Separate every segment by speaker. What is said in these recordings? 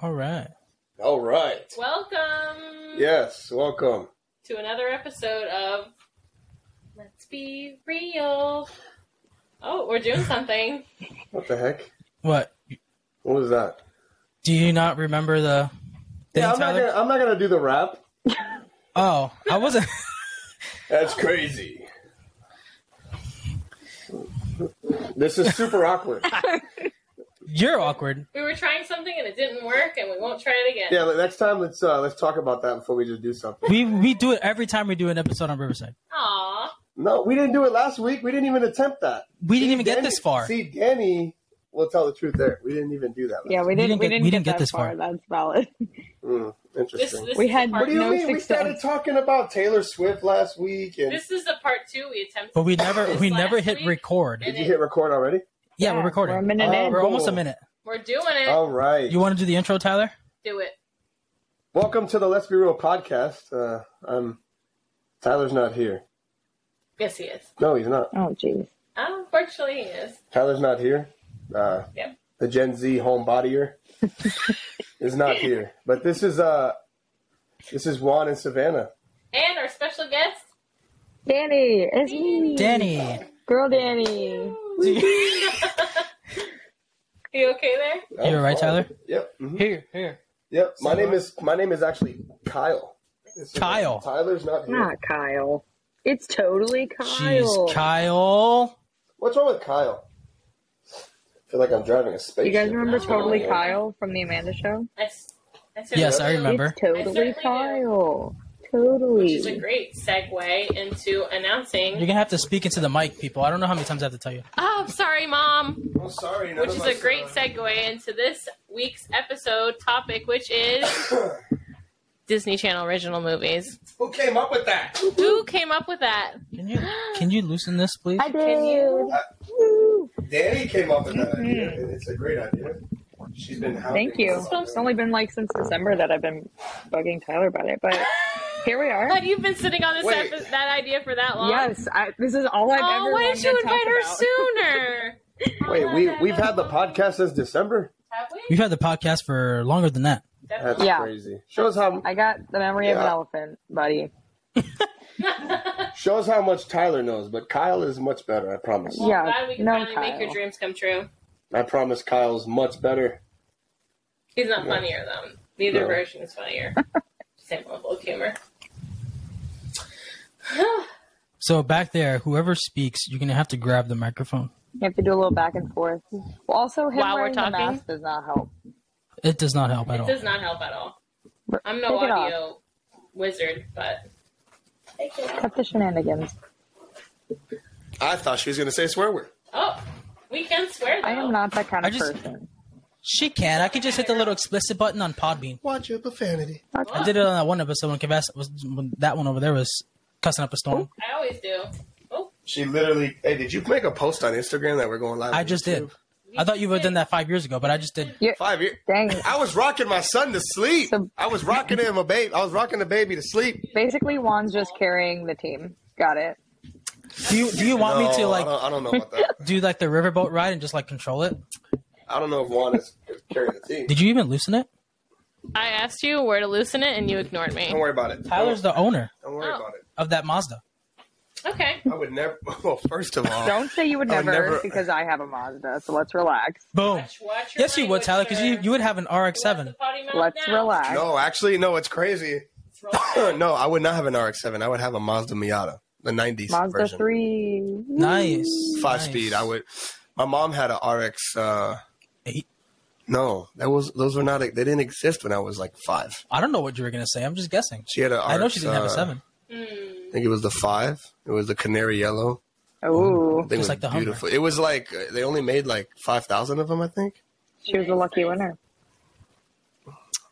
Speaker 1: All right.
Speaker 2: All right.
Speaker 3: Welcome
Speaker 2: Yes, welcome.
Speaker 3: to another episode of Let's Be Real. Oh, we're doing something.
Speaker 2: What the heck?
Speaker 1: What?
Speaker 2: What was that?
Speaker 1: Do you not remember the thing,
Speaker 2: Yeah, I'm not
Speaker 1: Tyler?
Speaker 2: gonna. I'm not gonna do the rap.
Speaker 1: Oh, I wasn't.
Speaker 2: That's crazy. This is super awkward.
Speaker 1: You're awkward.
Speaker 3: we were trying something and it didn't work, and we won't try it again.
Speaker 2: Yeah, like, next time let's uh, let's talk about that before we just do something.
Speaker 1: We we do it every time we do an episode on Riverside.
Speaker 3: Aww.
Speaker 2: No, we didn't do it last week. We didn't even attempt that.
Speaker 1: We didn't even get
Speaker 2: Danny-
Speaker 1: this far.
Speaker 2: See, Danny will tell the truth there. We didn't even do that.
Speaker 4: Yeah, we didn't. We didn't, get, that
Speaker 1: this
Speaker 4: far.
Speaker 1: far.
Speaker 4: That's valid.
Speaker 2: Mm,
Speaker 3: This,
Speaker 2: interesting.
Speaker 3: this
Speaker 4: We
Speaker 3: is
Speaker 4: had-
Speaker 3: the
Speaker 2: what
Speaker 3: part,
Speaker 2: do you
Speaker 4: no
Speaker 2: mean? We
Speaker 4: success.
Speaker 2: started talking about Taylor Swift last week, and
Speaker 3: This is the part two we attempted.
Speaker 1: But we never we
Speaker 3: This
Speaker 1: never
Speaker 3: last
Speaker 1: hit
Speaker 3: week,
Speaker 1: record.
Speaker 3: and
Speaker 2: did you
Speaker 3: it-
Speaker 2: hit record already?
Speaker 1: yeah, we're recording.
Speaker 4: We're a
Speaker 1: We're,
Speaker 4: minute
Speaker 2: Oh.
Speaker 4: in.
Speaker 1: almost a minute.
Speaker 3: We're doing it.
Speaker 2: All right.
Speaker 1: You want to do the intro, Tyler?
Speaker 3: Do it.
Speaker 2: Welcome to the Let's Be Real podcast. Uh, I'm Tyler's not here.
Speaker 3: Yes, he is.
Speaker 2: No, he's not.
Speaker 4: Oh, jeez.
Speaker 3: Unfortunately, he is.
Speaker 2: Tyler's not here. Uh,
Speaker 3: Yep.
Speaker 2: The Gen Z homebodier is not here. But this is uh, this is Juan and Savannah.
Speaker 3: And our special guest.
Speaker 4: Danny, it's me,
Speaker 1: Danny.
Speaker 4: girl, Danny.
Speaker 3: You okay there?
Speaker 2: That
Speaker 1: You're
Speaker 2: was
Speaker 1: right,
Speaker 2: fun.
Speaker 1: Tyler?
Speaker 2: Oh, Yep. mhm.
Speaker 1: Here, here.
Speaker 2: Yep. My name is my name is actually Kyle. This is-
Speaker 1: Kyle.
Speaker 2: Tyler's not here.
Speaker 4: Not Ah, Kyle. It's totally Kyle.
Speaker 1: Jeez, Kyle.
Speaker 2: What's wrong with Kyle? I feel like I'm driving a spaceship.
Speaker 4: You guys remember
Speaker 2: What's going
Speaker 4: Totally
Speaker 2: on?
Speaker 4: Kyle from the Amanda Show?
Speaker 3: I, s- I certainly
Speaker 1: Yes, I
Speaker 3: do.
Speaker 1: remember.
Speaker 4: It's
Speaker 3: I
Speaker 4: totally
Speaker 3: certainly do.
Speaker 4: Kyle.
Speaker 3: Which is a
Speaker 4: Totally.
Speaker 3: great segue into announcing.
Speaker 1: You're gonna have to speak into the mic, people. I don't know how many times I have to tell you.
Speaker 3: oh, sorry, mom.
Speaker 2: I'm sorry. none
Speaker 3: Which
Speaker 2: of
Speaker 3: is
Speaker 2: my
Speaker 3: a great
Speaker 2: son-
Speaker 3: segue into this week's episode topic, which is Disney Channel original movies.
Speaker 2: Who came up with that?
Speaker 3: Who came up with that?
Speaker 1: Can you can you loosen this, please?
Speaker 4: I did. Woo.
Speaker 2: Danny came up with that idea,
Speaker 4: Mhm.
Speaker 2: and it's a great idea. She's been. hounding
Speaker 4: Thank you.
Speaker 2: us on
Speaker 4: It's
Speaker 2: it.
Speaker 4: only been like since December that I've been bugging Tyler about it, but here we are.
Speaker 3: But you've been sitting on this
Speaker 2: Wait.
Speaker 3: epi- that idea for that long.
Speaker 4: Yes, I, this is all I've
Speaker 3: Oh,
Speaker 4: ever
Speaker 3: why didn't
Speaker 4: wanted to
Speaker 3: you
Speaker 4: talk
Speaker 3: invite her
Speaker 4: about.
Speaker 3: sooner?
Speaker 2: Wait,
Speaker 3: Oh,
Speaker 2: we
Speaker 3: that-
Speaker 2: we've had the podcast since December.
Speaker 3: Have we?
Speaker 1: We've had the podcast for longer than that.
Speaker 2: That's
Speaker 3: Definitely.
Speaker 4: Yeah.
Speaker 2: crazy. Shows how
Speaker 4: I got the memory of an
Speaker 2: Yeah.
Speaker 4: elephant, buddy.
Speaker 2: shows how much Tyler knows, but Kyle is much better. I promise.
Speaker 3: Well,
Speaker 4: Yeah,
Speaker 3: I'm glad we can
Speaker 4: no,
Speaker 3: finally make your
Speaker 4: Kyle.
Speaker 3: dreams come true.
Speaker 2: I promise Kyle's much better.
Speaker 3: He's not funnier though. Neither
Speaker 2: No.
Speaker 3: version is funnier. Same level of humor.
Speaker 1: So back there, whoever speaks, you're gonna have to grab the microphone.
Speaker 4: You have to do a little back and forth. Well, also, him
Speaker 3: While we're
Speaker 4: wearing the
Speaker 3: talking?
Speaker 4: mask does not help.
Speaker 1: It does not help at
Speaker 3: It
Speaker 1: all.
Speaker 3: does not help at all.
Speaker 4: But
Speaker 3: I'm no
Speaker 4: take it off.
Speaker 3: audio wizard, but
Speaker 4: Cut the shenanigans.
Speaker 2: I thought she was gonna say a swear word.
Speaker 3: oh, we can swear though.
Speaker 4: I am not that kind
Speaker 1: I
Speaker 4: of
Speaker 1: just-
Speaker 4: person.
Speaker 1: She can. I could just hit the little explicit button on Podbean.
Speaker 2: Watch your profanity.
Speaker 1: I did it on that one episode when Kavas was when that one over there was cussing up a storm.
Speaker 3: I always do. Oh,
Speaker 2: She literally. Hey, did you make a post on Instagram that we're going live?
Speaker 1: I
Speaker 2: on
Speaker 1: just
Speaker 2: YouTube?
Speaker 1: did. I thought you would have done that five years ago, but I just did.
Speaker 2: Five years.
Speaker 4: Dang.
Speaker 2: I was rocking my son to sleep.
Speaker 4: So-
Speaker 2: I was rocking him a baby. I was rocking the baby to sleep.
Speaker 4: Basically, Juan's just carrying the team. Got it.
Speaker 1: Do you do you want
Speaker 2: No,
Speaker 1: me to
Speaker 2: I
Speaker 1: like
Speaker 2: don't, I don't know about that.
Speaker 1: do like the riverboat ride and just like control it?
Speaker 2: I don't know if Juan is is carrying the team.
Speaker 1: Did you even loosen it?
Speaker 3: I asked you where to loosen it, and you ignored me.
Speaker 2: Don't worry about it.
Speaker 1: Tyler's the owner
Speaker 2: Don't worry
Speaker 3: Oh.
Speaker 2: about it.
Speaker 1: of that Mazda.
Speaker 3: Okay.
Speaker 2: I would never. Well, first of all,
Speaker 4: Don't say you would
Speaker 2: I would
Speaker 4: never,
Speaker 2: never-
Speaker 4: because I have a Mazda, so let's relax.
Speaker 1: Boom.
Speaker 3: Watch, watch your
Speaker 1: Yes, you would,
Speaker 3: language,
Speaker 1: Tyler, because
Speaker 3: sir.
Speaker 1: you you would have an RX-7.
Speaker 3: The potty mouth
Speaker 4: Let's
Speaker 3: now.
Speaker 4: relax.
Speaker 2: No, actually, no. It's crazy.
Speaker 3: Let's relax.
Speaker 2: no, I would not have an RX-7. I would have a Mazda Miata, the '90s
Speaker 4: Mazda
Speaker 2: version,
Speaker 4: 3.
Speaker 1: Nice.
Speaker 2: five
Speaker 1: Nice.
Speaker 2: speed. I would. My mom had a RX. Uh,
Speaker 1: Eight.
Speaker 2: no, that was those were not. They didn't exist when I was like five.
Speaker 1: I don't know what you were gonna say. I'm just guessing.
Speaker 2: She had a RX.
Speaker 1: I know she didn't have a
Speaker 2: uh,
Speaker 1: seven.
Speaker 2: I think it was the five. It was the canary yellow.
Speaker 4: Oh,
Speaker 2: I think
Speaker 1: Just
Speaker 2: it
Speaker 1: like
Speaker 2: was
Speaker 1: the Hummer.
Speaker 2: beautiful. It was like uh, they only made like five thousand of them. I think.
Speaker 4: she was a lucky winner.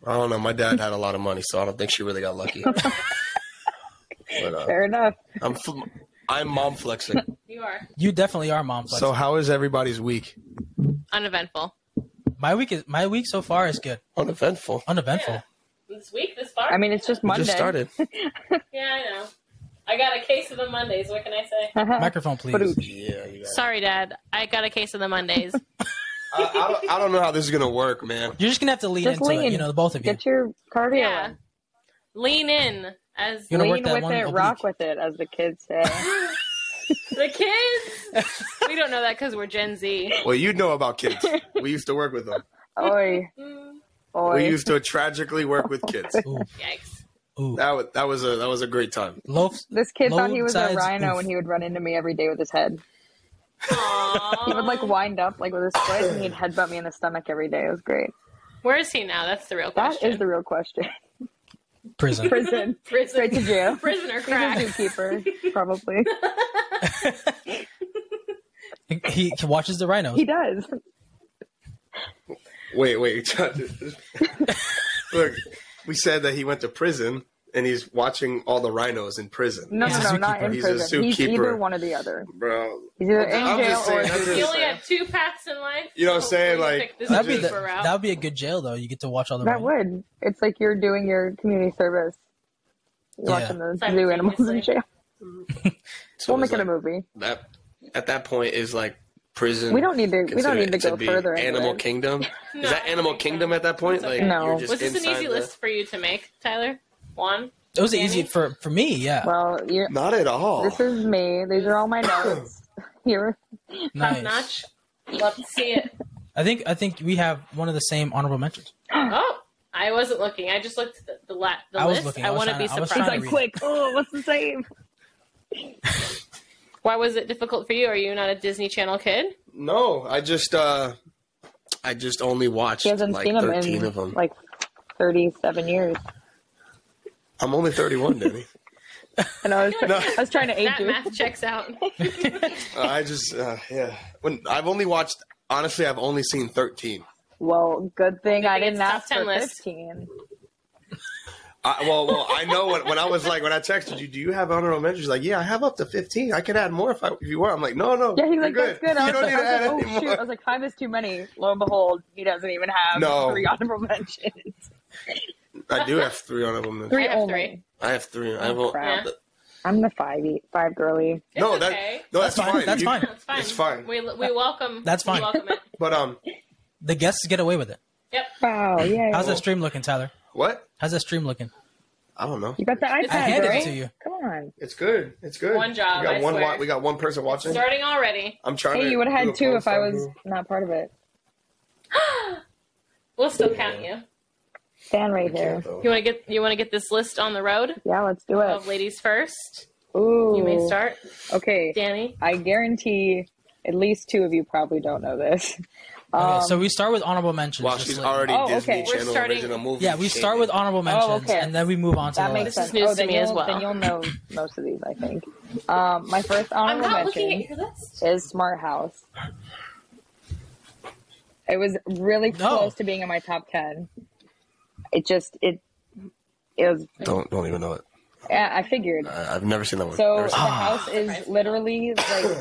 Speaker 2: I don't know. My dad had a lot of money, so I don't think she really got lucky. but uh,
Speaker 4: Fair enough.
Speaker 2: I'm fl- I'm mom flexing.
Speaker 3: You are
Speaker 1: You definitely are mom.
Speaker 2: so
Speaker 1: So
Speaker 2: how is everybody's week?
Speaker 3: uneventful.
Speaker 1: my week is my week so far is good,
Speaker 2: Uneventful.
Speaker 1: uneventful.
Speaker 3: Yeah. This week, this far.
Speaker 4: I mean, it's just
Speaker 2: We
Speaker 4: Monday.
Speaker 2: just started.
Speaker 3: yeah, I know. I got a case of the Mondays. What can I say?
Speaker 1: Microphone, please.
Speaker 4: But-
Speaker 2: Yeah, you got it.
Speaker 3: Sorry, Dad. I got a case of the Mondays.
Speaker 2: I, I, don't, I don't know how this is gonna work, man.
Speaker 1: You're just gonna have to lean
Speaker 4: Just
Speaker 1: into it,
Speaker 4: lean.
Speaker 1: you know, the both of you.
Speaker 4: Get your cardio.
Speaker 3: Yeah.
Speaker 4: in.
Speaker 3: Lean in as
Speaker 1: You know- Gonna work
Speaker 4: Lean
Speaker 1: that
Speaker 4: with
Speaker 1: one
Speaker 4: it,
Speaker 1: oblique.
Speaker 4: rock with it, as the kids say.
Speaker 3: the kids. we don't know that because we're Gen Z.
Speaker 2: Well, you know about kids. We used to work with them.
Speaker 4: oi,
Speaker 3: Mm,
Speaker 4: oi.
Speaker 2: We used to tragically work with kids.
Speaker 1: Ooh,
Speaker 3: yikes.
Speaker 1: ooh.
Speaker 2: That was, that was a that was a great time.
Speaker 1: Loaf.
Speaker 4: this kid thought he was a
Speaker 1: Low-sides
Speaker 4: rhino
Speaker 1: oof.
Speaker 4: when he would run into me every day with his head. He would
Speaker 3: Aww.
Speaker 4: like wind up like with his foot and he'd headbutt me in the stomach every day. It was great.
Speaker 3: Where is he now? That's the real
Speaker 4: That is
Speaker 3: question.
Speaker 4: the real question.
Speaker 1: Prison.
Speaker 4: Prison.
Speaker 3: Prison.
Speaker 4: Straight to jail.
Speaker 3: Prisoner
Speaker 4: He's a
Speaker 3: crack.
Speaker 4: zookeeper, probably.
Speaker 1: he, he watches the rhinos.
Speaker 4: He does.
Speaker 2: Wait, wait. Look, we said that he went to prison and he's watching all the rhinos in prison,
Speaker 4: No,
Speaker 1: He's a
Speaker 4: no, no, not
Speaker 1: zookeeper.
Speaker 4: in
Speaker 2: He's a
Speaker 4: prison. He's
Speaker 2: zookeeper.
Speaker 4: either one or the other.
Speaker 2: bro.
Speaker 4: He's either
Speaker 2: I'm
Speaker 4: in jail
Speaker 2: just
Speaker 4: or
Speaker 2: saying, that's
Speaker 3: You
Speaker 2: just-
Speaker 3: only have two paths in life.
Speaker 2: You know what I'm saying?
Speaker 3: Hopefully you
Speaker 2: Like,
Speaker 3: pick this
Speaker 1: That'd be
Speaker 2: Just-
Speaker 1: the,
Speaker 3: cheaper route.
Speaker 1: that'd be a good jail though. You get to watch all the
Speaker 4: That
Speaker 1: rhinos.
Speaker 4: would. It's like you're doing your community service. You're
Speaker 1: Yeah.
Speaker 4: watching the zoo animals in jail.
Speaker 2: So
Speaker 4: We'll make
Speaker 2: it's
Speaker 4: it a
Speaker 2: like,
Speaker 4: movie.
Speaker 2: That at that point is like prison.
Speaker 4: We don't need to. We don't
Speaker 2: considered
Speaker 4: need to
Speaker 2: to
Speaker 4: go
Speaker 2: be
Speaker 4: further. into
Speaker 2: Animal
Speaker 4: it.
Speaker 2: Kingdom.
Speaker 3: No,
Speaker 2: is that
Speaker 3: I
Speaker 2: Animal
Speaker 3: don't think so.
Speaker 2: Kingdom at that point?
Speaker 3: That's
Speaker 2: Like,
Speaker 3: okay.
Speaker 4: No.
Speaker 2: you're just
Speaker 3: Was this an
Speaker 2: inside
Speaker 3: easy
Speaker 2: the-
Speaker 3: list for you to make, Tyler? One.
Speaker 1: It was
Speaker 3: Danny?
Speaker 1: easy for for me. Yeah.
Speaker 4: Well, you
Speaker 2: Not at all.
Speaker 4: this is me. These are all my notes. Here,
Speaker 1: nice.
Speaker 3: Top notch. Love to see it.
Speaker 1: I think I think we have one of the same honorable mentions.
Speaker 3: Oh, I wasn't looking. I just looked at the, the, la- the
Speaker 1: I was
Speaker 3: list.
Speaker 1: looking.
Speaker 3: I,
Speaker 1: I was
Speaker 3: want to
Speaker 1: trying
Speaker 3: be
Speaker 1: to- I was
Speaker 3: surprised.
Speaker 1: trying to read.
Speaker 4: quick. Oh, what's the same?
Speaker 3: Why was it difficult for you? Are you not a Disney Channel kid?
Speaker 2: No, I just uh I just only watched
Speaker 4: He hasn't
Speaker 2: like
Speaker 4: seen them
Speaker 2: 13
Speaker 4: in
Speaker 2: of them.
Speaker 4: like thirty-seven years.
Speaker 2: I'm only 31, Danny.
Speaker 4: And I was, try-
Speaker 2: No.
Speaker 4: I was trying to age
Speaker 3: That
Speaker 4: you.
Speaker 3: math checks out.
Speaker 2: Uh, I just uh, yeah. When I've only watched honestly I've only seen 13.
Speaker 4: Well, good thing I
Speaker 3: Maybe
Speaker 4: didn't
Speaker 3: it's top
Speaker 4: ask
Speaker 3: 10
Speaker 4: for
Speaker 3: list.
Speaker 4: fifteen.
Speaker 2: I, well, well, I know when, when I was like when I texted you, do you have honorable mentions? She's Like, yeah, I have up to 15. I can add more if I if you want. I'm like, no, no.
Speaker 4: Yeah, he's
Speaker 2: you're
Speaker 4: like, that's good. I
Speaker 2: You
Speaker 4: was,
Speaker 2: don't need
Speaker 4: like,
Speaker 2: to add
Speaker 4: I was like, oh
Speaker 2: any
Speaker 4: shoot!
Speaker 2: more.
Speaker 4: I was like, five is too many. Lo and behold, he doesn't even have
Speaker 2: No.
Speaker 4: three honorable mentions.
Speaker 2: I do have three honorable mentions.
Speaker 4: Three
Speaker 3: have
Speaker 4: only.
Speaker 3: three.
Speaker 2: I have three. I have
Speaker 4: Oh,
Speaker 2: all,
Speaker 4: crap.
Speaker 2: the-
Speaker 4: I'm the five five girly.
Speaker 3: It's
Speaker 2: no, that,
Speaker 3: okay.
Speaker 2: no, that's,
Speaker 1: That's fine.
Speaker 2: fine.
Speaker 1: That's
Speaker 2: You-
Speaker 1: fine.
Speaker 3: That's fine.
Speaker 2: It's fine.
Speaker 3: We, we welcome.
Speaker 1: That's
Speaker 3: we
Speaker 1: fine.
Speaker 3: welcome it.
Speaker 2: But um,
Speaker 1: The guests get away with it.
Speaker 4: Wow, yeah.
Speaker 1: How's that stream looking, Tyler?
Speaker 2: what?
Speaker 1: How's that stream looking?
Speaker 2: I don't know.
Speaker 4: You got the iPad,
Speaker 1: I handed
Speaker 4: right?
Speaker 1: it to you.
Speaker 4: Come on.
Speaker 2: It's good. It's good.
Speaker 3: One job,
Speaker 2: We got
Speaker 3: I
Speaker 2: one.
Speaker 3: swear.
Speaker 2: wa- we got one person watching.
Speaker 3: Starting already.
Speaker 2: I'm trying.
Speaker 4: Hey,
Speaker 2: to
Speaker 4: you would have
Speaker 2: do
Speaker 4: had
Speaker 2: a
Speaker 4: two if I
Speaker 2: porn
Speaker 4: was
Speaker 2: star
Speaker 4: not part of it.
Speaker 3: We'll still count you.
Speaker 4: Stand right
Speaker 2: move.
Speaker 4: here.
Speaker 3: You want to get you want to get this list on the road
Speaker 4: Yeah, let's do it.
Speaker 3: of ladies first.
Speaker 4: Ooh.
Speaker 3: You may start,
Speaker 4: Okay.
Speaker 3: Danny.
Speaker 4: I guarantee at least two of you probably don't know this.
Speaker 1: Okay,
Speaker 4: Um,
Speaker 1: so we start with honorable mentions.
Speaker 2: Well,
Speaker 1: just
Speaker 2: she's
Speaker 1: like-
Speaker 2: already
Speaker 4: Oh,
Speaker 2: Disney
Speaker 4: okay.
Speaker 3: We're
Speaker 2: Channel
Speaker 3: starting-
Speaker 2: original movie.
Speaker 1: Yeah, we
Speaker 2: shit.
Speaker 1: start with honorable mentions,
Speaker 4: Oh, okay.
Speaker 1: and then we move on to
Speaker 4: that
Speaker 1: the list.
Speaker 4: makes
Speaker 3: This
Speaker 4: sense.
Speaker 3: is news
Speaker 4: oh,
Speaker 3: to
Speaker 4: then
Speaker 3: me as
Speaker 4: you'll-
Speaker 3: well.
Speaker 4: Then you'll know most of these, I think. Um, my first honorable mention.
Speaker 3: your list.
Speaker 4: is Smart House. It was really
Speaker 1: No.
Speaker 4: close to being in my top ten. It just it it was.
Speaker 2: Don't don't even know it.
Speaker 4: I I figured.
Speaker 2: I, I've never seen that one.
Speaker 4: So
Speaker 2: Never
Speaker 4: the
Speaker 2: seen-
Speaker 4: house is literally like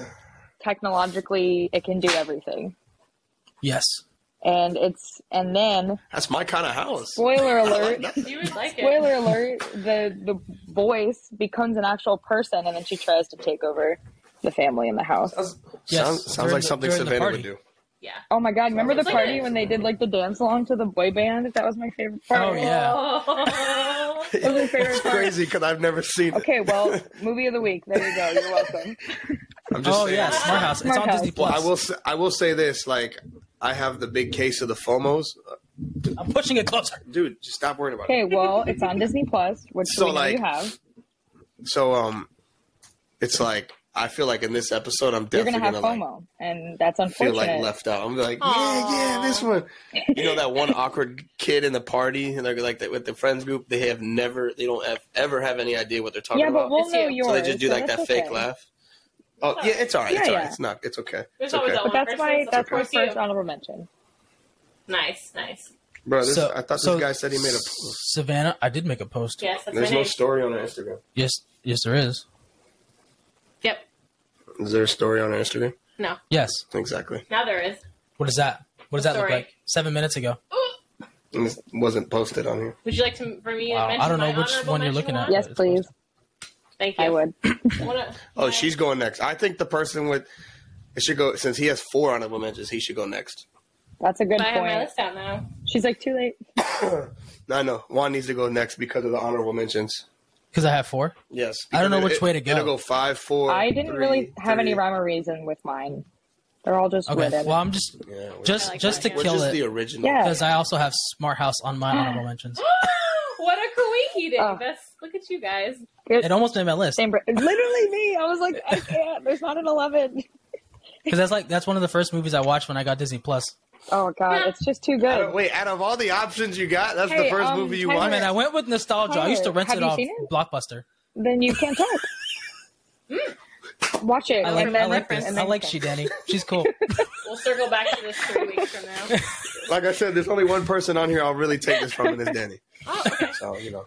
Speaker 4: technologically, it can do everything,
Speaker 1: Yes.
Speaker 4: and it's and then
Speaker 2: that's my kind of house.
Speaker 4: spoiler alert.
Speaker 3: You would like it.
Speaker 4: Spoiler alert: the the voice becomes an actual person, and then she tries to take over the family in the house.
Speaker 1: Yes,
Speaker 2: Sounds, sounds
Speaker 1: during
Speaker 2: like
Speaker 1: the-
Speaker 2: something
Speaker 1: during the
Speaker 2: Savannah
Speaker 1: party.
Speaker 2: would do.
Speaker 3: Yeah.
Speaker 4: Oh my god! Remember the
Speaker 3: It's like
Speaker 4: party
Speaker 3: a-
Speaker 4: when they did like the dance along to the boy band? That was my favorite part.
Speaker 1: Oh yeah.
Speaker 3: Oh.
Speaker 4: That was my favorite
Speaker 2: It's
Speaker 4: part.
Speaker 2: crazy because I've never seen it.
Speaker 4: Okay, well, movie of the week. There you go. You're welcome.
Speaker 2: I'm just
Speaker 1: Oh
Speaker 2: saying.
Speaker 1: yeah, Smart House. It's
Speaker 4: Smart
Speaker 1: on
Speaker 4: House.
Speaker 1: Disney
Speaker 2: Well,
Speaker 1: Plus.
Speaker 2: I will. Say, I will say this. Like, I have the big case of the FOMOs.
Speaker 1: I'm pushing it closer.
Speaker 2: Dude, just stop worrying about it.
Speaker 4: Okay, well, it's on Disney Plus, which
Speaker 2: So,
Speaker 4: we know
Speaker 2: like-
Speaker 4: you have.
Speaker 2: So, um, it's like I feel like in this episode, I'm
Speaker 4: You're
Speaker 2: definitely
Speaker 4: gonna have
Speaker 2: like,
Speaker 4: FOMO, and that's
Speaker 2: feel
Speaker 4: unfortunate.
Speaker 2: like left out. I'm like,
Speaker 3: Aw.
Speaker 2: yeah, yeah, this one. You know that one awkward kid in the party, and they're like that with the friends group. They have never, they don't have, ever have any idea what they're talking
Speaker 4: yeah, but
Speaker 2: about.
Speaker 4: we'll
Speaker 3: It's
Speaker 4: know
Speaker 3: you.
Speaker 4: yours.
Speaker 2: so they just do
Speaker 4: so
Speaker 2: like that
Speaker 4: that's
Speaker 2: fake
Speaker 4: okay.
Speaker 2: laugh. Oh yeah, it's all right.
Speaker 4: Yeah,
Speaker 2: it's all right.
Speaker 4: yeah.
Speaker 2: It's not. It's okay.
Speaker 3: There's
Speaker 2: It's
Speaker 3: always
Speaker 2: okay.
Speaker 3: that one
Speaker 4: But that's
Speaker 3: person
Speaker 4: why that's my
Speaker 3: supports you.
Speaker 4: first honorable mention.
Speaker 3: Nice, nice.
Speaker 2: Bro, this,
Speaker 1: So-
Speaker 2: I thought
Speaker 1: so
Speaker 2: this guy said he made a.
Speaker 1: Savannah, I did make a post.
Speaker 3: Yes, that's
Speaker 2: There's
Speaker 3: my
Speaker 2: no
Speaker 3: name.
Speaker 2: story on her Instagram.
Speaker 1: Yes, yes, there is.
Speaker 3: yep.
Speaker 2: Is there a story on her Instagram?
Speaker 3: No.
Speaker 1: Yes.
Speaker 2: Exactly.
Speaker 3: Now there is.
Speaker 1: What is that? What does
Speaker 3: The
Speaker 1: that look
Speaker 3: story.
Speaker 1: like? Seven minutes ago.
Speaker 3: Ooh.
Speaker 2: And this wasn't posted on here.
Speaker 3: Would you like to for me
Speaker 1: Wow.
Speaker 3: to mention
Speaker 1: I don't know
Speaker 3: my
Speaker 1: which
Speaker 3: honorable
Speaker 1: one you're
Speaker 3: mention
Speaker 1: looking at.
Speaker 3: one?
Speaker 4: Yes, please.
Speaker 3: Thank you.
Speaker 4: I would.
Speaker 3: Wanna-
Speaker 2: Oh, she's going next. I think the person with it should go since he has four honorable mentions. He should go next.
Speaker 4: That's a good
Speaker 3: I have my
Speaker 4: point.
Speaker 3: list out now.
Speaker 4: She's like, too late.
Speaker 2: I know Juan needs to go next because of the honorable mentions.
Speaker 1: Because I have four.
Speaker 2: Yes,
Speaker 1: I don't know
Speaker 2: because
Speaker 1: which way to go.
Speaker 2: It'll go five, four.
Speaker 4: I didn't
Speaker 2: three,
Speaker 4: really have any
Speaker 2: three.
Speaker 4: rhyme or reason with mine. They're all just
Speaker 1: Okay.
Speaker 4: written.
Speaker 1: Well, I'm just
Speaker 2: Yeah, we're-
Speaker 1: just
Speaker 3: I like
Speaker 1: just
Speaker 3: that,
Speaker 1: to
Speaker 2: we're
Speaker 1: kill
Speaker 2: just the
Speaker 1: it
Speaker 2: original.
Speaker 4: Yeah.
Speaker 1: because I also have Smart House on my honorable mentions.
Speaker 3: what a coinky
Speaker 4: Oh.
Speaker 3: That's look at you guys.
Speaker 4: It-
Speaker 1: It almost made my list
Speaker 4: same br- literally me. I was like, I can't. There's not an 11.
Speaker 1: because that's like that's one of the first movies I watched when I got Disney Plus.
Speaker 4: Oh, God. It's just too
Speaker 2: Out of-
Speaker 4: good.
Speaker 2: wait, out of all the options you got, that's
Speaker 4: Hey,
Speaker 2: the first
Speaker 4: um,
Speaker 2: movie you
Speaker 4: Tyler-
Speaker 1: I
Speaker 2: watched.
Speaker 1: mean, I went with nostalgia. I used to
Speaker 4: Tyler,
Speaker 1: rent
Speaker 4: have
Speaker 1: it
Speaker 4: you
Speaker 1: off
Speaker 4: seen it?
Speaker 1: Blockbuster.
Speaker 4: Then you can't talk. Watch it.
Speaker 1: I like
Speaker 4: and then,
Speaker 1: I like this.
Speaker 4: and
Speaker 1: I
Speaker 4: then
Speaker 1: like
Speaker 4: talk.
Speaker 1: she Danny. She's cool.
Speaker 3: We'll circle back to this three weeks from now.
Speaker 2: Like I said, there's only one person on here I'll really take this from, and it's Danny.
Speaker 3: Oh, okay.
Speaker 2: So you know.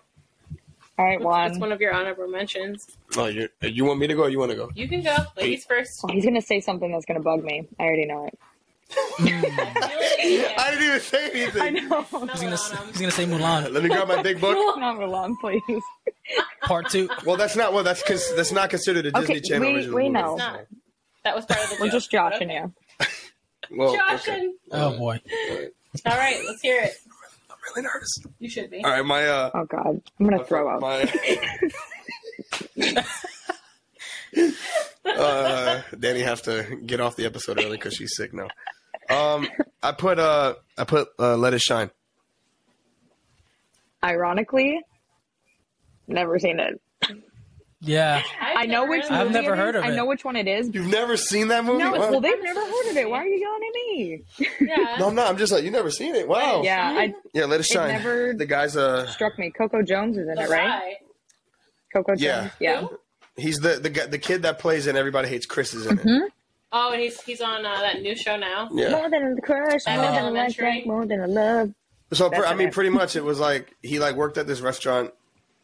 Speaker 4: All right,
Speaker 3: That's
Speaker 4: Juan.
Speaker 3: one of your honorable mentions.
Speaker 2: Oh, you you want me to go? or You want to go?
Speaker 3: You can go, ladies first.
Speaker 4: Oh, He's going to say something that's going to bug me. I already know it.
Speaker 1: Hmm.
Speaker 3: I feel it in
Speaker 2: I
Speaker 3: the air.
Speaker 2: didn't even say anything.
Speaker 4: I know.
Speaker 1: He's gonna, s-
Speaker 3: Smell it on 'em.
Speaker 1: he's gonna say Mulan
Speaker 2: Let me grab my big book.
Speaker 4: Not for long, please.
Speaker 1: Part Two.
Speaker 2: Well, that's not well. That's cons- that's not considered a Disney
Speaker 4: Okay,
Speaker 2: Channel
Speaker 4: we-
Speaker 2: original
Speaker 4: we
Speaker 2: movie.
Speaker 4: know.
Speaker 3: It's not. That was part of the
Speaker 4: We're
Speaker 3: joke.
Speaker 4: just joshing
Speaker 3: Okay.
Speaker 4: you.
Speaker 2: Well,
Speaker 3: Joshing.
Speaker 2: okay.
Speaker 1: Oh boy.
Speaker 3: All right, let's hear it.
Speaker 2: really nervous.
Speaker 3: You should be.
Speaker 2: All right, my uh,
Speaker 4: Oh, God. I'm going to throw up.
Speaker 2: My, uh, Danny has to get off the episode early because she's sick now. Um, I put uh, I put uh, Let It Shine.
Speaker 4: Ironically, never seen it.
Speaker 1: Yeah.
Speaker 4: I know which
Speaker 1: I've
Speaker 4: movie
Speaker 1: never
Speaker 4: it
Speaker 1: heard
Speaker 4: is.
Speaker 1: of
Speaker 4: I
Speaker 1: it.
Speaker 4: know which one it is.
Speaker 2: You've never seen that movie?
Speaker 4: No,
Speaker 2: Wow.
Speaker 4: well, they've never heard of it. Why are you yelling at me?
Speaker 3: Yeah.
Speaker 2: no, I'm not. I'm just like you never seen it. Wow.
Speaker 4: Yeah, I
Speaker 2: Yeah, Let It Shine.
Speaker 4: never-
Speaker 2: The guy's uh,
Speaker 4: struck me. Coco Jones is in it, right? Coco Jones.
Speaker 2: Yeah.
Speaker 4: yeah.
Speaker 3: Who?
Speaker 2: he's the the guy, the kid that plays in Everybody Hates Chris is in it.
Speaker 4: Mm-hmm.
Speaker 3: Oh, and he's he's on uh, that new show now.
Speaker 2: Yeah.
Speaker 4: More than a crush,
Speaker 3: That
Speaker 4: more
Speaker 1: was
Speaker 4: than a
Speaker 3: elementary.
Speaker 4: Oh, like, more than a love.
Speaker 2: So pr-
Speaker 4: That's
Speaker 2: I mean,
Speaker 4: it.
Speaker 2: pretty much it was like he like worked at this restaurant.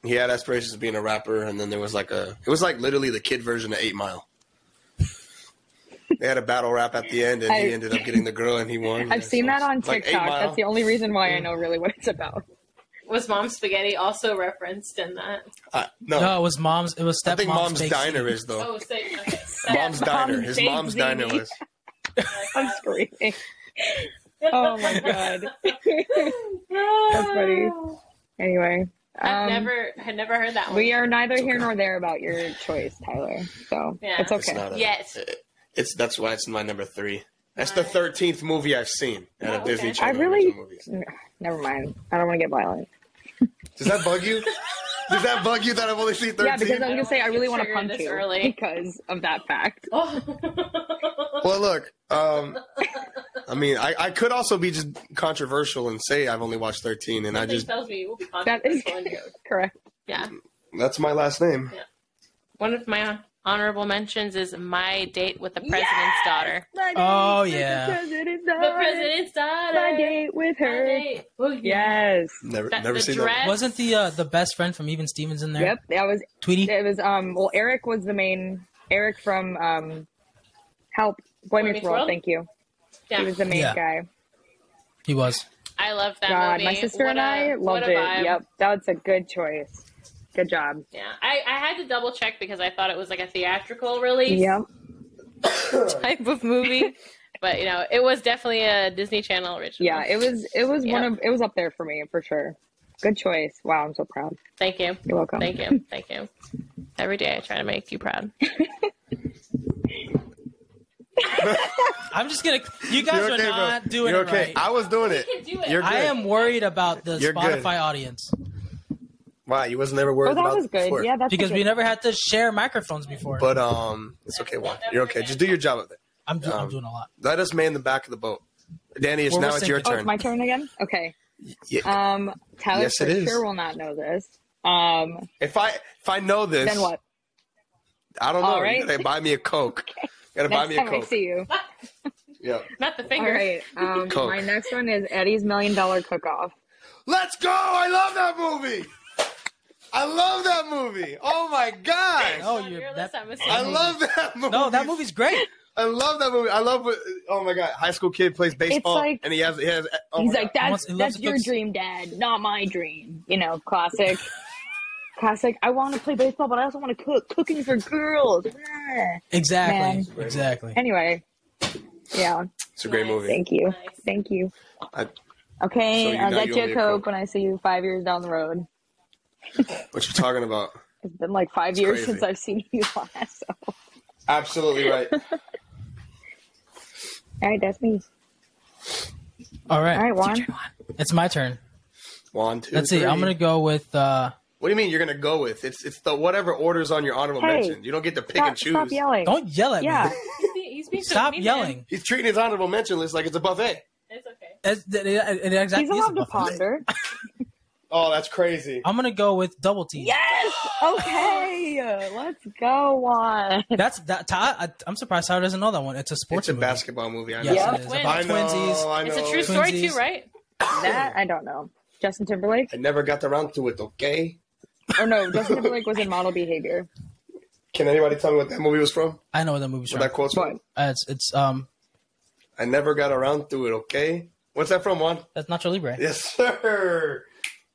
Speaker 2: He had aspirations of being a rapper, and then there was like a it was like literally the kid version of Eight Mile. they had a battle rap at the end, and
Speaker 4: I-
Speaker 2: he ended up getting the girl, and he won.
Speaker 4: I've seen that on
Speaker 2: Like Eight
Speaker 4: TikTok.
Speaker 2: Mile.
Speaker 4: That's the only reason why I know really what it's about.
Speaker 3: Was Mom Spaghetti also referenced in that?
Speaker 2: I- no,
Speaker 1: No, it was mom's. It was
Speaker 2: Oh. I
Speaker 1: stepmom's.
Speaker 2: think Mom's
Speaker 1: Baked
Speaker 2: Diner
Speaker 1: Ziti.
Speaker 2: is though.
Speaker 3: Oh, say, okay.
Speaker 2: Mom's Diner. His
Speaker 4: Baked
Speaker 2: Mom's Diner
Speaker 4: Ziti.
Speaker 2: was.
Speaker 4: I'm screaming. Oh my god.
Speaker 3: That's
Speaker 4: funny. anyway,
Speaker 3: I've
Speaker 4: um,
Speaker 3: never had never heard that one.
Speaker 4: We are neither here nor there about your choice, Tyler. So
Speaker 3: Yeah.
Speaker 4: it's okay.
Speaker 2: It's not a,
Speaker 3: Yes.
Speaker 2: It's that's why it's my number three. That's the
Speaker 3: Right.
Speaker 2: thirteenth movie I've seen out
Speaker 3: Oh,
Speaker 2: of
Speaker 3: okay.
Speaker 2: Disney
Speaker 3: I
Speaker 2: Channel
Speaker 4: I really-
Speaker 2: original movies.
Speaker 4: Never mind. I don't want to get violent.
Speaker 2: Does that bug you? Does that bug you that I've only seen
Speaker 4: Yeah, because
Speaker 2: thirteen?
Speaker 4: I was
Speaker 3: I
Speaker 4: gonna
Speaker 3: don't
Speaker 4: say I
Speaker 3: wanna
Speaker 4: really
Speaker 3: get
Speaker 4: want to
Speaker 3: triggered
Speaker 4: punch
Speaker 3: this
Speaker 4: you
Speaker 3: early.
Speaker 4: because of that fact.
Speaker 3: Oh.
Speaker 2: Well, look, um, I mean, I, I could also be just controversial and say I've only watched 13, and I
Speaker 3: Something
Speaker 2: just
Speaker 3: tells me you will be
Speaker 4: That is
Speaker 3: controversial in here.
Speaker 2: Oh,
Speaker 4: correct.
Speaker 3: Yeah.
Speaker 2: that's my last name.
Speaker 3: One of my honorable mentions is my date with the president's daughter.
Speaker 1: Oh, yeah.
Speaker 3: The president's daughter.
Speaker 4: My date with
Speaker 3: My
Speaker 4: her.
Speaker 3: date. Oh, yeah.
Speaker 4: Yes.
Speaker 2: Never,
Speaker 3: That-
Speaker 2: never
Speaker 3: the
Speaker 2: seen
Speaker 3: dress.
Speaker 1: Wasn't the uh, the best friend from Even Stevens in there?
Speaker 4: Yep. That was
Speaker 1: Tweety.
Speaker 4: it was um well Eric was the main Eric from um Help Boy Meets World, thank you.
Speaker 3: Yeah.
Speaker 4: He was the main
Speaker 1: Yeah.
Speaker 4: guy.
Speaker 1: He was.
Speaker 3: I love that
Speaker 4: God,
Speaker 3: movie.
Speaker 4: my sister
Speaker 3: What
Speaker 4: and
Speaker 3: a-
Speaker 4: I
Speaker 3: what
Speaker 4: loved
Speaker 3: a
Speaker 4: it.
Speaker 3: vibe.
Speaker 4: Yep. That's a good choice. Good job.
Speaker 3: Yeah. I, I had to double check because I thought it was like a theatrical release
Speaker 4: Yep.
Speaker 3: type of movie. but you know, it was definitely a Disney Channel original.
Speaker 4: Yeah, it was it was one
Speaker 3: Yep.
Speaker 4: of it was up there for me for sure. Good choice. Wow, I'm so proud.
Speaker 3: Thank you.
Speaker 4: You're welcome.
Speaker 3: Thank you. Thank you. Every day I try to make you proud.
Speaker 2: Eh,
Speaker 1: I'm just gonna. You guys
Speaker 2: You're okay,
Speaker 1: are
Speaker 2: bro.
Speaker 1: not doing
Speaker 2: You're
Speaker 1: it
Speaker 2: okay.
Speaker 1: right.
Speaker 2: I was doing it.
Speaker 3: can do it.
Speaker 2: You're good.
Speaker 1: I am worried about the
Speaker 2: You're
Speaker 1: Spotify
Speaker 2: good.
Speaker 1: audience
Speaker 2: Wow, you wasn't ever worried
Speaker 4: Oh, that
Speaker 2: about
Speaker 4: was
Speaker 2: it before.
Speaker 4: good. Yeah, that's a
Speaker 1: because
Speaker 4: good-
Speaker 1: we never had to share microphones before.
Speaker 2: But um, it's okay, Juan. You're okay. Just do your job with it.
Speaker 1: I'm, do- I'm
Speaker 2: um,
Speaker 1: doing a lot.
Speaker 2: Let us man the back of the boat. Danny, it's
Speaker 1: Well, we're
Speaker 2: now it's your
Speaker 1: sinking.
Speaker 4: Oh, it's
Speaker 2: turn.
Speaker 4: my turn again. Okay.
Speaker 2: Yeah.
Speaker 4: Um, Tyler
Speaker 2: Yes,
Speaker 4: for
Speaker 2: it is.
Speaker 4: sure will not know this. Um,
Speaker 2: If I if I know this,
Speaker 4: then what?
Speaker 2: I don't
Speaker 4: All
Speaker 2: know.
Speaker 4: right.
Speaker 2: You gotta buy me a coke. You gotta buy
Speaker 4: Next
Speaker 2: me a
Speaker 4: time I
Speaker 2: coke.
Speaker 4: see you.
Speaker 2: Yeah.
Speaker 3: Not the
Speaker 4: All
Speaker 3: finger.
Speaker 4: right. Um,
Speaker 2: Coke.
Speaker 4: my next one is Eddie's Million Dollar Cook Off.
Speaker 2: Let's go! I love that movie. I love that movie. Oh my gosh.
Speaker 1: Oh,
Speaker 3: On
Speaker 1: you're
Speaker 3: your
Speaker 1: that-
Speaker 3: list, I'm
Speaker 2: I
Speaker 3: assuming.
Speaker 2: love that movie.
Speaker 1: No, that movie's great.
Speaker 2: I love that movie. I love. what- Oh my god, high school kid plays baseball,
Speaker 4: like-
Speaker 2: and he has. He has. Oh
Speaker 4: He's
Speaker 2: my
Speaker 4: like,
Speaker 2: God.
Speaker 1: He
Speaker 4: "That's
Speaker 1: wants- he loves
Speaker 4: that's
Speaker 1: to
Speaker 4: your
Speaker 1: cook-
Speaker 4: dream, Dad, not my dream." You know, classic. classic. I want to play baseball, but I also want to cook. Cooking for girls. Ah.
Speaker 1: Exactly. Exactly.
Speaker 4: Anyway, yeah.
Speaker 2: It's a great
Speaker 3: Nice.
Speaker 2: movie.
Speaker 4: Thank you.
Speaker 3: Nice.
Speaker 4: Thank you.
Speaker 2: I-
Speaker 4: Okay,
Speaker 2: So you
Speaker 4: I'll
Speaker 2: know
Speaker 4: get
Speaker 2: you'll
Speaker 4: you
Speaker 2: be a
Speaker 4: a Coke
Speaker 2: pro-
Speaker 4: when I see you five years down the road.
Speaker 2: What you talking about?
Speaker 4: It's been like five years
Speaker 2: crazy.
Speaker 4: since I've seen you last. So.
Speaker 2: Absolutely right.
Speaker 4: All right, that's me.
Speaker 1: All right.
Speaker 4: All right, Juan.
Speaker 1: It's my turn.
Speaker 2: One, two,
Speaker 1: Let's see.
Speaker 2: three.
Speaker 1: I'm gonna go with. uh
Speaker 2: What do you mean you're gonna go with? It's it's the whatever orders on your honorable
Speaker 4: Hey,
Speaker 2: mention. You don't get to pick and
Speaker 4: Stop,
Speaker 2: choose.
Speaker 4: stop yelling.
Speaker 1: Don't yell at
Speaker 4: yeah,
Speaker 1: me.
Speaker 3: He's being- He's being so
Speaker 1: Stop
Speaker 3: mean, man.
Speaker 1: yelling.
Speaker 2: He's treating his honorable mention list like it's a buffet.
Speaker 3: It's okay.
Speaker 1: It's, it, uh, it- it exactly
Speaker 4: he's
Speaker 1: is
Speaker 4: allowed to
Speaker 1: above me.
Speaker 4: ponder.
Speaker 2: Oh, that's crazy.
Speaker 1: I'm gonna go with double team.
Speaker 4: yes. Okay. Let's go, Juan.
Speaker 1: That's that. Todd, I, I'm surprised Tyler doesn't know that one. It's a sports
Speaker 2: It's a
Speaker 1: movie.
Speaker 2: basketball movie. I know.
Speaker 1: Yes,
Speaker 4: Yeah.
Speaker 1: it is.
Speaker 3: Twins.
Speaker 2: I
Speaker 1: About
Speaker 2: know.
Speaker 1: twinsies.
Speaker 2: I know.
Speaker 3: It's a true story
Speaker 1: Twinsies.
Speaker 3: too, right?
Speaker 4: That I don't know. Justin Timberlake?
Speaker 2: I never got around to it. Okay.
Speaker 4: Or no, Justin Timberlake was in Model Behavior.
Speaker 2: Can anybody tell me what that movie was from?
Speaker 1: I know where the movie's
Speaker 2: Where
Speaker 1: from.
Speaker 2: that quote's
Speaker 4: But
Speaker 2: from?
Speaker 1: Uh, it's it's um
Speaker 2: I never got around to it. Okay. What's that from, Juan?
Speaker 1: that's Nacho Libre.
Speaker 2: Yes, sir.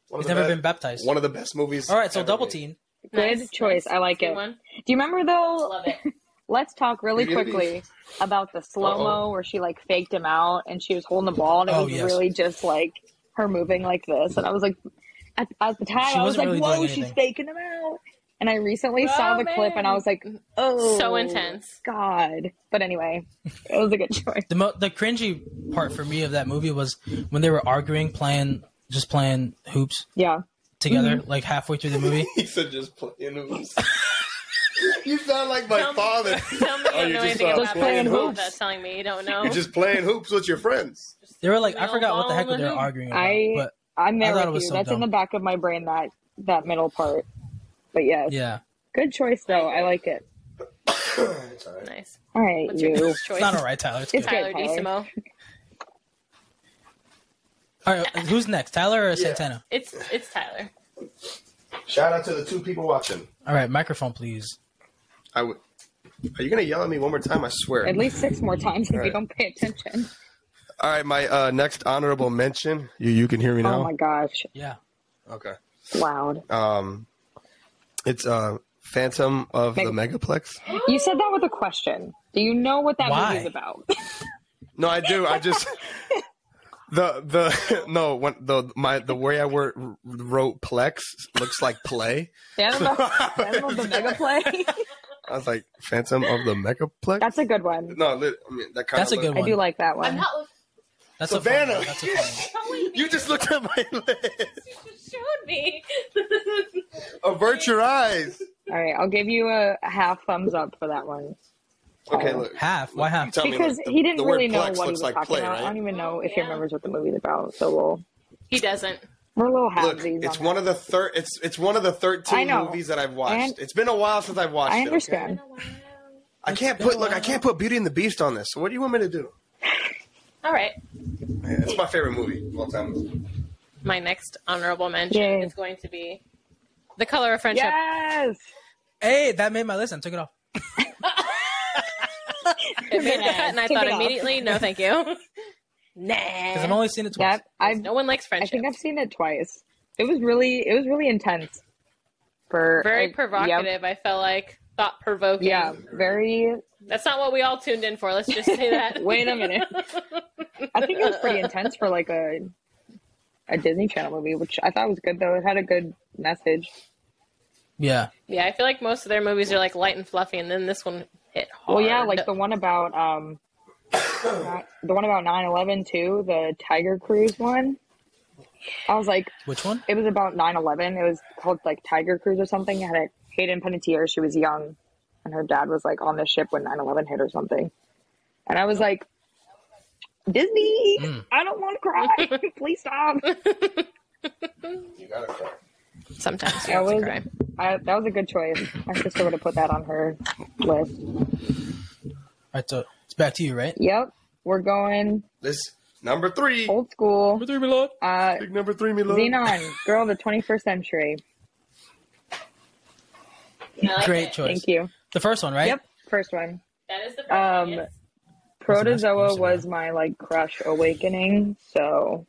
Speaker 2: One of
Speaker 1: He's
Speaker 2: the
Speaker 1: never
Speaker 2: best-
Speaker 1: been baptized.
Speaker 2: One of the best movies.
Speaker 1: All right, so
Speaker 2: ever
Speaker 1: double
Speaker 2: made.
Speaker 1: team.
Speaker 4: good
Speaker 3: Nice,
Speaker 4: choice.
Speaker 3: nice.
Speaker 4: I like
Speaker 3: Good
Speaker 4: it.
Speaker 3: one.
Speaker 4: Do you remember though?
Speaker 3: Love it.
Speaker 4: Let's talk really
Speaker 2: You're gonna be-
Speaker 4: quickly about the slow mo
Speaker 2: Uh-oh.
Speaker 4: where she like faked him out and she was holding the ball and it
Speaker 1: Oh,
Speaker 4: was
Speaker 1: yes.
Speaker 4: really just like her moving like this and I was like at, at the time
Speaker 1: She
Speaker 4: I was
Speaker 1: wasn't
Speaker 4: like
Speaker 1: really
Speaker 4: whoa
Speaker 1: doing
Speaker 4: she's
Speaker 1: anything.
Speaker 4: faking him out and I recently saw
Speaker 3: Oh,
Speaker 4: the clip and I
Speaker 3: man.
Speaker 4: was like oh
Speaker 3: So intense.
Speaker 4: God but anyway it was a good choice
Speaker 1: The mo- the cringy part for me of that movie was when they were arguing, playing just playing hoops
Speaker 4: yeah
Speaker 1: together,
Speaker 4: Mm-hmm.
Speaker 1: like halfway through the movie.
Speaker 2: He said just playing hoops. you sound like my
Speaker 3: Tell me-
Speaker 2: father.
Speaker 3: Tell me you
Speaker 2: Oh,
Speaker 3: don't
Speaker 2: you
Speaker 3: know
Speaker 2: just
Speaker 3: anything
Speaker 2: saw
Speaker 3: about
Speaker 4: playing
Speaker 3: basketball
Speaker 4: hoops.
Speaker 3: without telling me you don't know.
Speaker 2: You're just playing hoops with your friends.
Speaker 1: They were like, I
Speaker 3: Real
Speaker 1: forgot what the heck
Speaker 3: ball
Speaker 1: they were
Speaker 3: and-
Speaker 1: arguing about.
Speaker 4: I-
Speaker 1: but
Speaker 4: I'm
Speaker 1: I
Speaker 4: there
Speaker 1: thought it
Speaker 4: with
Speaker 1: was
Speaker 4: you
Speaker 1: so
Speaker 4: that's in
Speaker 1: dumb.
Speaker 4: the back of my brain that that middle part but yes
Speaker 1: yeah,
Speaker 4: good choice though I like it
Speaker 2: it's all right.
Speaker 3: nice.
Speaker 4: all right
Speaker 3: What's your
Speaker 4: you
Speaker 3: next
Speaker 1: it's
Speaker 3: choice?
Speaker 1: not all right, Tyler. It's
Speaker 4: It's
Speaker 1: good.
Speaker 4: good.
Speaker 3: Tyler
Speaker 4: Tyler.
Speaker 3: DeSimo.
Speaker 1: All right, who's next, Tyler or Santana?
Speaker 3: It's it's Tyler.
Speaker 2: Shout out to the two people watching.
Speaker 1: All right, microphone, please.
Speaker 2: I would. Are you gonna yell at me one more time? I swear.
Speaker 4: at least six more times if you
Speaker 2: Alright.
Speaker 4: don't pay attention
Speaker 2: All right, my uh, next honorable mention. You you can hear me now.
Speaker 4: oh my gosh
Speaker 1: Yeah,
Speaker 2: okay.
Speaker 4: loud.
Speaker 2: Um, it's uh, Phantom of the Megaplex.
Speaker 4: You said that with a question. Do you know what that
Speaker 1: Why?
Speaker 4: movie's about?
Speaker 2: No, I do. I just the the no when the my the way I wor- wrote plex looks like play.
Speaker 4: Phantom of, Phantom of the Mega Play?
Speaker 2: I was like Phantom of the Megaplex.
Speaker 4: That's a good one.
Speaker 2: no, li- I mean that kind
Speaker 1: That's a
Speaker 2: of
Speaker 1: good
Speaker 4: I
Speaker 1: one.
Speaker 4: do like that
Speaker 3: I'm
Speaker 4: one.
Speaker 3: not looking.
Speaker 1: that's
Speaker 2: Savannah.
Speaker 1: a fun one. That's a fun one.
Speaker 2: You just looked at my list.
Speaker 3: You just showed me.
Speaker 2: Avert your eyes.
Speaker 4: All right, I'll give you a half thumbs up for that one.
Speaker 2: Okay, look.
Speaker 1: Half. Why half?
Speaker 2: Tell me
Speaker 4: Because
Speaker 2: what the-
Speaker 4: he didn't
Speaker 2: the word
Speaker 4: really know
Speaker 2: plex
Speaker 4: what he
Speaker 2: looks
Speaker 4: was
Speaker 2: like
Speaker 4: talking
Speaker 2: play,
Speaker 4: about. I
Speaker 2: right? Oh,
Speaker 4: don't even know if he
Speaker 3: Yeah.
Speaker 4: remembers what the movie's about. So we'll
Speaker 3: he doesn't.
Speaker 4: we're a little
Speaker 2: Look,
Speaker 4: halfsies.
Speaker 2: it's one of the third. It's it's one of the
Speaker 4: I
Speaker 2: thirteen
Speaker 4: know.
Speaker 2: movies that I've watched.
Speaker 4: And-
Speaker 2: it's been a while since I've watched.
Speaker 4: I
Speaker 2: it, okay?
Speaker 4: understand.
Speaker 2: I can't
Speaker 1: It's been
Speaker 2: put look.
Speaker 1: a
Speaker 2: I can't put Beauty and the Beast on this. So what do you want me to do?
Speaker 3: All right.
Speaker 2: Yeah, it's my favorite movie of all time.
Speaker 3: My next honorable mention
Speaker 4: Yay.
Speaker 3: is going to be The Color of Friendship.
Speaker 4: Yes.
Speaker 1: Hey, that made my list. I took it off.
Speaker 3: It made the cut, and I
Speaker 4: Take
Speaker 3: thought
Speaker 4: it off.
Speaker 3: immediately, no, thank you. nah.
Speaker 1: Because I've only seen it twice.
Speaker 4: That I've
Speaker 3: No one likes
Speaker 4: I
Speaker 3: friendship.
Speaker 4: think I've seen it twice. It was really it was really intense. For
Speaker 3: Very
Speaker 4: like, yep.
Speaker 3: provocative. I felt like thought provoking.
Speaker 4: Yeah, very
Speaker 3: That's not what we all tuned in for. Let's just say that.
Speaker 4: Wait a minute. I think it was pretty intense for like a a Disney Channel movie, which I thought was good though. It had a good message.
Speaker 1: yeah.
Speaker 3: yeah, I feel like most of their movies are like light and fluffy, and then this one hit hard.
Speaker 4: Well, yeah, like the one about um, not- the one about 9-11 too, the Tiger Cruise one. I was like,
Speaker 1: Which one?
Speaker 4: it was about 9-11. It was called like Tiger Cruise or something. It had a Hayden Panettiere. She was young, and her dad was like on the ship when 9-11 hit or something. And I was like, Disney, I don't want to cry. Please stop.
Speaker 2: You gotta cry.
Speaker 3: sometimes you
Speaker 4: I
Speaker 3: have to
Speaker 4: was-
Speaker 3: cry.
Speaker 4: I, that was a good choice. My sister would have put that on her list.
Speaker 1: All right, so it's back to you, right?
Speaker 4: Yep, we're going
Speaker 2: This number three.
Speaker 4: old school.
Speaker 1: Oh, Number three, my lord.
Speaker 4: Uh,
Speaker 2: Big number three, me love.
Speaker 4: Xenon, girl of the 21st century.
Speaker 3: I like
Speaker 1: Great
Speaker 3: it.
Speaker 1: choice.
Speaker 4: Thank you.
Speaker 1: The first one, right?
Speaker 4: Yep, first one.
Speaker 3: That is the first
Speaker 4: Um,
Speaker 3: one, yes.
Speaker 4: Protozoa
Speaker 1: person,
Speaker 4: was my like crush awakening, so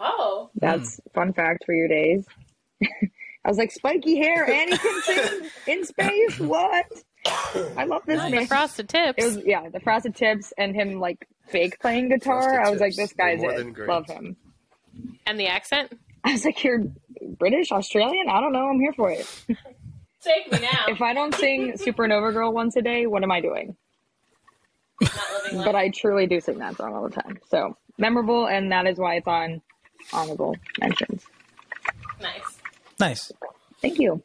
Speaker 3: Oh,
Speaker 4: that's
Speaker 2: Hmm.
Speaker 4: fun fact for your days. I was like spiky hair, and he can sing in space. What? I love this
Speaker 1: Nice.
Speaker 4: man.
Speaker 3: frosted tips.
Speaker 4: It was yeah, the frosted tips and him like fake playing guitar.
Speaker 2: Frosted
Speaker 4: I was like,
Speaker 2: tips.
Speaker 4: this guy's
Speaker 2: More than
Speaker 4: it.
Speaker 2: grapes.
Speaker 4: Love him.
Speaker 3: And the accent?
Speaker 4: I was like, you're British, Australian? I don't know. I'm here for it.
Speaker 3: Take me now.
Speaker 4: If I don't sing Supernova Girl once a day, what am I doing?
Speaker 3: not living life.
Speaker 4: But I truly do sing that song all the time. So memorable, and that is why it's on honorable mentions.
Speaker 3: Nice.
Speaker 1: Nice.
Speaker 4: Thank you.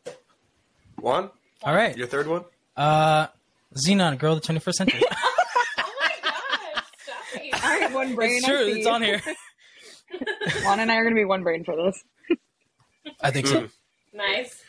Speaker 2: Juan,
Speaker 1: All right.
Speaker 2: your third one?
Speaker 1: Uh, Xenon, girl of the 21st century.
Speaker 3: Gosh, sorry.
Speaker 4: I have one brain.
Speaker 1: it's
Speaker 4: I
Speaker 1: true.
Speaker 4: see.
Speaker 1: It's on here.
Speaker 4: Juan and I are going to be one brain for this.
Speaker 1: I think so.
Speaker 3: Nice.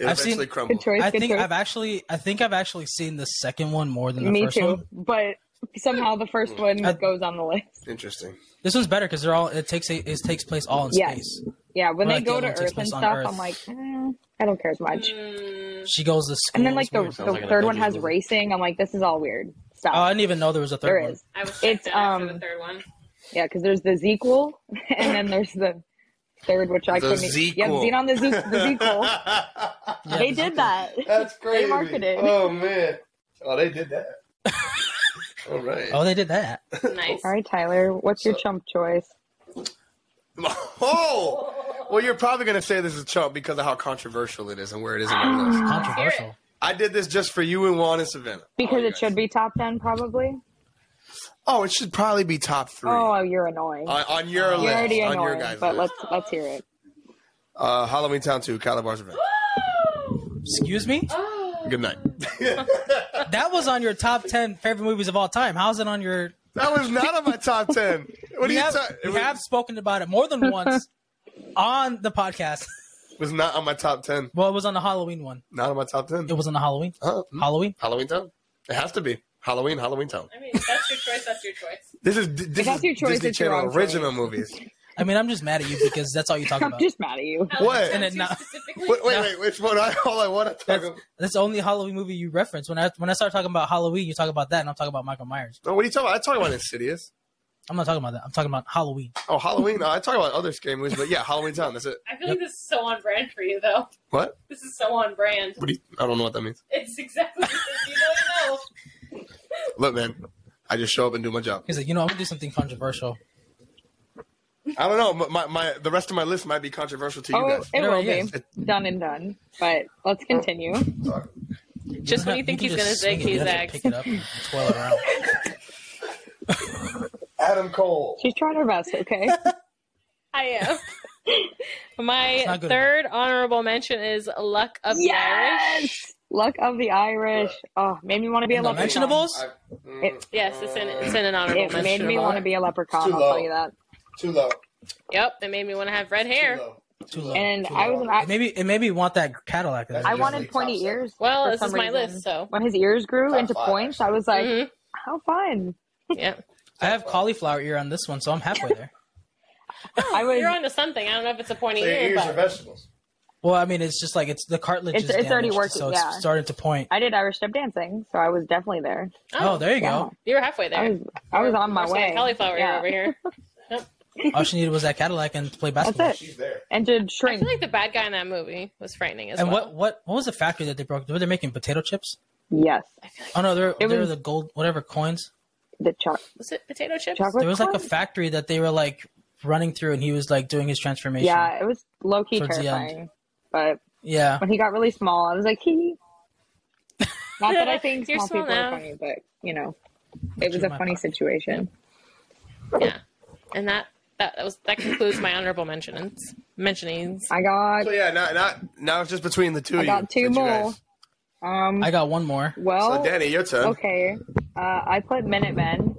Speaker 2: It'll
Speaker 1: I've seen-
Speaker 2: eventually
Speaker 4: Good
Speaker 2: crumble.
Speaker 4: choice.
Speaker 1: I
Speaker 4: good
Speaker 1: think
Speaker 4: choice.
Speaker 1: I've actually, I think I've actually seen the second one more than the
Speaker 4: Me
Speaker 1: first
Speaker 4: too.
Speaker 1: one.
Speaker 4: But somehow the first one
Speaker 1: I-
Speaker 4: goes on the list.
Speaker 2: Interesting.
Speaker 1: This one's better because they're all. It takes a, it takes place all in
Speaker 4: Yeah.
Speaker 1: space.
Speaker 4: Yeah,
Speaker 1: Well,
Speaker 4: when they
Speaker 1: that the
Speaker 4: go to
Speaker 1: other one takes
Speaker 4: Earth and
Speaker 1: place on
Speaker 4: stuff,
Speaker 1: Earth.
Speaker 4: I'm like, eh, I don't care as much.
Speaker 3: Mm,
Speaker 1: She goes to school.
Speaker 4: And then like
Speaker 1: it's
Speaker 4: the,
Speaker 1: weird.
Speaker 4: the
Speaker 5: Sounds like an
Speaker 4: third one
Speaker 5: Avengers
Speaker 4: has
Speaker 5: movie.
Speaker 4: racing. I'm like, this is all weird. Stop.
Speaker 1: Oh, I didn't even know there was a third
Speaker 4: there
Speaker 1: one.
Speaker 4: is.
Speaker 3: I was
Speaker 4: It's,
Speaker 3: it's, out for
Speaker 4: um,
Speaker 3: the third one.
Speaker 4: Yeah, because there's the sequel, and then there's the third, which I
Speaker 2: The
Speaker 4: couldn't. Yeah,
Speaker 2: Zequel.
Speaker 4: Xenon the, Ze- the sequel.
Speaker 1: Oh. Yeah,
Speaker 4: they
Speaker 1: there's
Speaker 4: did
Speaker 1: a-
Speaker 4: that.
Speaker 2: That's crazy.
Speaker 4: marketed.
Speaker 2: Oh man. Oh, they did that. All right.
Speaker 1: Oh, they did that.
Speaker 3: Nice.
Speaker 4: All right, Tyler, what's your
Speaker 2: So-
Speaker 3: Oh,
Speaker 2: Oh. Well, you're probably gonna say this is chump because of how controversial it is and where it is in my list.
Speaker 1: Controversial.
Speaker 2: I did this just for you and Juan and Savannah.
Speaker 4: Because
Speaker 2: Oh,
Speaker 4: it should be top ten, probably.
Speaker 2: Oh, it should probably be top three
Speaker 4: Oh, you're annoying.
Speaker 2: on, on your
Speaker 4: you're
Speaker 2: list.
Speaker 4: already
Speaker 2: On your
Speaker 4: annoying.
Speaker 2: guys'
Speaker 4: But
Speaker 2: list.
Speaker 4: let's let's hear it.
Speaker 2: Uh, Halloween Town Two, Calabar's Revenge.
Speaker 1: Excuse me.
Speaker 3: oh.
Speaker 2: Good night.
Speaker 1: That was on your top ten favorite movies of all time. How's it on your?
Speaker 2: that was not on my top ten. What do
Speaker 1: we
Speaker 2: you?
Speaker 1: have,
Speaker 2: ta- it
Speaker 1: we
Speaker 2: was,
Speaker 1: have spoken about it more than once on the podcast.
Speaker 2: was not on my top ten.
Speaker 1: Well, it was on the Halloween one.
Speaker 2: Not on my top ten.
Speaker 1: It was on the Halloween.
Speaker 2: Huh?
Speaker 1: Halloween.
Speaker 2: Halloween Town. It has to be Halloween. Halloween Town.
Speaker 3: I mean, if that's your choice. That's your choice.
Speaker 2: This is this
Speaker 4: that's
Speaker 2: is
Speaker 4: your choice,
Speaker 2: Disney
Speaker 4: it's your
Speaker 2: Channel
Speaker 4: own choice.
Speaker 2: original movies.
Speaker 1: I mean, I'm just mad at you because that's all you talk
Speaker 4: I'm
Speaker 1: about.
Speaker 4: just mad at you.
Speaker 3: No,
Speaker 2: What?
Speaker 3: that's
Speaker 1: And it
Speaker 3: you
Speaker 1: not-
Speaker 3: specifically.
Speaker 2: wait, wait,
Speaker 1: No.
Speaker 2: wait. Which one? I, all I want to talk
Speaker 1: That's,
Speaker 2: about.
Speaker 1: that's the only Halloween movie you reference. When I when I start talking about Halloween, you talk about that, and I'm talking about Michael Myers.
Speaker 2: No, what are you talking about? I talk about Insidious.
Speaker 1: I'm not talking about that. I'm talking about Halloween.
Speaker 2: Oh, Halloween. No, I talk about other scary movies, but yeah, Halloween Town. That's it.
Speaker 3: I feel like this is so on brand for you, though.
Speaker 2: What?
Speaker 3: This is so on brand.
Speaker 2: What do you, I don't know what that means.
Speaker 3: It's exactly what you don't know.
Speaker 2: Look, man, I just show up and do my job.
Speaker 1: He's like, you know, I'm gonna do something controversial.
Speaker 2: I don't know. but My, my the rest of my list might be controversial to you
Speaker 4: Oh,
Speaker 2: guys.
Speaker 4: it
Speaker 1: There
Speaker 4: will
Speaker 1: it
Speaker 4: be done and done. But
Speaker 3: Oh.
Speaker 4: let's continue.
Speaker 3: Just when
Speaker 1: don't
Speaker 3: you
Speaker 1: can
Speaker 3: think he's
Speaker 1: just
Speaker 3: gonna zig,
Speaker 1: swing it. You
Speaker 3: he
Speaker 1: have to
Speaker 3: zags.
Speaker 1: Pick it up and twirl it around.
Speaker 2: Adam Cole.
Speaker 4: She's trying her best. Okay.
Speaker 3: I am. My
Speaker 1: not good
Speaker 3: third honorable mention is Luck of the Irish.
Speaker 4: Luck of the Irish. Oh, made me want to be a
Speaker 1: And the
Speaker 4: leprechaun.
Speaker 1: mentionables?
Speaker 2: Mm,
Speaker 3: Yes, it's in, it's in an honorable
Speaker 4: It
Speaker 3: mention.
Speaker 4: made me want to be a leprechaun.
Speaker 2: Too
Speaker 4: I'll
Speaker 2: low.
Speaker 4: tell you that.
Speaker 2: too low.
Speaker 3: Yep, it made me want to have red hair.
Speaker 2: low.
Speaker 1: Too low.
Speaker 4: And
Speaker 1: Too
Speaker 4: I
Speaker 1: low.
Speaker 4: was an
Speaker 1: It maybe it made me want that Cadillac. that
Speaker 4: I
Speaker 1: just-
Speaker 4: wanted pointy
Speaker 2: top seven.
Speaker 4: ears.
Speaker 3: Well,
Speaker 4: for
Speaker 3: this
Speaker 4: some
Speaker 3: is my
Speaker 4: reason.
Speaker 3: list, so.
Speaker 4: When his ears grew
Speaker 2: Top
Speaker 4: into
Speaker 2: five,
Speaker 4: points, I was like,
Speaker 3: Mhm,
Speaker 4: how fun.
Speaker 3: Yeah,
Speaker 1: I have cauliflower ear on this one, so I'm halfway there.
Speaker 4: I was.
Speaker 3: you're onto something. I don't know if it's a pointy ear,
Speaker 2: ears are
Speaker 3: but
Speaker 2: vegetables.
Speaker 1: Well, I mean, it's just like it's the cartilage
Speaker 4: It's-
Speaker 1: is
Speaker 4: it's already
Speaker 1: damaged,
Speaker 4: working,
Speaker 1: so it's
Speaker 4: yeah.
Speaker 1: starting to point.
Speaker 4: I did Irish step dancing, so I was definitely there.
Speaker 1: Oh, there you
Speaker 4: Yeah.
Speaker 1: go.
Speaker 3: you were halfway there.
Speaker 4: I was I was on my
Speaker 3: We're saying
Speaker 4: way.
Speaker 3: Cauliflower
Speaker 4: Yeah.
Speaker 3: ear over here.
Speaker 1: All she needed was that Cadillac and to play basketball.
Speaker 4: That's it.
Speaker 2: She's there.
Speaker 4: And to
Speaker 3: I
Speaker 4: shrink.
Speaker 3: feel like the bad guy in that movie was frightening as
Speaker 1: And
Speaker 3: well.
Speaker 1: what, what what was the factory that they broke? Were they making potato chips?
Speaker 4: Yes.
Speaker 1: Oh no, they're
Speaker 4: It
Speaker 1: they're
Speaker 4: was-
Speaker 1: the gold whatever coins.
Speaker 4: The cho-
Speaker 3: Was it potato chips?
Speaker 4: chocolate.
Speaker 1: There was like a
Speaker 4: corn?
Speaker 1: factory that they were like running through, and he was like doing his transformation.
Speaker 4: Yeah, it was low key
Speaker 1: Towards the end.
Speaker 4: terrifying. But
Speaker 1: yeah.
Speaker 4: when he got really small, I was like, he. Not that I think
Speaker 3: You're
Speaker 4: small
Speaker 3: small
Speaker 4: people
Speaker 3: now.
Speaker 4: are funny, but you know, it was
Speaker 1: you
Speaker 4: a
Speaker 1: in my
Speaker 4: funny
Speaker 1: pocket.
Speaker 4: situation.
Speaker 3: Yeah, and that that, that was that concludes my honorable mentions mentionings.
Speaker 4: I got
Speaker 2: So yeah, now, now, now it's just between the two
Speaker 4: I
Speaker 2: of you.
Speaker 4: got two
Speaker 2: that you
Speaker 4: more.
Speaker 2: guys-
Speaker 4: um.
Speaker 1: I got one more.
Speaker 4: well,
Speaker 2: So Danny, your turn.
Speaker 4: okay. Uh, I put Minutemen.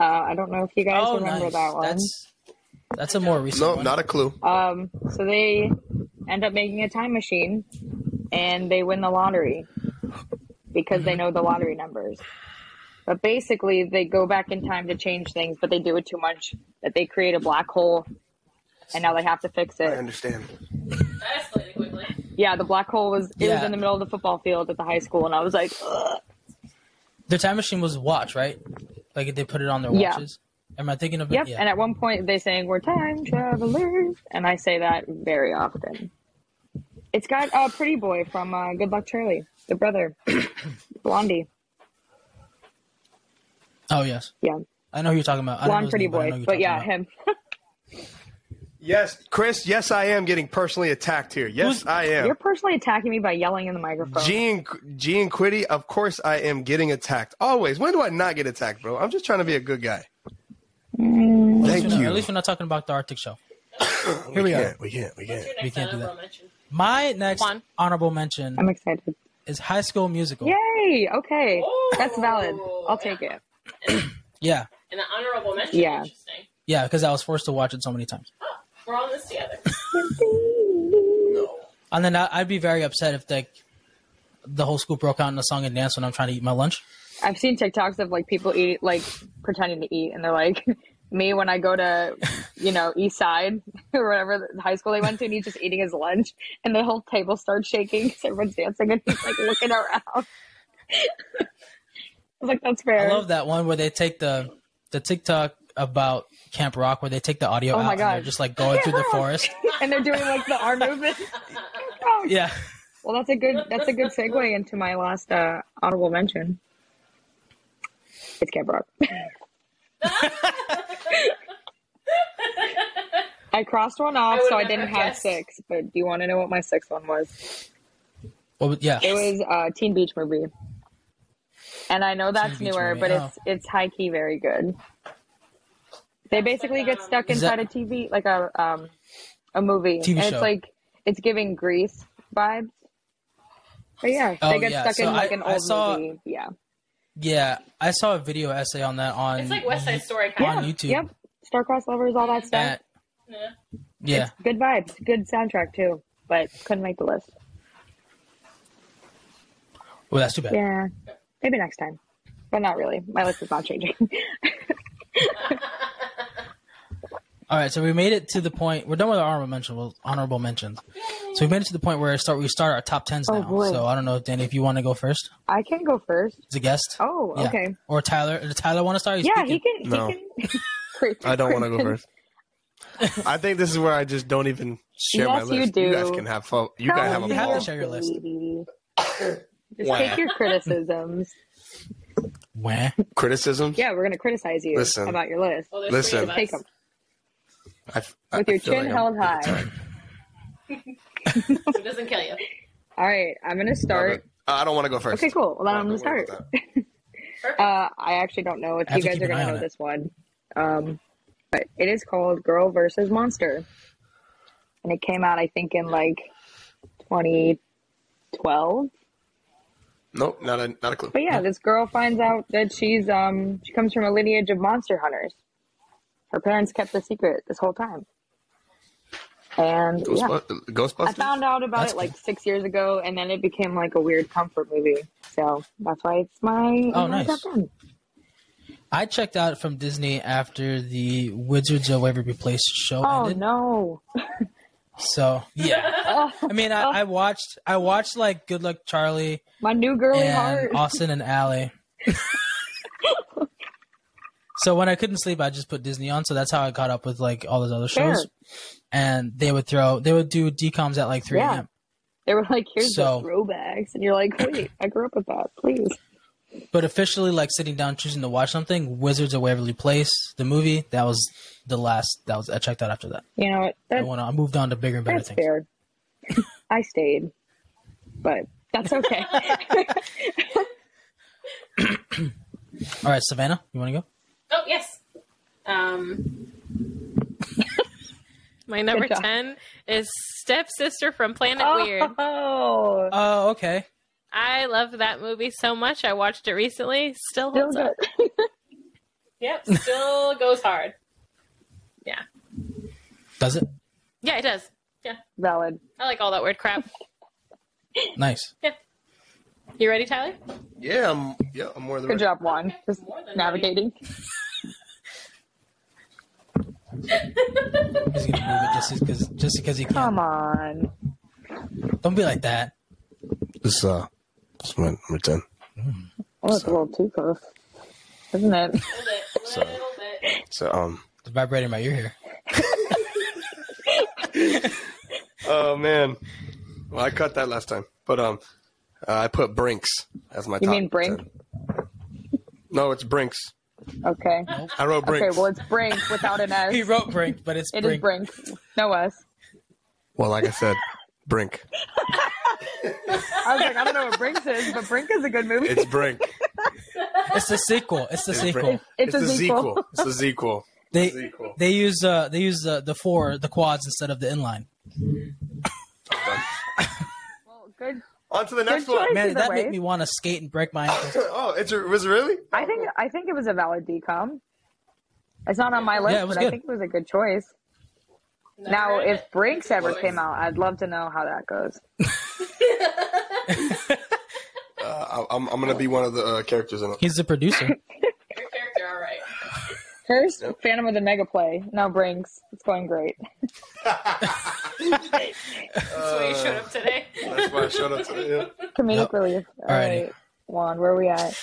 Speaker 4: Uh, I don't know if you guys
Speaker 1: oh,
Speaker 4: remember
Speaker 1: nice.
Speaker 4: that one.
Speaker 1: That's that's a more recent
Speaker 2: No,
Speaker 1: one.
Speaker 2: not a clue.
Speaker 4: Um, so they end up making a time machine, and they win the lottery because they know the lottery numbers. But basically, they go back in time to change things, but they do it too much that they create a black hole, and now they have to fix
Speaker 2: I
Speaker 4: it.
Speaker 2: understand.
Speaker 3: That escalated quickly.
Speaker 4: Yeah, the black hole was it was
Speaker 1: Yeah.
Speaker 4: in the middle of the football field at the high school, and I was like, Ugh.
Speaker 1: Their time machine was watch, right? Like they put it on their
Speaker 4: Yeah.
Speaker 1: watches. Am I thinking of it?
Speaker 4: "Yep." And at one point, they saying we're time travelers, and I say that very often. It's got a uh, pretty boy from uh, Good Luck Charlie, the brother, Blondie.
Speaker 1: Oh yes,
Speaker 4: Yeah.
Speaker 1: I know who you're talking about. I don't know
Speaker 4: Blonde
Speaker 1: his
Speaker 4: pretty
Speaker 1: name, but I know who you're
Speaker 4: boy. But
Speaker 1: talking
Speaker 4: yeah,
Speaker 1: about.
Speaker 4: him.
Speaker 2: Yes, Chris. Yes, I am getting personally attacked here. Yes,
Speaker 1: Who's-
Speaker 2: I
Speaker 4: You're
Speaker 2: am.
Speaker 4: personally attacking me by yelling in the microphone.
Speaker 2: Gene, Gene Quiddy. Of course, I am getting attacked. Always. When do I not get attacked, bro? I'm just trying to be a good guy.
Speaker 1: At least
Speaker 2: Thank
Speaker 1: we're not-
Speaker 2: you.
Speaker 1: At least we're not talking about the Arctic Show. Here
Speaker 2: we
Speaker 1: we are.
Speaker 2: can't. We can't. We
Speaker 3: What's
Speaker 2: can't.
Speaker 3: your
Speaker 1: can't
Speaker 3: next
Speaker 1: do
Speaker 3: honorable
Speaker 1: that.
Speaker 3: mention?
Speaker 1: My next
Speaker 3: Juan.
Speaker 1: honorable mention
Speaker 4: I'm excited.
Speaker 1: is High School Musical.
Speaker 4: Yay! Okay,
Speaker 3: Ooh.
Speaker 4: that's valid. I'll
Speaker 1: Oh.
Speaker 4: take it.
Speaker 1: yeah,
Speaker 3: And the honorable mention.
Speaker 4: Yeah.
Speaker 3: Interesting.
Speaker 1: yeah, because I was forced to watch it so many times.
Speaker 3: We're all in this together.
Speaker 2: No.
Speaker 1: And then I, I'd be very upset if like the whole school broke out in a song and dance when I'm trying to eat my lunch.
Speaker 4: I've seen TikToks of like people eat, like pretending to eat, and they're like, "Me when I go to, you know, East Side or whatever the high school they went to, and he's just eating his lunch, and the whole table starts shaking because everyone's dancing, and he's like looking around." I was like, "That's
Speaker 1: I
Speaker 4: fair."
Speaker 1: love that one where they take the the TikTok about Camp Rock where they take the audio
Speaker 4: Oh
Speaker 1: out
Speaker 4: my
Speaker 1: and they're
Speaker 4: God.
Speaker 1: just like going through the forest.
Speaker 4: and they're doing like the arm movement. Oh,
Speaker 1: Yeah.
Speaker 4: Well, that's a good that's a good segue into my last uh, honorable mention. It's Camp Rock. I crossed one off,
Speaker 3: I would
Speaker 4: so I
Speaker 3: never
Speaker 4: didn't
Speaker 3: have
Speaker 4: have
Speaker 3: guessed.
Speaker 4: six. But do you want to know what my sixth one was?
Speaker 1: Well, yeah.
Speaker 4: It was uh, Teen Beach Movie, and I know that's
Speaker 1: Teen Beach
Speaker 4: newer,
Speaker 1: Movie,
Speaker 4: but
Speaker 1: oh.
Speaker 4: it's it's high key very good. They basically get stuck
Speaker 1: Is that-
Speaker 4: inside a TV, like a um, a movie,
Speaker 1: TV
Speaker 4: and
Speaker 1: show.
Speaker 4: it's like it's giving Grease vibes. But yeah,
Speaker 1: Oh,
Speaker 4: they get
Speaker 1: yeah.
Speaker 4: stuck
Speaker 1: So
Speaker 4: in like
Speaker 1: I-
Speaker 4: an
Speaker 1: I
Speaker 4: old
Speaker 1: saw-
Speaker 4: movie. Yeah.
Speaker 1: Yeah, I saw a video essay on that on
Speaker 3: It's like West Side Story kind
Speaker 1: Yeah.
Speaker 3: of.
Speaker 1: on YouTube.
Speaker 4: Yep. Starcross lovers, all that stuff.
Speaker 1: at-
Speaker 3: Yeah.
Speaker 1: yeah.
Speaker 4: Good vibes. Good soundtrack too. But couldn't make the list.
Speaker 1: Well, that's too bad.
Speaker 4: Yeah. Maybe next time. But not really. My list is not changing.
Speaker 1: All right, so we made it to the point. We're done with our honorable mention. Well, honorable mentions. So we made it to the point where I start. We start our top tens
Speaker 4: Oh,
Speaker 1: now.
Speaker 4: boy.
Speaker 1: So I don't know, Danny, if you want to go first
Speaker 4: I can go first.
Speaker 1: as a guest.
Speaker 4: Oh,
Speaker 1: Yeah.
Speaker 4: okay.
Speaker 1: Or Tyler? Does Tyler want to start? He's
Speaker 4: yeah,
Speaker 1: speaking.
Speaker 4: he can
Speaker 2: No.
Speaker 4: he can Chris-
Speaker 2: I don't want to go
Speaker 4: Chris-
Speaker 2: first. I think this is where I just don't even share my
Speaker 4: Yes, you
Speaker 2: list.
Speaker 4: do.
Speaker 2: guys can have fun. You guys have a
Speaker 1: You have to
Speaker 2: ball.
Speaker 1: share your list.
Speaker 4: baby. Just
Speaker 2: Wow.
Speaker 4: take your criticisms.
Speaker 1: Wah.
Speaker 2: Criticisms.
Speaker 4: Yeah, we're gonna criticize you
Speaker 2: Listen.
Speaker 4: about your list.
Speaker 3: Well, there's
Speaker 2: Listen.
Speaker 3: three of us.
Speaker 4: Just take them
Speaker 2: I f- I
Speaker 4: with your
Speaker 2: feel
Speaker 4: chin
Speaker 2: like I'm-
Speaker 4: held high.
Speaker 3: So it doesn't kill you.
Speaker 4: All right, I'm gonna start.
Speaker 2: Uh, I don't want to go first.
Speaker 4: Okay, cool. Well, then I'm gonna
Speaker 2: Don't worry
Speaker 4: start.
Speaker 2: about
Speaker 3: Perfect.
Speaker 4: Uh, I actually don't know if
Speaker 1: I have
Speaker 4: you
Speaker 1: to
Speaker 4: guys
Speaker 1: keep
Speaker 4: are
Speaker 1: an
Speaker 4: going
Speaker 1: eye
Speaker 4: to
Speaker 1: on
Speaker 4: know
Speaker 1: it.
Speaker 4: this one, um, but it is called Girl versus Monster, and it came out I think in like 2012.
Speaker 2: that. Nope, not a not a clue.
Speaker 4: But yeah, this girl finds out that she's um she comes from a lineage of monster hunters. Her parents kept the secret this whole time, and yeah,
Speaker 2: Ghostbusters. Ghostbusters?
Speaker 4: I found out about
Speaker 1: That's
Speaker 4: it like six years ago, and then it became like a weird comfort movie. So that's why it's my
Speaker 1: Oh,
Speaker 4: my
Speaker 1: nice.
Speaker 4: top 10.
Speaker 1: I checked out from Disney after the Wizards of Waverly Place show
Speaker 4: Oh
Speaker 1: ended.
Speaker 4: no.
Speaker 1: So yeah,
Speaker 4: Oh.
Speaker 1: I mean, I, I watched. I watched like Good Luck Charlie
Speaker 4: My new girly heart.
Speaker 1: and Austin and Allie. so when I couldn't sleep, I just put Disney on. So that's how I caught up with like all those other
Speaker 4: Fair.
Speaker 1: shows. And they would throw, they would do decoms at like three
Speaker 4: Yeah.
Speaker 1: a.m.
Speaker 4: They were like, here's
Speaker 1: So-
Speaker 4: the throwbacks. And you're like, wait, I grew up with that. Please.
Speaker 1: But officially, like sitting down choosing to watch something, Wizards of Waverly Place, the movie, that was the last. That was I checked out after that.
Speaker 4: You know what?
Speaker 1: I
Speaker 4: That,
Speaker 1: went on, I moved on to bigger and better
Speaker 4: that's
Speaker 1: things.
Speaker 4: fair. I stayed. But that's okay.
Speaker 1: All right, Savannah, you want to go?
Speaker 3: Oh yes. Um, my number
Speaker 4: Good job.
Speaker 3: ten is stepsister from Planet Weird.
Speaker 4: oh.
Speaker 1: Oh, okay.
Speaker 5: I love that movie so much. I watched it recently. Still
Speaker 4: Still
Speaker 5: holds up.
Speaker 4: good.
Speaker 3: Yep. Still goes hard.
Speaker 1: Does it?
Speaker 5: Yeah, it does.
Speaker 4: Valid.
Speaker 5: I like all that weird crap.
Speaker 1: Nice.
Speaker 5: You ready, Tyler?
Speaker 2: Yeah, I'm. Yeah, I'm more than
Speaker 4: Good
Speaker 2: ready.
Speaker 4: job, Juan. Just
Speaker 3: More than
Speaker 4: navigating.
Speaker 1: He's gonna move it just because just because he
Speaker 4: Come
Speaker 1: can.
Speaker 4: on.
Speaker 1: Don't be like that.
Speaker 2: This uh, this is my number ten.
Speaker 4: Oh, it's a little too close. Isn't it?
Speaker 3: A little bit. little bit.
Speaker 2: So um.
Speaker 1: It's vibrating my ear here.
Speaker 2: Oh man. Well, I cut that last time, but um, uh, I put Brinks as my.
Speaker 4: You
Speaker 2: top
Speaker 4: mean Brink?
Speaker 2: 10. No, it's Brinks.
Speaker 4: Okay.
Speaker 6: I wrote Brink.
Speaker 4: Okay, well, it's Brink without an S.
Speaker 1: He wrote Brink, but it's
Speaker 4: It is
Speaker 1: Brink.
Speaker 4: Brink. No S.
Speaker 2: Well, like I said, Brink.
Speaker 4: I was like, I don't know what Brink is, but Brink is a good movie.
Speaker 2: It's Brink.
Speaker 1: It's the sequel. It's the
Speaker 2: It's
Speaker 1: sequel.
Speaker 2: Brink.
Speaker 4: It's a
Speaker 2: the
Speaker 4: sequel.
Speaker 2: It's the sequel.
Speaker 1: They
Speaker 2: Sequel.
Speaker 1: they use uh they use the the four the quads instead of the inline.
Speaker 4: Well, good.
Speaker 2: On to the next
Speaker 4: Good
Speaker 2: one.
Speaker 4: choice.
Speaker 1: Man,
Speaker 4: Either
Speaker 1: that
Speaker 4: way.
Speaker 1: made me want to skate and break my ankles.
Speaker 2: Oh, it's a, was it really?
Speaker 4: I think I think it was a valid decom. It's not on my list,
Speaker 1: Yeah, it was
Speaker 4: but I
Speaker 1: good.
Speaker 4: think it was a good choice. now,
Speaker 3: Never heard
Speaker 4: if Brinks ever
Speaker 2: Well,
Speaker 4: came out, I'd love to know how that goes.
Speaker 2: Uh, I- I'm, I'm gonna be one of the uh, characters in it.
Speaker 1: He's the producer.
Speaker 3: it. your character, all right.
Speaker 4: First, Phantom of the Mega Play. No, Brinks. It's going great.
Speaker 3: That's why you showed up today.
Speaker 2: That's why I showed up today. yeah.
Speaker 4: Comedic relief. All
Speaker 1: Alrighty.
Speaker 4: right. Juan, where are we at?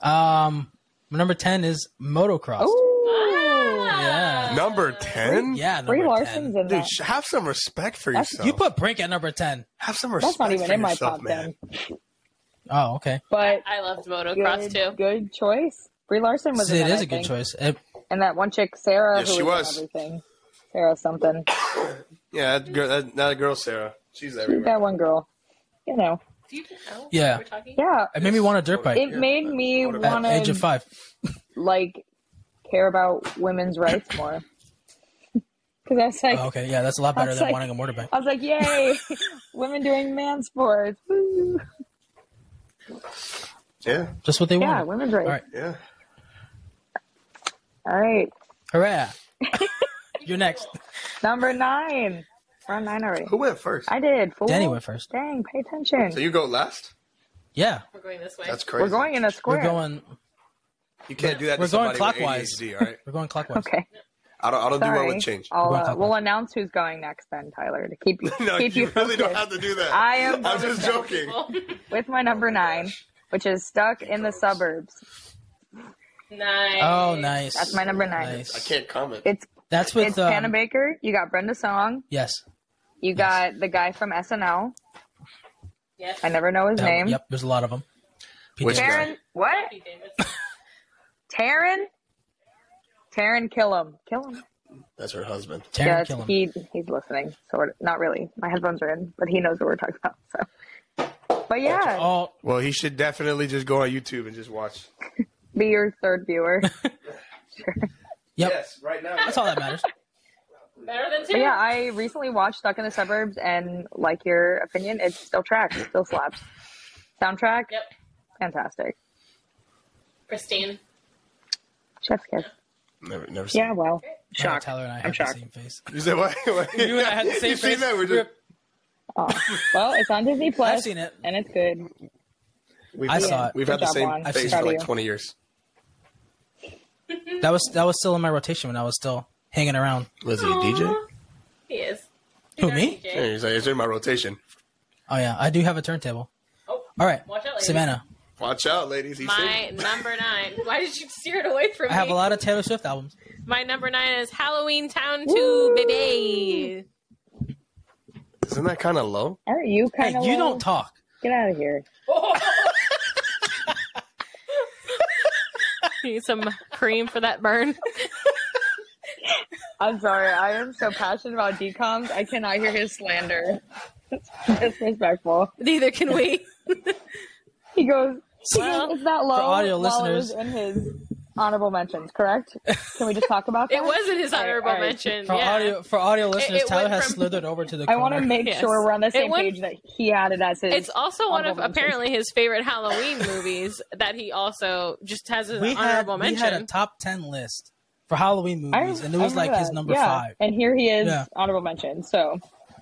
Speaker 1: Um, my number ten is motocross.
Speaker 4: Ooh.
Speaker 1: Yeah,
Speaker 2: Number ten.
Speaker 1: yeah.
Speaker 4: Mm. Brie
Speaker 1: number
Speaker 4: Larson's
Speaker 1: 10.
Speaker 4: in
Speaker 2: Dude,
Speaker 4: that.
Speaker 2: sh- have some respect for
Speaker 4: That's-
Speaker 2: yourself.
Speaker 1: You put Brink at number ten.
Speaker 2: have some respect
Speaker 4: That's not even
Speaker 2: for
Speaker 4: in my
Speaker 2: yourself,
Speaker 4: top
Speaker 2: man.
Speaker 4: ten.
Speaker 1: Oh, okay.
Speaker 4: But
Speaker 5: I loved motocross
Speaker 4: good,
Speaker 5: too.
Speaker 4: good choice. Brie Larson was.
Speaker 1: See,
Speaker 4: in
Speaker 1: it
Speaker 4: that,
Speaker 1: is
Speaker 4: I
Speaker 1: a good
Speaker 4: think.
Speaker 1: choice. It-
Speaker 4: And that one chick, Sarah,
Speaker 2: Yeah,
Speaker 4: who
Speaker 2: she
Speaker 4: was,
Speaker 2: was.
Speaker 4: in everything. Sarah something.
Speaker 2: Yeah, that girl, that, that girl Sarah. She's everywhere.
Speaker 4: That one girl. You know.
Speaker 3: Do you know?
Speaker 1: Yeah.
Speaker 3: We're talking.
Speaker 4: Yeah.
Speaker 1: it made me want a dirt bike
Speaker 4: It made me
Speaker 1: at
Speaker 4: want
Speaker 1: age of
Speaker 4: to
Speaker 1: five.
Speaker 4: like care about women's rights more. Because I was like,
Speaker 1: Oh, okay, yeah, that's a lot better
Speaker 4: That's
Speaker 1: than wanting
Speaker 4: like-
Speaker 1: a motorbike.
Speaker 4: I was like, yay, women doing man sports. Woo.
Speaker 2: Yeah,
Speaker 1: Just what they
Speaker 4: Yeah,
Speaker 1: want.
Speaker 4: women's rights.
Speaker 1: All right,
Speaker 2: yeah.
Speaker 4: All right.
Speaker 1: hooray! You're next.
Speaker 4: Number nine. We're on nine already.
Speaker 2: Who went first?
Speaker 4: I did. Fool.
Speaker 1: Danny went first.
Speaker 4: Dang, pay attention.
Speaker 2: So you go last.
Speaker 1: Yeah,
Speaker 3: We're going this way.
Speaker 2: That's crazy.
Speaker 4: We're going in a square.
Speaker 1: we're going
Speaker 2: You can't do that.
Speaker 1: We're
Speaker 2: to
Speaker 1: going
Speaker 2: somebody
Speaker 1: clockwise.
Speaker 2: With ADHD, all right.
Speaker 1: we're going clockwise.
Speaker 4: Okay.
Speaker 2: I don't. I don't do well
Speaker 4: Sorry.
Speaker 2: with change.
Speaker 4: I'll,
Speaker 1: We're going
Speaker 4: uh,
Speaker 1: clockwise.
Speaker 4: we'll announce who's going next then, Tyler, to keep, you
Speaker 2: no,
Speaker 4: keep
Speaker 2: you,
Speaker 4: you,
Speaker 2: really don't have
Speaker 4: focused.
Speaker 2: to do that.
Speaker 4: I am
Speaker 2: I'm
Speaker 4: going
Speaker 2: just joking.
Speaker 5: Oh,
Speaker 4: with my
Speaker 2: Oh
Speaker 4: number nine, which is Stuck in the Suburbs.
Speaker 3: nice.
Speaker 1: Oh, nice.
Speaker 4: That's my number nine.
Speaker 1: Nice.
Speaker 2: I can't comment.
Speaker 4: It's
Speaker 1: That's with
Speaker 4: it's
Speaker 1: um,
Speaker 4: Hannah Baker. You got Brenda Song.
Speaker 1: yes.
Speaker 4: You got the guy from SNL.
Speaker 3: Yes.
Speaker 4: I never know his
Speaker 1: That-
Speaker 4: name.
Speaker 1: Yep, there's a lot of them. Pete
Speaker 2: Which
Speaker 1: Davidson.
Speaker 2: guy?
Speaker 4: Taryn. What?
Speaker 3: Happy Davidson.
Speaker 4: Taryn. Taryn Killam. Killam.
Speaker 2: That's her husband.
Speaker 1: Taryn
Speaker 4: Yes,
Speaker 1: Killam.
Speaker 4: he he's listening. Sort of. Not really. My headphones are in, but he knows what we're talking about. So. But yeah,
Speaker 1: Oh,
Speaker 2: Well, he should definitely just go on YouTube and just watch.
Speaker 4: be your third viewer.
Speaker 1: Yep.
Speaker 2: Yes, right now.
Speaker 1: that's all that matters.
Speaker 3: Better than two.
Speaker 4: But yeah, I recently watched Stuck in the Suburbs, and like your opinion, it still tracks, it still slaps. Soundtrack,
Speaker 3: Yep.
Speaker 4: fantastic.
Speaker 3: Pristine.
Speaker 4: Chef's kiss.
Speaker 2: Never, never. Seen
Speaker 4: Yeah, well,
Speaker 1: Wow,
Speaker 4: shocked.
Speaker 1: Tyler and I
Speaker 4: I'm
Speaker 1: have the
Speaker 4: shocked.
Speaker 1: same face.
Speaker 2: it. You said what? What?
Speaker 1: You and I had the same
Speaker 2: you
Speaker 1: face.
Speaker 2: seen that? We're
Speaker 1: We're-
Speaker 2: just,
Speaker 4: Oh. Well, it's on Disney Plus.
Speaker 1: I've seen it.
Speaker 4: and it's good.
Speaker 2: we've,
Speaker 1: I saw it.
Speaker 2: We've
Speaker 4: Good
Speaker 2: had the
Speaker 4: job,
Speaker 2: same
Speaker 4: Juan.
Speaker 2: face for
Speaker 4: Proud of
Speaker 2: like
Speaker 4: you.
Speaker 2: 20 years.
Speaker 1: That was that was still in my rotation when I was still hanging around.
Speaker 2: Was he a DJ?
Speaker 3: He is.
Speaker 1: Who
Speaker 3: He's our
Speaker 1: me?
Speaker 3: DJ.
Speaker 2: Yeah, he's like, it's in my rotation.
Speaker 1: Oh yeah, I do have a turntable.
Speaker 3: Oh,
Speaker 1: All right,
Speaker 3: Watch out, ladies.
Speaker 1: Savannah.
Speaker 2: Watch out, ladies. He's
Speaker 5: My number nine.
Speaker 3: Why did you steer it away from
Speaker 1: I
Speaker 3: me?
Speaker 1: have a lot of Taylor Swift albums.
Speaker 5: My number nine is Halloween Town 2,
Speaker 4: Woo!
Speaker 5: baby.
Speaker 2: Isn't that kind of low?
Speaker 4: Aren't you
Speaker 1: Hey,
Speaker 4: kind of?
Speaker 1: you don't talk.
Speaker 4: Get out of here.
Speaker 3: Oh,
Speaker 5: Need some cream for that burn.
Speaker 4: I'm sorry. I am so passionate about decoms. I cannot hear his slander. It's disrespectful.
Speaker 5: Neither can we.
Speaker 4: He goes. he
Speaker 5: Well,
Speaker 4: goes, it's not low.
Speaker 1: audio
Speaker 4: while it
Speaker 1: listeners-
Speaker 4: was in his honorable mentions, correct? Can we just talk about that?
Speaker 5: It wasn't his
Speaker 4: All right,
Speaker 5: honorable
Speaker 4: all right.
Speaker 5: mention.
Speaker 1: For
Speaker 5: yeah.
Speaker 1: audio for audio listeners,
Speaker 5: it
Speaker 1: Tyler
Speaker 5: went
Speaker 1: has
Speaker 5: from-
Speaker 1: slithered over to the.
Speaker 4: I
Speaker 1: Corner.
Speaker 4: want to make
Speaker 5: Yes.
Speaker 4: sure we're on the same
Speaker 5: went-
Speaker 4: page that he added as his.
Speaker 5: It's also one of
Speaker 4: honorable mention.
Speaker 5: apparently his favorite Halloween movies that he also just has an
Speaker 1: We had
Speaker 5: honorable
Speaker 1: we
Speaker 5: mention.
Speaker 1: had a top ten list for Halloween
Speaker 4: I-
Speaker 1: movies, and it
Speaker 4: I
Speaker 1: was like
Speaker 4: remember
Speaker 1: his
Speaker 4: that.
Speaker 1: number
Speaker 4: Yeah,
Speaker 1: five.
Speaker 4: And here he is,
Speaker 1: Yeah.
Speaker 4: honorable mention. So,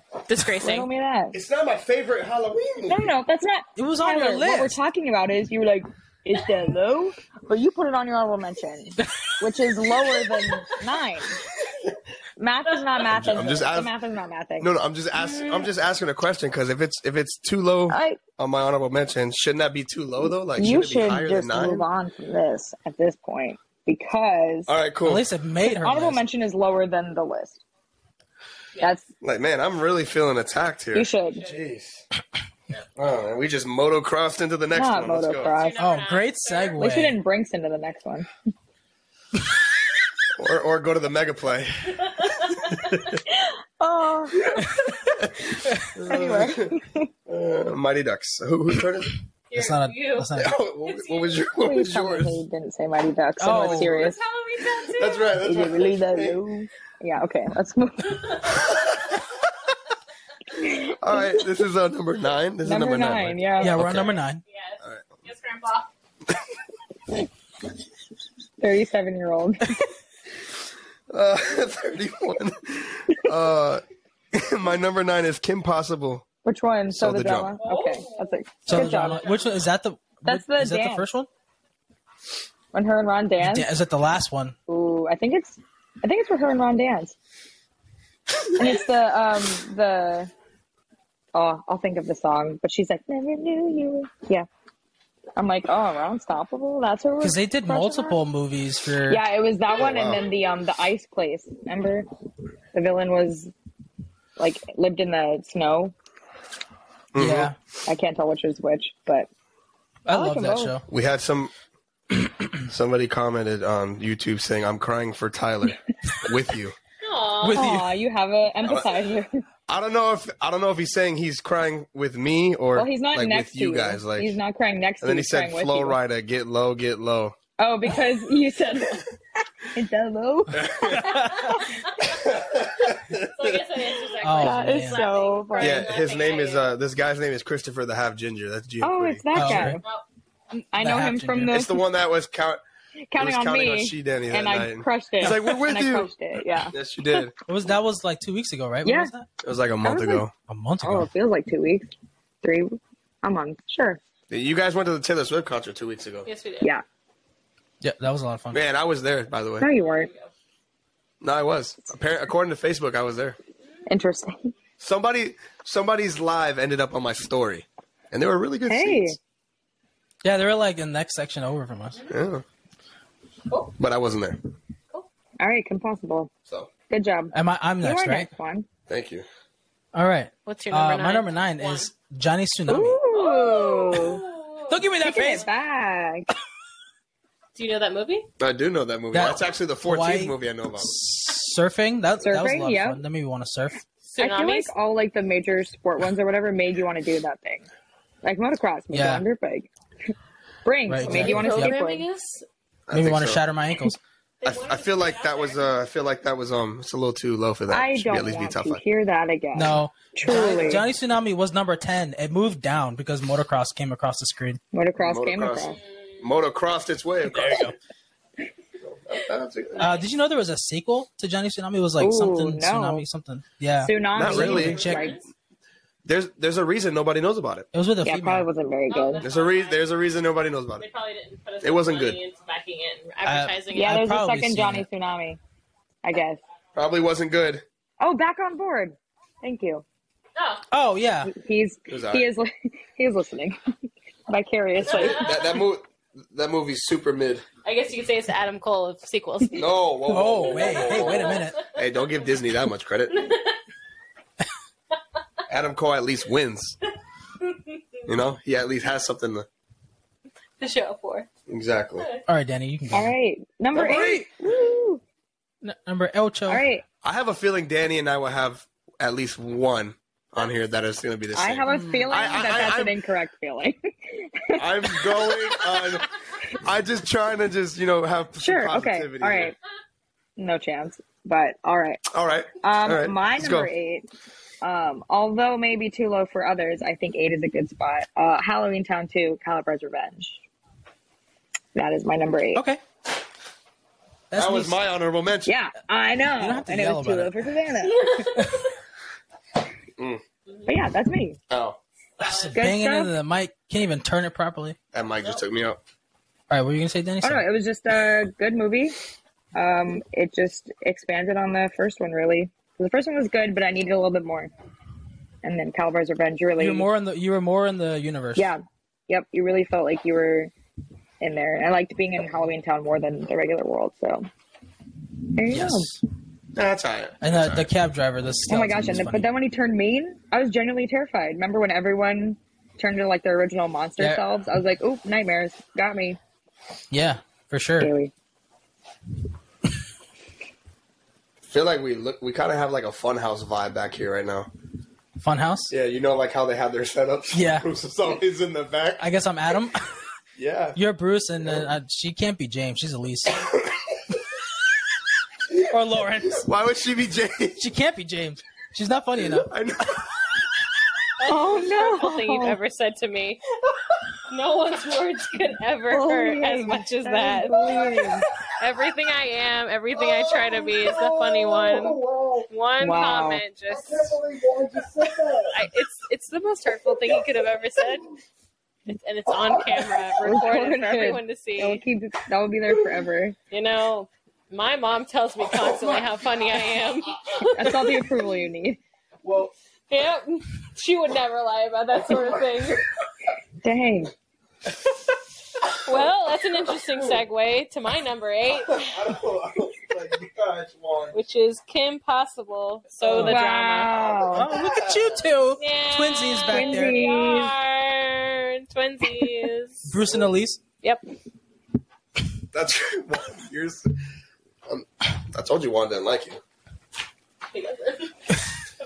Speaker 4: riddle
Speaker 5: Disgracing.
Speaker 4: me that.
Speaker 2: It's not my favorite Halloween
Speaker 4: No, no, no, that's not.
Speaker 1: It was on your
Speaker 4: Tyler, What we're
Speaker 1: list.
Speaker 4: talking about is you were like, is that low? But you put it on your honorable mention, which is lower than nine. Math is not math.
Speaker 2: I'm just
Speaker 4: the
Speaker 2: ask-
Speaker 4: math is not mathing.
Speaker 2: No, no. I'm just asking. I'm just asking a question because if it's if it's too low
Speaker 4: Mm. I,
Speaker 2: on my honorable mention, shouldn't that be too low though? Like, should it
Speaker 4: you
Speaker 2: be
Speaker 4: should
Speaker 2: higher
Speaker 4: just
Speaker 2: than nine?
Speaker 4: move on from this at this point because
Speaker 2: All right, cool.
Speaker 1: At least it made her.
Speaker 4: honorable
Speaker 1: list.
Speaker 4: mention is lower than the list. That's
Speaker 2: Like, man, I'm really feeling attacked here.
Speaker 4: you should.
Speaker 2: Jeez. Oh, and we just motocrossed into the next
Speaker 4: Not
Speaker 2: one. Let's
Speaker 4: motocross.
Speaker 2: go.
Speaker 3: It's your
Speaker 1: Oh,
Speaker 3: number nine.
Speaker 1: great
Speaker 4: At least you
Speaker 1: segue.
Speaker 4: didn't bring Sin to the next one.
Speaker 2: Or, or go to the mega play.
Speaker 4: Oh, Anyway.
Speaker 2: Uh, Mighty Ducks. Who, who turned it?
Speaker 3: You're-
Speaker 1: That's not a.
Speaker 3: you.
Speaker 1: That's not a
Speaker 2: Oh, what, what was your? What
Speaker 4: please
Speaker 2: was
Speaker 4: tell me
Speaker 2: yours?
Speaker 4: he didn't say Mighty Ducks and
Speaker 1: Oh.
Speaker 4: was serious.
Speaker 3: That's how we sound too.
Speaker 2: That's right. That's
Speaker 4: Did you
Speaker 2: right.
Speaker 4: really love you? Yeah, okay, let's move.
Speaker 2: All right, this is uh, number nine. This
Speaker 4: Number,
Speaker 2: is number
Speaker 4: nine,
Speaker 2: right?
Speaker 4: yeah.
Speaker 1: yeah, we're on
Speaker 2: Okay.
Speaker 1: number nine.
Speaker 3: Yes.
Speaker 2: All right.
Speaker 3: Yes, Grandpa.
Speaker 4: 37 year old.
Speaker 2: Uh, 31. uh, my number nine is Kim Possible.
Speaker 4: Which one? So,
Speaker 2: So
Speaker 4: the,
Speaker 2: the
Speaker 4: drama.
Speaker 2: drama.
Speaker 4: Okay, that's it.
Speaker 1: So
Speaker 4: Good job.
Speaker 1: Which one is that? The
Speaker 4: That's
Speaker 1: what-
Speaker 4: the
Speaker 1: is that the
Speaker 4: dance.
Speaker 1: first one?
Speaker 4: When her and Ron dance.
Speaker 1: Da- is that the last one?
Speaker 4: Ooh, I think it's, I think it's where her and Ron dance. and it's the um the. Oh, I'll think of the song, but she's like, "Never knew you." were-" Yeah, I'm like, "Oh, we're unstoppable." That's what we're.
Speaker 1: Because they did
Speaker 4: crushing on?"
Speaker 1: multiple movies for.
Speaker 4: Yeah, it was that one,
Speaker 2: Oh, wow.
Speaker 4: and then the um the ice place. Remember, the villain was like lived in the snow.
Speaker 1: yeah.
Speaker 4: I can't tell which is which, but
Speaker 1: I,
Speaker 4: like
Speaker 1: love
Speaker 4: them
Speaker 1: that
Speaker 4: both.
Speaker 1: show.
Speaker 2: We had some. Somebody commented on YouTube saying, "I'm crying for Tyler with you."
Speaker 3: Aw.
Speaker 1: With
Speaker 4: aw, you have a empathizer.
Speaker 2: I don't know if I don't know if he's saying he's crying with me or
Speaker 4: well, he's not
Speaker 2: like
Speaker 4: next
Speaker 2: with you
Speaker 4: to
Speaker 2: guys. Like,
Speaker 4: he's not crying next
Speaker 2: and
Speaker 4: to
Speaker 2: then he
Speaker 4: you. he's
Speaker 2: said,
Speaker 4: crying with
Speaker 2: "Flow
Speaker 4: you."
Speaker 2: Rider, get low, get low."
Speaker 4: Oh, because you said hello.
Speaker 3: So I guess that answers that
Speaker 1: Oh,
Speaker 4: That
Speaker 3: question.
Speaker 4: is so
Speaker 3: Right,
Speaker 4: funny.
Speaker 2: yeah,
Speaker 3: laughing
Speaker 2: his name
Speaker 3: at
Speaker 2: is
Speaker 3: you.
Speaker 2: uh, this guy's name is Christopher the Half Ginger. That's Gio.
Speaker 4: Oh,
Speaker 2: Quinn.
Speaker 4: it's that
Speaker 1: Oh,
Speaker 4: guy.
Speaker 3: Well,
Speaker 4: I know
Speaker 1: The
Speaker 4: him
Speaker 1: half
Speaker 4: from
Speaker 1: ginger.
Speaker 4: the,
Speaker 2: it's the one that was count. it
Speaker 4: counting
Speaker 2: was
Speaker 4: on
Speaker 2: counting
Speaker 4: me,
Speaker 2: on she Danny that
Speaker 4: and
Speaker 2: night.
Speaker 4: I crushed it.
Speaker 2: He's like, "We're with
Speaker 4: and I
Speaker 2: you."
Speaker 4: crushed it. Yeah.
Speaker 2: yes, you did.
Speaker 1: It was that was like two weeks ago, right? When
Speaker 4: Yeah.
Speaker 1: was that?
Speaker 2: It was like a month
Speaker 4: was
Speaker 2: ago.
Speaker 1: A month ago.
Speaker 4: Oh, it feels like two weeks, three, a month. Sure.
Speaker 2: You guys went to the Taylor Swift concert two weeks ago.
Speaker 3: yes, we did.
Speaker 4: Yeah.
Speaker 1: Yeah, that was a lot of fun.
Speaker 2: Man, I was there. By the way,
Speaker 4: No, you weren't.
Speaker 2: no, I was. Appar- according to Facebook, I was there.
Speaker 4: Interesting.
Speaker 2: Somebody, somebody's live ended up on my story, and they were really good
Speaker 4: Hey.
Speaker 2: seats.
Speaker 1: Yeah, they were like in the next section over from us.
Speaker 2: Yeah.
Speaker 3: Cool.
Speaker 2: But I wasn't there,
Speaker 4: All right, Compossible.
Speaker 2: so
Speaker 4: Good job.
Speaker 1: Am I? I'm
Speaker 4: You
Speaker 1: next,
Speaker 4: are
Speaker 1: right?
Speaker 4: next one.
Speaker 2: thank you.
Speaker 1: All right.
Speaker 5: What's your number
Speaker 1: Uh,
Speaker 5: nine?
Speaker 1: my number nine
Speaker 5: One.
Speaker 1: is Johnny Tsunami.
Speaker 4: Ooh.
Speaker 3: Ooh.
Speaker 1: Don't give me that
Speaker 4: Taking
Speaker 1: face.
Speaker 4: it back.
Speaker 3: Do you know that movie?
Speaker 2: I do know that movie.
Speaker 1: That-
Speaker 2: That's actually the 14th
Speaker 1: Hawaii-
Speaker 2: movie I know about.
Speaker 1: Surfing. That, that was a
Speaker 4: Surfing,
Speaker 1: lot
Speaker 4: yeah.
Speaker 1: of fun. That made me want to surf.
Speaker 4: I feel like
Speaker 5: Tsunamis?
Speaker 4: all like the major sport ones or whatever made you want to do that thing. Like motocross made
Speaker 1: Yeah.
Speaker 4: you want to dirt bike. Brinks
Speaker 1: Right,
Speaker 4: made you want to
Speaker 1: exactly.
Speaker 4: skateboard.
Speaker 3: us?
Speaker 2: I
Speaker 1: Made me
Speaker 2: think
Speaker 1: want to
Speaker 2: so.
Speaker 1: shatter my ankles.
Speaker 2: I, I feel like that was. Uh, I feel like that was. Um, it's a little too low for that. It
Speaker 4: I
Speaker 2: should be
Speaker 4: don't
Speaker 2: at least be
Speaker 4: want
Speaker 2: top
Speaker 4: to
Speaker 2: five.
Speaker 4: hear that again.
Speaker 1: No.
Speaker 4: Truly.
Speaker 1: Johnny Tsunami was number 10. It moved down because motocross came across the screen.
Speaker 4: motocross, came
Speaker 2: Motocross.
Speaker 4: across.
Speaker 2: Motocrossed its way. There you go.
Speaker 1: Uh, did you know there was a sequel to Johnny Tsunami? It was like
Speaker 4: Ooh,
Speaker 1: something,
Speaker 4: no.
Speaker 1: Tsunami, something. Yeah.
Speaker 4: Tsunami.
Speaker 2: Not really.
Speaker 4: like,
Speaker 1: Chick.
Speaker 2: There's there's a reason nobody knows about it.
Speaker 1: It was with a
Speaker 4: yeah,
Speaker 1: female.
Speaker 4: probably wasn't very
Speaker 3: Oh,
Speaker 4: good.
Speaker 3: that's-
Speaker 2: There's a re- there's a reason nobody knows about
Speaker 3: They
Speaker 2: it.
Speaker 3: probably didn't put us
Speaker 2: It wasn't Uh,
Speaker 3: money into backing it and advertising
Speaker 4: Yeah,
Speaker 1: I've
Speaker 4: there's a
Speaker 1: probably
Speaker 4: second
Speaker 1: seen
Speaker 4: Johnny
Speaker 1: it.
Speaker 4: Tsunami, I guess.
Speaker 2: Probably wasn't good.
Speaker 4: Oh, back on board. Thank you.
Speaker 3: it. No.
Speaker 1: oh, yeah.
Speaker 4: He's
Speaker 2: It was all
Speaker 4: he
Speaker 2: right.
Speaker 4: is li- he is listening vicariously.
Speaker 2: That that movie that movie's super mid.
Speaker 3: I guess you could say it's the Adam Cole of sequels.
Speaker 2: No. Whoa, whoa, whoa,
Speaker 1: Oh,
Speaker 2: whoa,
Speaker 1: wait.
Speaker 2: whoa,
Speaker 1: Hey,
Speaker 2: whoa,
Speaker 1: wait a
Speaker 2: whoa.
Speaker 1: minute.
Speaker 2: Hey, don't give Disney that much credit. Adam Cole at least wins. You know, he at least has something. To...
Speaker 3: to show up for.
Speaker 2: Exactly.
Speaker 1: All right, Danny, you can go.
Speaker 4: All right, number,
Speaker 2: Number
Speaker 4: eight. Woo.
Speaker 1: N- number Elcho.
Speaker 4: All right,
Speaker 2: I have a feeling Danny and I will have at least one on here that is going to be the
Speaker 4: I
Speaker 2: same.
Speaker 4: have a feeling
Speaker 2: I- I-
Speaker 4: that
Speaker 2: I-
Speaker 4: that's an
Speaker 2: I'm-
Speaker 4: incorrect feeling.
Speaker 2: I'm going on. I'm just trying to just you know have some
Speaker 4: sure. Okay.
Speaker 2: Positivity
Speaker 4: All
Speaker 2: here.
Speaker 4: right. No chance. But all right.
Speaker 2: All right.
Speaker 4: Um,
Speaker 2: All right,
Speaker 4: my
Speaker 2: let's
Speaker 4: number
Speaker 2: go.
Speaker 4: eight. Um, although maybe too low for others, I think eight is a good spot. Uh, Halloween Town Two, Calabar's Revenge. That is my number eight.
Speaker 1: Okay. That's
Speaker 2: That was
Speaker 1: me.
Speaker 2: my honorable mention.
Speaker 4: Yeah, I know.
Speaker 1: don't have to
Speaker 4: and it
Speaker 1: yell
Speaker 4: was too
Speaker 1: about
Speaker 4: low
Speaker 1: it.
Speaker 4: for Savannah.
Speaker 2: Mm.
Speaker 4: But yeah, that's me.
Speaker 2: Oh,
Speaker 1: Just banging
Speaker 4: stuff.
Speaker 1: into the mic. Can't even turn it properly.
Speaker 2: that mic just took me out.
Speaker 1: All right, what were you going to say, Danny?
Speaker 4: Oh no, it was just a good movie. Um, it just expanded on the first one really. The first one was good, but I needed a little bit more. And then Calabar's Revenge really.
Speaker 1: you were more in the you were more in the universe.
Speaker 4: Yeah. Yep. You really felt like you were in there. And I liked being in Halloween Town more than the regular world. So there you
Speaker 1: Yes.
Speaker 4: go.
Speaker 2: That's all right.
Speaker 1: And the, the cab driver. The
Speaker 4: Oh my gosh! And the, but then when he turned mean, I was genuinely terrified. Remember when everyone turned into like their original monster
Speaker 1: Yeah.
Speaker 4: selves. I was like, oop, nightmares. Got me.
Speaker 1: Yeah, for sure.
Speaker 4: Daily.
Speaker 2: feel like we look we kind of have like a funhouse vibe back here right now.
Speaker 1: Funhouse.
Speaker 2: Yeah, you know like how they have their setups.
Speaker 1: Yeah.
Speaker 2: Bruce is always in the back.
Speaker 1: I guess I'm Adam.
Speaker 2: yeah.
Speaker 1: You're Bruce, and then uh she can't be James. She's Elise. or Lawrence.
Speaker 2: Why would she be James?
Speaker 1: She can't be James. She's not funny enough.
Speaker 2: I know.
Speaker 4: Oh no!
Speaker 5: Something you've ever said to me. No one's words could ever
Speaker 4: Oh
Speaker 5: hurt as much as that. Everything I am, everything I try to be is the funny one. One
Speaker 4: Oh Wow.
Speaker 5: comment just. I, it's it's the most hurtful thing you could have ever said. It's, and it's on camera, recorded for everyone to
Speaker 4: That will
Speaker 5: see.
Speaker 4: keep. That will be there forever.
Speaker 5: You know, my mom tells
Speaker 4: Oh
Speaker 5: me constantly how funny I am.
Speaker 4: That's all the approval you need.
Speaker 2: Well,
Speaker 5: Yep, she would never lie about that sort of thing.
Speaker 4: Dang.
Speaker 5: Well, that's an interesting segue to my number eight,
Speaker 2: I don't know. I was like, gosh, Juan.
Speaker 5: which is Kim Possible. So the drama.
Speaker 4: Oh, wow.
Speaker 1: Oh, look at you two.
Speaker 5: Yeah.
Speaker 1: Twinsies back there.
Speaker 5: We are twinsies.
Speaker 1: Bruce and Elise.
Speaker 5: Yep.
Speaker 2: That's Juan, you're. s- Um, I told you Juan didn't like you.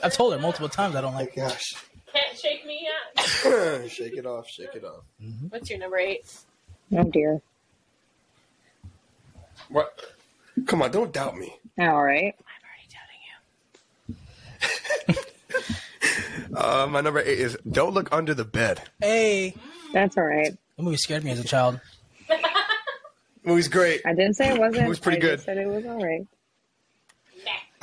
Speaker 1: I've told her multiple times I don't
Speaker 2: Oh My
Speaker 1: like her.
Speaker 2: gosh.
Speaker 5: Can't shake me up.
Speaker 2: shake it off. Shake it off.
Speaker 5: What's your number eight?
Speaker 4: Oh dear.
Speaker 2: What? Come on, don't doubt me.
Speaker 4: All right.
Speaker 5: I'm already doubting you.
Speaker 2: Uh, my number eight is don't look under the bed.
Speaker 1: Hey.
Speaker 4: That's all right.
Speaker 1: That movie scared me as a child.
Speaker 2: Movie's great.
Speaker 4: I didn't say it wasn't.
Speaker 2: It was pretty
Speaker 4: I
Speaker 2: good.
Speaker 4: Just said it was all right.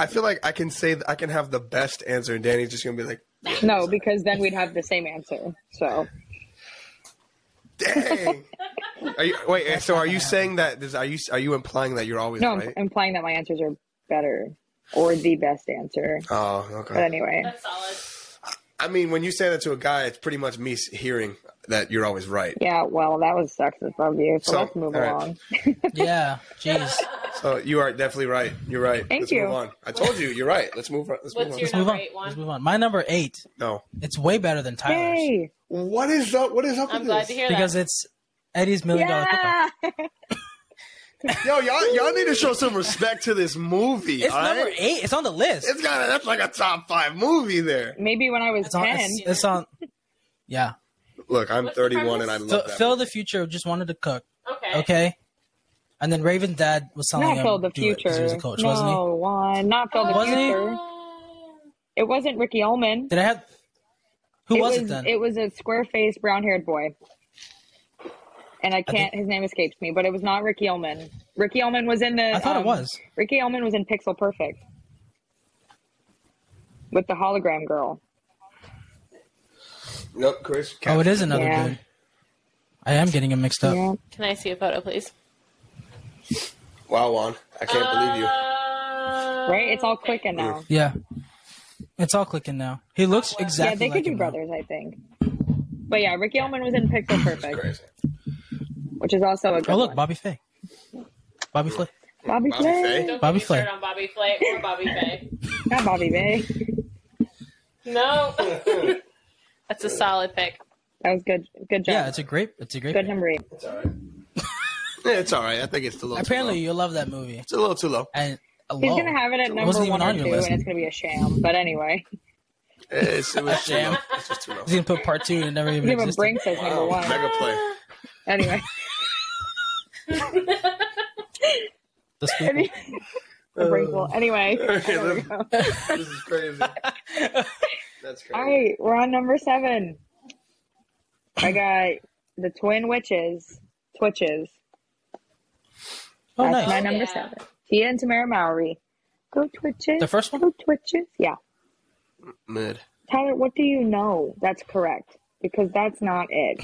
Speaker 2: I feel like I can say I can have the best answer, and Danny's just gonna be like,
Speaker 4: No, because then we'd have the same answer. So
Speaker 2: "Dang." are you, wait, so are you saying that? Is, are you are you implying that you're always
Speaker 4: no, I'm
Speaker 2: right?
Speaker 4: implying that my answers are better or the best answer.
Speaker 2: oh,
Speaker 4: But
Speaker 2: okay.
Speaker 4: anyway,
Speaker 3: That's solid.
Speaker 2: I mean, when you say that to a guy, it's pretty much me s- hearing that you're always right.
Speaker 4: yeah. Well, that was sexist of you. So,
Speaker 2: So,
Speaker 4: let's move
Speaker 2: all right.
Speaker 4: along.
Speaker 1: Yeah. Jeez.
Speaker 2: So you are definitely right. You're right.
Speaker 4: Thank
Speaker 2: Let's
Speaker 4: you.
Speaker 2: Move on. I told you. You're right. Let's move on. Let's
Speaker 3: What's
Speaker 2: move on.
Speaker 3: your-
Speaker 1: Let's move
Speaker 3: Number
Speaker 1: on.
Speaker 3: eight, Juan.
Speaker 1: Let's move on. My number eight.
Speaker 2: no.
Speaker 1: It's way better than Tyler's
Speaker 4: Yay!
Speaker 2: What is up? What is up?
Speaker 5: I'm
Speaker 2: with
Speaker 5: glad
Speaker 2: this?
Speaker 5: to hear
Speaker 1: because
Speaker 5: that.
Speaker 1: it's Eddie's Million Dollar Cookout.
Speaker 4: Yeah.
Speaker 2: Yo, y'all, y'all need to show some respect to this movie.
Speaker 1: It's
Speaker 2: all right?
Speaker 1: number eight. It's on the list.
Speaker 2: It's got a, that's like a top five movie there.
Speaker 4: Maybe when I was
Speaker 1: It's on.
Speaker 4: ten.
Speaker 1: It's, it's on. Yeah.
Speaker 2: Look, I'm
Speaker 3: What's the
Speaker 2: 31 and I
Speaker 3: premise?
Speaker 2: love
Speaker 1: Phil,
Speaker 2: that.
Speaker 1: Phil the future just wanted to cook.
Speaker 3: Okay.
Speaker 1: Okay. And then Raven's dad was telling
Speaker 4: Not
Speaker 1: him
Speaker 4: Phil the
Speaker 1: do it 'cause
Speaker 4: future.
Speaker 1: he was a coach,
Speaker 4: no,
Speaker 1: wasn't he?
Speaker 4: Juan. Not Phil the
Speaker 1: Wasn't he?
Speaker 4: future.
Speaker 5: Um,
Speaker 4: It wasn't Ricky Ullman.
Speaker 1: Did I have? Who
Speaker 4: it
Speaker 1: was, it then?
Speaker 4: It was a square-faced, brown-haired boy. And I can't. his name escapes me, but it was not Ricky Ullman. Ricky Ullman was in the.
Speaker 1: I thought it
Speaker 4: um,
Speaker 1: was.
Speaker 4: Ricky Ullman was in Pixel Perfect with the hologram girl.
Speaker 2: Nope, Chris.
Speaker 1: Oh, it is another
Speaker 4: Yeah.
Speaker 1: dude. I am getting him mixed up.
Speaker 4: Yeah.
Speaker 5: Can I see a photo, please?
Speaker 2: Wow, Juan. I can't believe
Speaker 3: Uh,
Speaker 2: you.
Speaker 5: Um,
Speaker 4: Right? It's all clicking now.
Speaker 1: Yeah. It's all clicking now. He looks exactly
Speaker 4: Yeah, they
Speaker 1: like
Speaker 4: could be
Speaker 1: him now.
Speaker 4: brothers, I think. But yeah, Ricky Ullman was in Pixel Perfect,
Speaker 2: Crazy.
Speaker 4: which is also a good
Speaker 1: Oh, look,
Speaker 4: one.
Speaker 1: Bobby Faye. Bobby Flay.
Speaker 2: Bobby
Speaker 4: Bobby, Flay.
Speaker 2: Flay?
Speaker 1: Bobby
Speaker 3: Don't Bobby Flay.
Speaker 1: Flay.
Speaker 3: on Bobby Flay or Bobby Faye.
Speaker 4: Not Bobby Bay.
Speaker 3: No.
Speaker 5: That's a solid pick.
Speaker 4: That was good. Good job.
Speaker 1: Yeah, it's a great. It's a great.
Speaker 4: good number eight.
Speaker 2: It's all right. Yeah, it's all right. I think it's a little
Speaker 1: Apparently,
Speaker 2: too
Speaker 1: you'll love that movie.
Speaker 2: low. It's a little too low.
Speaker 1: And a
Speaker 4: He's
Speaker 1: low.
Speaker 4: gonna have it at number
Speaker 1: wasn't even
Speaker 4: one or
Speaker 1: on your
Speaker 4: two,
Speaker 1: list.
Speaker 4: and it's gonna be a sham. But anyway,
Speaker 2: It's, it was too
Speaker 1: Damn.
Speaker 2: low. It's just too low.
Speaker 1: He's gonna put part two and it never even
Speaker 4: give him
Speaker 1: existed.
Speaker 4: Brinks as number
Speaker 2: Wow,
Speaker 4: one.
Speaker 2: Mega play.
Speaker 4: Anyway,
Speaker 1: The sequel.
Speaker 4: the Brinks will. Anyway, there we
Speaker 2: this-
Speaker 4: go.
Speaker 2: Oh, This is crazy. That's crazy.
Speaker 4: all right, we're on number seven. I got the Twin Witches, Twitches.
Speaker 1: Oh,
Speaker 4: That's my
Speaker 1: nice.
Speaker 3: Oh,
Speaker 4: number
Speaker 3: yeah.
Speaker 4: seven. Tia and Tamara Mowry. Go Twitches.
Speaker 1: The first one?
Speaker 4: Go Twitches. Yeah.
Speaker 2: Mid.
Speaker 4: Tyler, what do you know? That's correct because that's not it.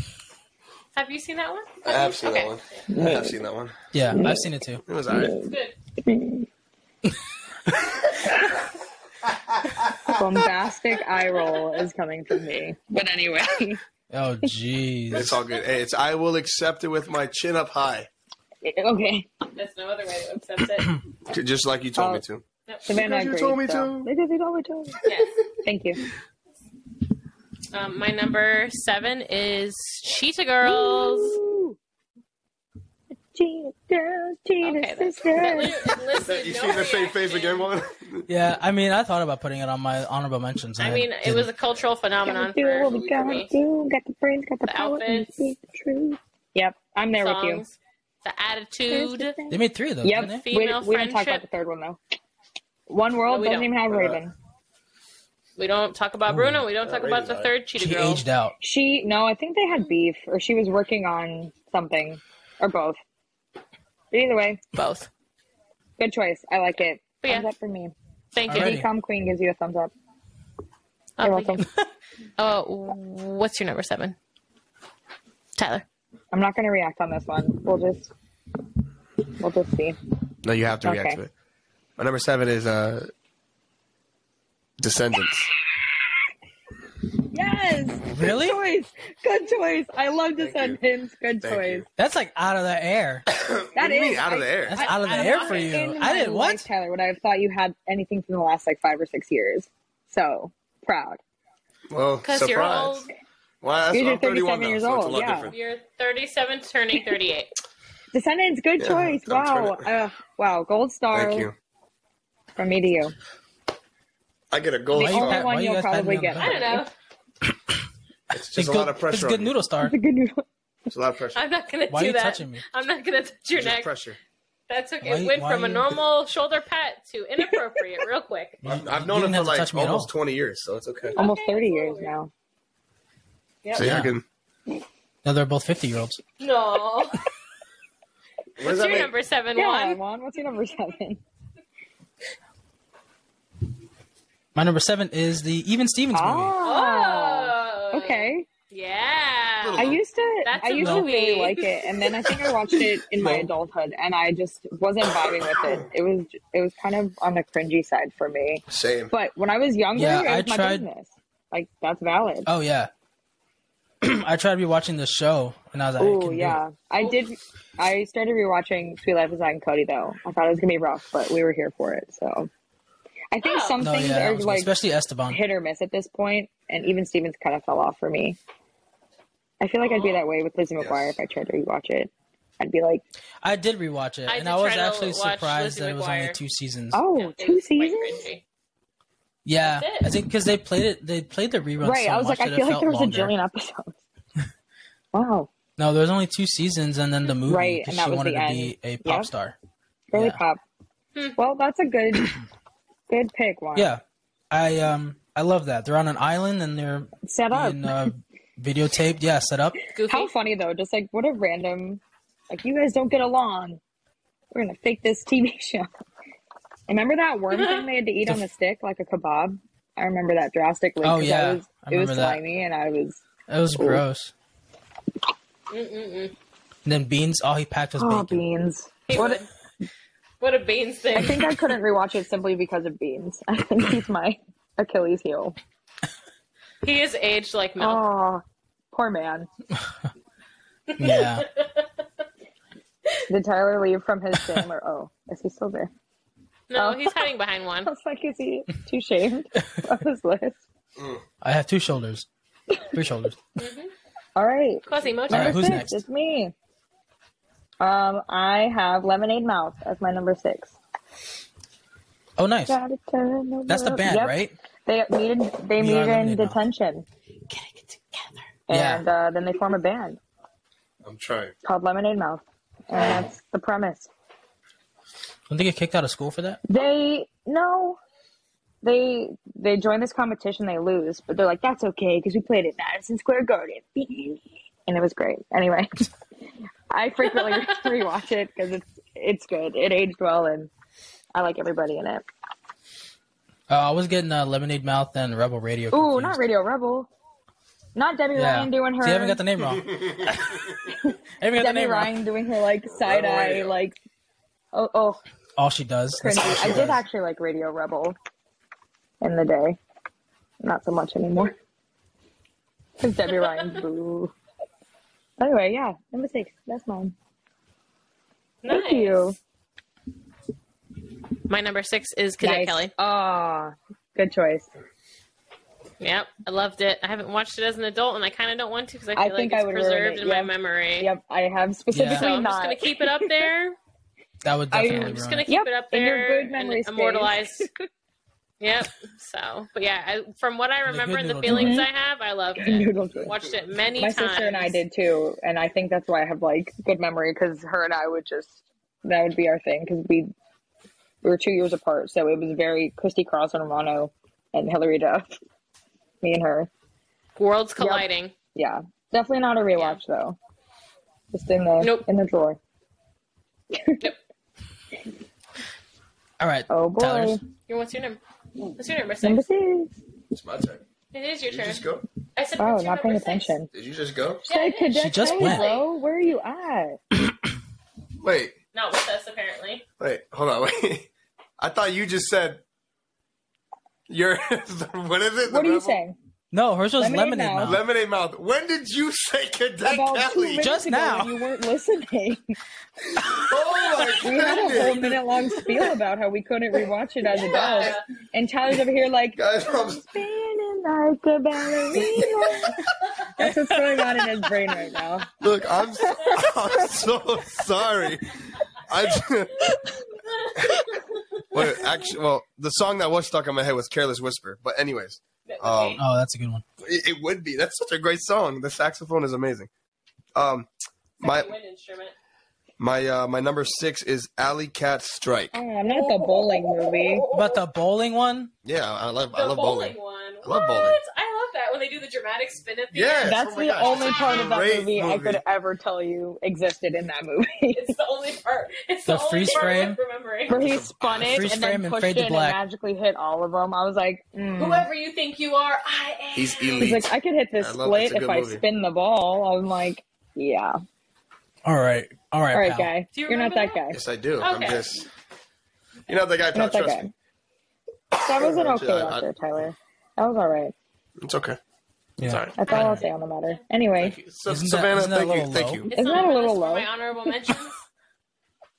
Speaker 3: Have you seen that one?
Speaker 2: I have seen that
Speaker 3: Okay.
Speaker 2: one. I have seen that one.
Speaker 1: Yeah, I've seen it too.
Speaker 2: It was all right.
Speaker 3: It's good.
Speaker 4: Bombastic eye roll is coming from me. But anyway.
Speaker 1: Oh, jeez.
Speaker 2: It's all good. Hey, it's I will accept it with my chin up high,
Speaker 4: Okay.
Speaker 3: There's no other way to accept it.
Speaker 2: just like you told
Speaker 4: Oh.
Speaker 2: me to.
Speaker 3: Nope.
Speaker 4: Savannah
Speaker 2: Because you
Speaker 4: agrees,
Speaker 2: told me
Speaker 4: so-
Speaker 2: to.
Speaker 4: Because you told me to.
Speaker 3: Yes.
Speaker 4: Thank you.
Speaker 5: Um, my number seven is Cheetah Girls.
Speaker 4: Ooh. Cheetah girls, cheetah
Speaker 5: Okay, that's-
Speaker 4: sisters.
Speaker 5: Listen,
Speaker 2: You
Speaker 5: no
Speaker 2: see the same face
Speaker 5: reaction.
Speaker 2: again, woman?
Speaker 1: Yeah, I mean, I thought about putting it on my honorable mentions. and
Speaker 5: I mean, it
Speaker 1: didn't.
Speaker 5: was a cultural phenomenon
Speaker 4: Gotta do
Speaker 5: for,
Speaker 4: what we
Speaker 5: for
Speaker 4: gotta
Speaker 5: me.
Speaker 4: do. Got the brains, got the,
Speaker 5: The
Speaker 4: power, and
Speaker 5: outfits.
Speaker 4: speak the truth. Yep, I'm there with
Speaker 5: Songs, the
Speaker 4: you.
Speaker 5: attitude.
Speaker 1: They made three of those,
Speaker 4: Yep,
Speaker 1: didn't they?
Speaker 4: we, we
Speaker 5: Female
Speaker 4: didn't talk about
Speaker 5: friendship.
Speaker 4: the third one though. One World
Speaker 5: No, we
Speaker 4: doesn't
Speaker 5: don't.
Speaker 4: even have
Speaker 2: Uh,
Speaker 4: Raven.
Speaker 5: We don't talk about Bruno. We don't
Speaker 2: Uh,
Speaker 5: talk about
Speaker 2: rated
Speaker 5: the
Speaker 2: R.
Speaker 5: third Cheetah
Speaker 1: She
Speaker 5: Girl.
Speaker 1: aged out.
Speaker 4: She no, I think they had beef, or she was working on something, or both. But either way,
Speaker 5: Both.
Speaker 4: good choice. I like it.
Speaker 5: But yeah.
Speaker 4: Thumbs up for me.
Speaker 5: Thank
Speaker 1: Alrighty.
Speaker 5: you.
Speaker 4: Become Queen gives you a thumbs up.
Speaker 5: Oh,
Speaker 4: You're
Speaker 5: thank you.
Speaker 4: welcome.
Speaker 5: Uh, what's your number seven? Tyler.
Speaker 4: I'm not going to react on this one. We'll just we'll just see.
Speaker 2: No, you have to react
Speaker 4: Okay.
Speaker 2: to it. My number seven is uh, Descendants.
Speaker 4: Yes.
Speaker 1: Really?
Speaker 4: Good choice. Good choice. I love
Speaker 2: you.
Speaker 4: Descendants. Good
Speaker 2: Thank
Speaker 4: choice.
Speaker 1: That's like out of the air.
Speaker 4: That
Speaker 2: what do you
Speaker 4: is-
Speaker 2: mean, out of the
Speaker 4: I-
Speaker 2: air?
Speaker 1: That's out of the
Speaker 5: I
Speaker 1: air
Speaker 5: love
Speaker 1: for
Speaker 5: it.
Speaker 1: you.
Speaker 4: In
Speaker 1: I
Speaker 4: my
Speaker 1: didn't
Speaker 4: life,
Speaker 1: what?
Speaker 4: Tyler, would I have thought you had anything from the last like five or six years? So proud.
Speaker 2: well,
Speaker 5: Because
Speaker 2: surprise.
Speaker 5: you're old.
Speaker 2: Well, that's,
Speaker 4: You're
Speaker 2: I'm 31
Speaker 4: 37
Speaker 2: now,
Speaker 4: years
Speaker 2: so it's a
Speaker 4: old,
Speaker 2: lot
Speaker 4: yeah.
Speaker 2: different.
Speaker 5: You're 37, turning 38.
Speaker 4: Descendants, good
Speaker 2: Yeah,
Speaker 4: choice.
Speaker 2: don't turn
Speaker 4: Wow.
Speaker 2: it.
Speaker 4: Uh, wow. Gold star
Speaker 2: Thank you.
Speaker 4: from me to you.
Speaker 2: I get a gold
Speaker 1: Why
Speaker 4: The
Speaker 1: you
Speaker 2: star.
Speaker 4: only
Speaker 1: pat- why
Speaker 4: one
Speaker 1: you
Speaker 4: you'll
Speaker 1: guys patting me
Speaker 4: probably
Speaker 1: on
Speaker 4: get.
Speaker 1: the
Speaker 5: I don't know.
Speaker 2: It's just a
Speaker 1: good-
Speaker 2: lot of pressure.
Speaker 1: It's good
Speaker 2: on you.
Speaker 1: noodle star.
Speaker 4: It's a good noodle.
Speaker 2: It's a lot of pressure.
Speaker 5: I'm not going to do
Speaker 1: Why are you
Speaker 5: that.
Speaker 1: touching me?
Speaker 5: I'm not going to touch your
Speaker 2: It's just
Speaker 5: neck.
Speaker 2: pressure.
Speaker 5: That's okay.
Speaker 1: Why-
Speaker 5: it went
Speaker 1: why
Speaker 5: from a
Speaker 1: you-
Speaker 5: normal shoulder pat to inappropriate real quick.
Speaker 1: You-
Speaker 2: I've, I've
Speaker 1: you
Speaker 2: known
Speaker 1: didn't
Speaker 2: her for
Speaker 1: have to touch
Speaker 2: like
Speaker 1: me at all.
Speaker 2: almost 20 years, so it's okay.
Speaker 4: Almost
Speaker 5: Okay,
Speaker 4: 30
Speaker 5: that's
Speaker 4: years
Speaker 5: all right.
Speaker 4: now.
Speaker 5: Yep.
Speaker 2: So
Speaker 1: Yeah.
Speaker 2: yeah, I can.
Speaker 1: No, they're both fifty year olds.
Speaker 5: No.
Speaker 2: What does
Speaker 5: What's
Speaker 2: that
Speaker 5: your
Speaker 2: make?
Speaker 5: number seven
Speaker 4: Yeah,
Speaker 5: one?
Speaker 4: Juan, what's your number seven?
Speaker 1: My number seven is the Even Stevens movie.
Speaker 4: Oh.
Speaker 5: Oh.
Speaker 4: Okay.
Speaker 5: Yeah.
Speaker 4: I
Speaker 2: Oh.
Speaker 4: used to
Speaker 5: That's
Speaker 4: I
Speaker 5: a
Speaker 4: used to
Speaker 5: movie.
Speaker 4: really like it and then I think I watched it in my
Speaker 2: No.
Speaker 4: adulthood and I just wasn't vibing with it. It was it was kind of on the cringy side for me.
Speaker 2: Same.
Speaker 4: But when I was younger,
Speaker 1: Yeah,
Speaker 4: it
Speaker 1: I
Speaker 4: was my
Speaker 1: tried-
Speaker 4: business. Like that's valid.
Speaker 1: Oh yeah. I tried to be watching the show and I was like, I
Speaker 4: Oh
Speaker 1: couldn't do
Speaker 4: yeah,
Speaker 1: it.
Speaker 4: I did. I started rewatching Sweet Life of Zach and Cody though. I thought it was gonna be rough, but we were here for it. So I think
Speaker 5: Oh.
Speaker 4: some
Speaker 1: No,
Speaker 4: things
Speaker 1: yeah, that
Speaker 4: are
Speaker 1: was good.
Speaker 4: like
Speaker 1: especially Esteban.
Speaker 4: hit or miss at this point, and even Stevens kind of fell off for me. I feel like I'd be that way with Lizzie McGuire if I tried to rewatch it. I'd be like,
Speaker 1: I did rewatch it,
Speaker 5: I
Speaker 1: and
Speaker 5: did
Speaker 1: I was
Speaker 5: try to
Speaker 1: actually
Speaker 5: watch
Speaker 1: surprised
Speaker 5: Lizzie
Speaker 1: that it was
Speaker 5: McGuire.
Speaker 1: only two seasons.
Speaker 4: oh,
Speaker 5: It
Speaker 4: two
Speaker 5: was quite
Speaker 4: seasons?
Speaker 5: cringy.
Speaker 1: yeah,
Speaker 5: that's it.
Speaker 1: I think because they played it, they played the reruns.
Speaker 4: Right.
Speaker 1: so
Speaker 4: I was
Speaker 1: much
Speaker 4: like, I
Speaker 1: that
Speaker 4: feel
Speaker 1: it
Speaker 4: like
Speaker 1: felt
Speaker 4: there was
Speaker 1: longer.
Speaker 4: a jillion episodes. wow.
Speaker 1: No, there was only two seasons, and then the movie.
Speaker 4: Right,
Speaker 1: 'cause
Speaker 4: and that
Speaker 1: she
Speaker 4: was
Speaker 1: wanted
Speaker 4: the
Speaker 1: to
Speaker 4: end.
Speaker 1: be a pop
Speaker 4: Yeah.
Speaker 1: star.
Speaker 4: Really
Speaker 1: Yeah.
Speaker 4: pop.
Speaker 5: Hmm.
Speaker 4: Well, that's a good, good pick. One.
Speaker 1: Yeah, I um I love that. They're on an island and they're
Speaker 4: Set up.
Speaker 1: being uh, videotaped. Yeah, set up.
Speaker 5: Goofy.
Speaker 4: How funny though, just like what a random like you guys don't get along. We're gonna fake this TV show. Remember that worm thing they had to eat on the stick like a kebab? I remember that drastically.
Speaker 1: Oh,
Speaker 4: 'cause I
Speaker 1: yeah.
Speaker 4: was-
Speaker 1: I
Speaker 4: it was
Speaker 1: remember that.
Speaker 4: slimy and I was
Speaker 1: That was
Speaker 4: Ooh.
Speaker 1: gross.
Speaker 5: Mm-mm-mm.
Speaker 1: And then beans. All he packed was
Speaker 4: oh
Speaker 1: bacon.
Speaker 4: beans.
Speaker 5: He
Speaker 4: What?
Speaker 5: would. What a beans thing.
Speaker 4: I think I couldn't rewatch it simply because of beans. I think he's my Achilles heel.
Speaker 5: He is aged like milk.
Speaker 4: Oh, poor man.
Speaker 1: Yeah.
Speaker 4: Did Tyler leave from his shame or oh, is he still there?
Speaker 5: no,
Speaker 4: oh.
Speaker 5: he's hiding behind one.
Speaker 4: I was like, is he too shamed of his list?
Speaker 1: I have two shoulders, three shoulders.
Speaker 4: All right.
Speaker 5: Quasimodo.
Speaker 1: All right,
Speaker 4: Number
Speaker 1: who's
Speaker 4: six,
Speaker 1: next?
Speaker 4: it's me. Um, I have Lemonade Mouth as my number six.
Speaker 1: Oh, nice.
Speaker 4: Gotta turn the
Speaker 1: That's the
Speaker 4: world-
Speaker 1: band,
Speaker 4: Yep.
Speaker 1: right?
Speaker 4: They meet in they
Speaker 1: You are
Speaker 4: meet in
Speaker 1: Lemonade Mouth.
Speaker 4: detention,
Speaker 5: Getting it together.
Speaker 1: Yeah.
Speaker 4: and uh, then they form a band
Speaker 2: I'm trying.
Speaker 4: called Lemonade Mouth, and that's the premise.
Speaker 1: Don't they get kicked out of school for that?
Speaker 4: They no, they they join this competition, they lose, but they're like, that's okay because we played at Madison Square Garden, and it was great. Anyway, I frequently rewatch it because it's it's good. It aged well, and I like everybody in it.
Speaker 1: Uh, I was getting uh, Lemonade Mouth and Rebel Radio.
Speaker 4: Ooh,
Speaker 1: confused.
Speaker 4: not Radio Rebel. Not Debbie
Speaker 1: Yeah.
Speaker 4: Ryan doing her.
Speaker 1: See, I haven't got the name wrong. I haven't got the
Speaker 4: Debbie
Speaker 1: name
Speaker 4: Ryan
Speaker 1: wrong.
Speaker 4: doing her like side
Speaker 2: Rebel
Speaker 4: eye
Speaker 2: Radio.
Speaker 4: like. Oh, oh,
Speaker 1: All she does. That's
Speaker 4: cringy.
Speaker 1: all she
Speaker 4: I did
Speaker 1: does.
Speaker 4: actually like Radio Rebel in the day. Not so much anymore. Because Debbie Ryan, boo. Anyway, yeah, number six. That's mine.
Speaker 5: Nice.
Speaker 4: Thank you.
Speaker 5: My number six is Cadet Kelly.
Speaker 4: Ah, good choice.
Speaker 3: Yep, I loved it. I haven't watched it as an adult, and I kind of don't want to because I feel
Speaker 4: I
Speaker 3: like
Speaker 4: think
Speaker 3: it's
Speaker 4: I would ruin
Speaker 3: preserved
Speaker 4: it,
Speaker 3: in
Speaker 4: yeah.
Speaker 3: my memory.
Speaker 4: Yep, I have specifically
Speaker 3: So I'm
Speaker 4: not.
Speaker 3: just gonna keep it up there.
Speaker 1: That would
Speaker 4: I-
Speaker 1: definitely
Speaker 3: I'm just
Speaker 1: ruin
Speaker 3: gonna
Speaker 1: it.
Speaker 3: keep
Speaker 4: Yep,
Speaker 3: it up
Speaker 4: in your
Speaker 3: there
Speaker 4: good
Speaker 3: and
Speaker 4: memory space.
Speaker 3: immortalize. yep. So, but yeah, I, from what I
Speaker 1: good
Speaker 3: remember and the
Speaker 1: little
Speaker 3: feelings
Speaker 4: joint.
Speaker 3: I have, I loved it.
Speaker 4: Noodle joint.
Speaker 3: Watched it many
Speaker 4: Mm-hmm. My
Speaker 3: times.
Speaker 4: sister and I did too, and I think that's why I have like good memory because her and I would just that would be our thing because we we were two years apart, so it was very Christy Cross and Romano and Hilary Duff, me and her.
Speaker 3: Worlds colliding.
Speaker 4: Yeah, definitely not a rewatch though. Just in the
Speaker 3: Nope.
Speaker 4: in the drawer.
Speaker 1: All right.
Speaker 4: Oh boy,
Speaker 1: Tyler's.
Speaker 3: You What's your number? What's your number
Speaker 4: number
Speaker 3: six?
Speaker 4: six.
Speaker 2: It's my turn.
Speaker 3: It is your
Speaker 2: Did you
Speaker 3: turn.
Speaker 2: just go?
Speaker 3: I said,
Speaker 4: Wow,
Speaker 3: what's your
Speaker 4: Oh, not paying
Speaker 3: number six?
Speaker 4: attention.
Speaker 2: Did you just go?
Speaker 3: Yeah,
Speaker 4: Say
Speaker 3: it is.
Speaker 1: She
Speaker 4: Cadet
Speaker 1: just
Speaker 4: K,
Speaker 1: went.
Speaker 4: Bro, where are you at?
Speaker 2: Wait,
Speaker 3: Not with us apparently.
Speaker 2: wait, hold on, wait. I thought you just said your what is it? The
Speaker 4: What are you
Speaker 2: rebel-
Speaker 4: saying?
Speaker 1: No, hers was
Speaker 4: Lemonade
Speaker 1: lemonade
Speaker 4: Mouth.
Speaker 1: mouth.
Speaker 2: Lemonade mouth. When did you say Cadet
Speaker 4: About two
Speaker 2: Kelly?
Speaker 4: minutes
Speaker 1: Just
Speaker 4: ago
Speaker 1: now.
Speaker 4: when you weren't listening.
Speaker 2: Oh my
Speaker 4: We had a whole
Speaker 2: goodness.
Speaker 4: minute long spiel about how we couldn't rewatch it as adults. And Tyler's over here like
Speaker 2: Guys, I'm-
Speaker 4: spinning like a ballerina. That's what's going on in his brain right now.
Speaker 2: look, I'm so, I'm so sorry. I just- Wait, actually, well, the song that was stuck in my head was "Careless Whisper," but anyways,
Speaker 3: That would
Speaker 2: Um,
Speaker 3: be-
Speaker 1: Oh, that's a good one.
Speaker 2: it, it would be. That's such a great song. The saxophone is amazing. Um, my
Speaker 3: second wind instrument.
Speaker 2: my uh, my number six is Alley Cat Strike.
Speaker 4: Oh, not the bowling movie.
Speaker 1: But the bowling one,
Speaker 2: Yeah, I love
Speaker 3: The
Speaker 2: I love bowling.
Speaker 3: one.
Speaker 2: I love bowling.
Speaker 3: What? I love that when they do the dramatic spin at the
Speaker 2: Yeah.
Speaker 3: end.
Speaker 4: That's
Speaker 2: Oh my
Speaker 4: the
Speaker 2: gosh,
Speaker 4: only
Speaker 2: it's a
Speaker 4: part of that
Speaker 2: great
Speaker 4: movie, I
Speaker 2: movie.
Speaker 4: could ever tell you existed in that movie.
Speaker 3: It's the only part. It's
Speaker 1: The
Speaker 3: the, only
Speaker 1: freeze
Speaker 3: part
Speaker 1: frame.
Speaker 3: worth remembering.
Speaker 4: Where he spun it
Speaker 1: Freeze
Speaker 4: and
Speaker 1: frame
Speaker 4: then
Speaker 1: and
Speaker 4: pushed
Speaker 1: fade
Speaker 4: it
Speaker 1: to
Speaker 4: and
Speaker 1: black.
Speaker 4: magically hit all of them. I was like, mm.
Speaker 3: Whoever you think you are, I am.
Speaker 2: He's
Speaker 4: he's
Speaker 2: elite.
Speaker 4: like, I could hit this
Speaker 2: I love-
Speaker 4: split
Speaker 2: it's a
Speaker 4: if
Speaker 2: good
Speaker 4: I
Speaker 2: movie.
Speaker 4: spin the ball. I'm like, yeah.
Speaker 1: All right. All right.
Speaker 4: All right,
Speaker 1: pal.
Speaker 4: guy.
Speaker 3: Do you
Speaker 4: You're not that
Speaker 3: remember
Speaker 4: guy.
Speaker 2: yes, I do. I'm
Speaker 3: Okay.
Speaker 2: just you know the guy.
Speaker 4: You're
Speaker 2: Pal,
Speaker 4: not that
Speaker 2: trust
Speaker 4: guy.
Speaker 2: me,
Speaker 4: That was an
Speaker 2: Yeah,
Speaker 4: okay
Speaker 2: I-
Speaker 4: answer, Tyler. That was all right.
Speaker 2: it's okay.
Speaker 1: Yeah.
Speaker 2: Sorry.
Speaker 4: That's all I'll say on the matter. Anyway,
Speaker 2: So,
Speaker 1: Isn't that-
Speaker 2: Savannah,
Speaker 1: isn't that a
Speaker 2: thank you,
Speaker 1: little
Speaker 2: thank
Speaker 1: low?
Speaker 2: you.
Speaker 3: It's
Speaker 4: Isn't
Speaker 3: on
Speaker 4: that a
Speaker 3: my
Speaker 4: little
Speaker 3: list for
Speaker 4: low?
Speaker 3: My honorable mentions.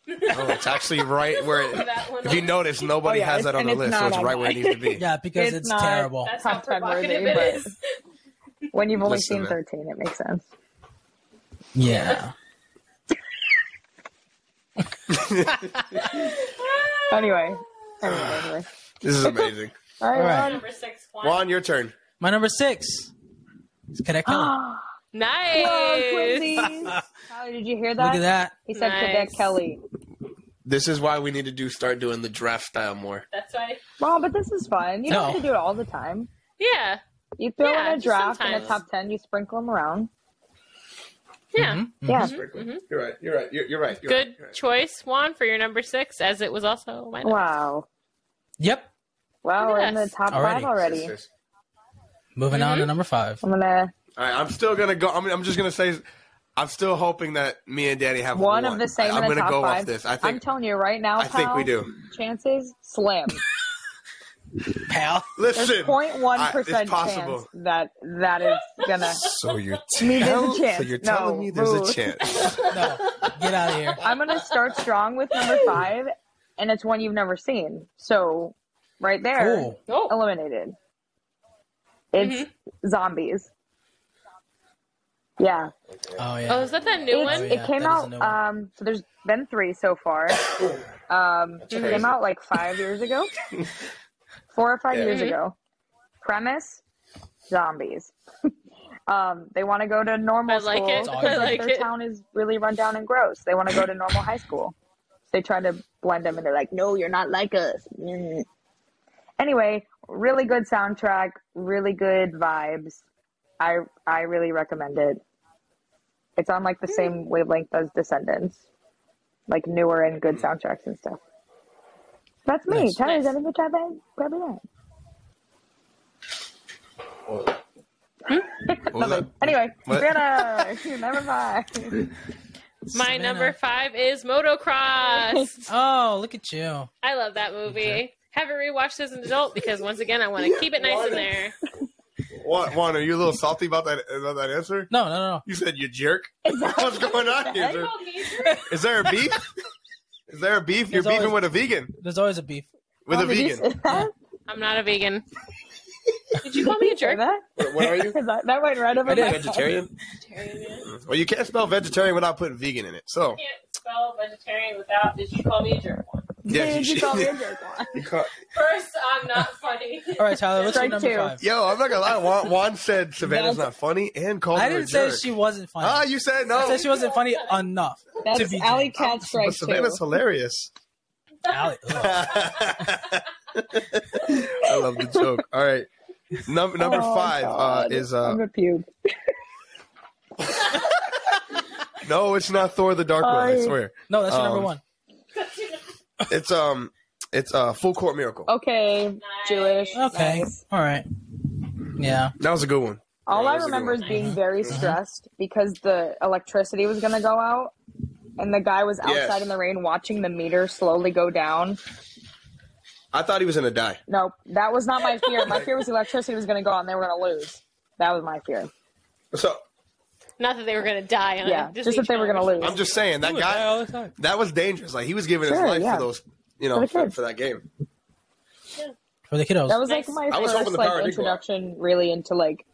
Speaker 2: Oh, it's actually right where. It,
Speaker 3: that one.
Speaker 2: if you notice, nobody
Speaker 4: Oh, yeah,
Speaker 2: has that
Speaker 4: it's-
Speaker 2: on the
Speaker 4: and it's
Speaker 2: list, so
Speaker 4: not
Speaker 2: it's
Speaker 4: on
Speaker 2: right where it
Speaker 4: mine.
Speaker 2: needs to be.
Speaker 1: Yeah, because
Speaker 4: It's
Speaker 1: it's,
Speaker 4: not-
Speaker 1: terrible.
Speaker 3: That's how
Speaker 4: top ten worthy,
Speaker 3: provocative
Speaker 4: but-
Speaker 3: it is.
Speaker 4: when you've only
Speaker 2: Listen,
Speaker 4: seen
Speaker 2: man.
Speaker 4: 13, it makes sense.
Speaker 1: Yeah.
Speaker 4: Anyway. Anyway, anyway.
Speaker 2: This is amazing.
Speaker 4: All right,
Speaker 1: All right.
Speaker 4: Ron.
Speaker 3: Number six, Juan.
Speaker 2: Juan, your turn.
Speaker 1: My number six is Cadet Kelly.
Speaker 3: Nice.
Speaker 4: Whoa, Tyler, did you hear that?
Speaker 1: Look at that.
Speaker 4: He said Cadet
Speaker 3: Nice.
Speaker 4: Kelly.
Speaker 2: This is why we need to do start doing the draft style more.
Speaker 3: That's why.
Speaker 4: Mom, but this is fun. You
Speaker 1: No.
Speaker 4: don't have to do it all the time.
Speaker 3: Yeah.
Speaker 4: You throw
Speaker 3: Yeah,
Speaker 4: in a
Speaker 3: just
Speaker 4: draft and a
Speaker 3: sometimes.
Speaker 4: top 10, you sprinkle them around.
Speaker 3: Yeah.
Speaker 1: Mhm, mhm.
Speaker 4: Yeah. Mm-hmm.
Speaker 2: You're right. You're right. You're, you're right. You're
Speaker 3: Good
Speaker 2: right, Mm-hmm. you're right.
Speaker 3: choice, Juan, for your number six, as it was also my number.
Speaker 4: Wow.
Speaker 1: Yep.
Speaker 4: Wow, we're in the
Speaker 3: Yes.
Speaker 4: top
Speaker 1: Already.
Speaker 4: five already.
Speaker 2: Yes, yes.
Speaker 1: Moving on
Speaker 4: Mm-hmm.
Speaker 1: to number five.
Speaker 4: I'm going to.
Speaker 2: All right. I'm still gonna go. I'm, I'm just gonna say. I'm still hoping that me and Danny have
Speaker 4: one,
Speaker 2: one,
Speaker 4: of the same
Speaker 2: I,
Speaker 4: in
Speaker 2: I'm
Speaker 4: the
Speaker 2: gonna
Speaker 4: top
Speaker 2: go
Speaker 4: five.
Speaker 2: off this. I
Speaker 4: am
Speaker 2: think.
Speaker 4: telling you right now,
Speaker 2: I think
Speaker 4: pal,
Speaker 2: we do.
Speaker 4: Chances slim.
Speaker 1: Pal.
Speaker 2: Listen.
Speaker 4: There's 0.1
Speaker 2: I-
Speaker 4: percent
Speaker 2: it's possible.
Speaker 4: chance that that is gonna.
Speaker 2: So you're,
Speaker 4: mean, there's a
Speaker 2: tell- so
Speaker 4: chance.
Speaker 2: you're
Speaker 4: No,
Speaker 2: telling me there's
Speaker 4: boo.
Speaker 2: a chance.
Speaker 1: No. Get out of here.
Speaker 4: I'm gonna start strong with number five, and it's one you've never seen. So, right there,
Speaker 1: Cool.
Speaker 3: Oh,
Speaker 4: eliminated. It's zombies. Yeah,
Speaker 1: Oh, yeah.
Speaker 3: oh, is that that new
Speaker 4: It's-
Speaker 3: one?
Speaker 1: yeah,
Speaker 4: it
Speaker 1: that
Speaker 4: came
Speaker 1: is a
Speaker 4: out.
Speaker 1: new one.
Speaker 4: Um, so there's been three so far. Um, it
Speaker 2: crazy.
Speaker 4: came out like five years ago, four or five
Speaker 2: Yeah.
Speaker 4: years
Speaker 3: Mhm.
Speaker 4: ago. Premise: zombies. um, they want to go to normal
Speaker 3: I like
Speaker 4: school
Speaker 3: it.
Speaker 4: because
Speaker 1: I
Speaker 4: like,
Speaker 1: like
Speaker 4: their
Speaker 3: it.
Speaker 4: town is really run down and gross. They want to go to normal high school. So they try to blend them, and they're like, "No, you're not like us." Mm. Anyway, really good soundtrack, really good vibes. I I really recommend it. It's on like the same wavelength as Descendants, like newer and good soundtracks and stuff. That's me.
Speaker 1: Nice.
Speaker 4: Tyler,
Speaker 3: Nice.
Speaker 4: is that in the top eight? Probably not.
Speaker 2: What was that?
Speaker 4: Anyway,
Speaker 2: What?
Speaker 4: Savannah, never mind.
Speaker 3: My
Speaker 1: Savannah.
Speaker 3: number five is Motocross.
Speaker 1: Oh, look at you.
Speaker 3: I love that movie. Haven't rewatched as an adult because once again I want to keep it nice in there.
Speaker 2: Juan, Juan, are you a little salty about that about that answer?
Speaker 1: No, no, no.
Speaker 2: You said you jerk. What's going on here? Is there- Is there a beef? Is there a beef? You're
Speaker 1: There's
Speaker 2: beefing
Speaker 1: always-
Speaker 2: with a vegan.
Speaker 1: There's always a beef.
Speaker 2: With a
Speaker 4: Did you
Speaker 2: vegan.
Speaker 4: say that?
Speaker 3: I'm not a vegan.
Speaker 4: Did
Speaker 5: Did you call me a jerk?
Speaker 4: That?
Speaker 2: What, what are you?
Speaker 4: that, that went right over
Speaker 2: Are you
Speaker 4: my
Speaker 2: vegetarian?
Speaker 3: Vegetarian.
Speaker 2: Well, you can't spell vegetarian without putting vegan in it. So,
Speaker 3: can't spell vegetarian without did you call me a jerk one?
Speaker 4: head.
Speaker 2: yeah,
Speaker 4: Did
Speaker 2: you
Speaker 4: you call me a
Speaker 2: should.
Speaker 4: jerk one?
Speaker 2: You can't-
Speaker 3: First, I'm not funny.
Speaker 1: All right, Tyler, what's your
Speaker 4: Strike
Speaker 1: number
Speaker 4: two.
Speaker 1: five?
Speaker 2: Yo, I'm not gonna lie. Juan, Juan said Savannah's not funny and called
Speaker 1: I
Speaker 2: her a
Speaker 1: didn't say
Speaker 2: jerk.
Speaker 1: she wasn't funny.
Speaker 2: Ah, you said no.
Speaker 1: I said she wasn't funny enough. to
Speaker 4: That's
Speaker 1: be
Speaker 4: Alley
Speaker 1: jerk.
Speaker 4: Cat
Speaker 2: But
Speaker 4: Strike Two.
Speaker 2: Savannah's hilarious.
Speaker 1: Allie, ugh.
Speaker 2: I love the joke. All right, Num- number
Speaker 4: Oh,
Speaker 2: five uh,
Speaker 4: God.
Speaker 2: is
Speaker 4: I'm
Speaker 2: uh,
Speaker 4: a puke.
Speaker 2: no, it's not Thor: The Dark World. I
Speaker 4: I-
Speaker 2: swear,
Speaker 1: no, that's your
Speaker 2: Um,
Speaker 1: number one.
Speaker 2: it's um, it's uh, Full Court Miracle.
Speaker 4: Oh. Okay, Jewish.
Speaker 1: Okay,
Speaker 4: Nice.
Speaker 1: all right. Yeah,
Speaker 2: That was a good one.
Speaker 4: All
Speaker 2: Yeah,
Speaker 4: I
Speaker 2: that's a Mm-hmm. good
Speaker 4: remember
Speaker 2: one.
Speaker 4: is being very stressed because the electricity was going to go out, and the guy was outside
Speaker 2: Yes.
Speaker 4: in the rain watching the meter slowly go down.
Speaker 2: I thought he was gonna die.
Speaker 4: No, that was not my fear. My fear was the electricity was going to go out and they were going to lose. That was my fear.
Speaker 2: So
Speaker 5: Not that they were gonna die on
Speaker 4: Yeah,
Speaker 5: it.
Speaker 4: just that they were going to lose.
Speaker 2: I'm just saying that guy
Speaker 1: all the time.
Speaker 2: that was dangerous. Like he was giving
Speaker 4: Sure,
Speaker 2: his life
Speaker 4: yeah.
Speaker 2: for those, you know,
Speaker 4: For the
Speaker 2: for,
Speaker 4: kids.
Speaker 2: for that game.
Speaker 1: for the kiddos.
Speaker 4: that was like my
Speaker 2: I was hoping
Speaker 4: first
Speaker 2: the power
Speaker 4: like
Speaker 2: did go out.
Speaker 4: introduction, really into like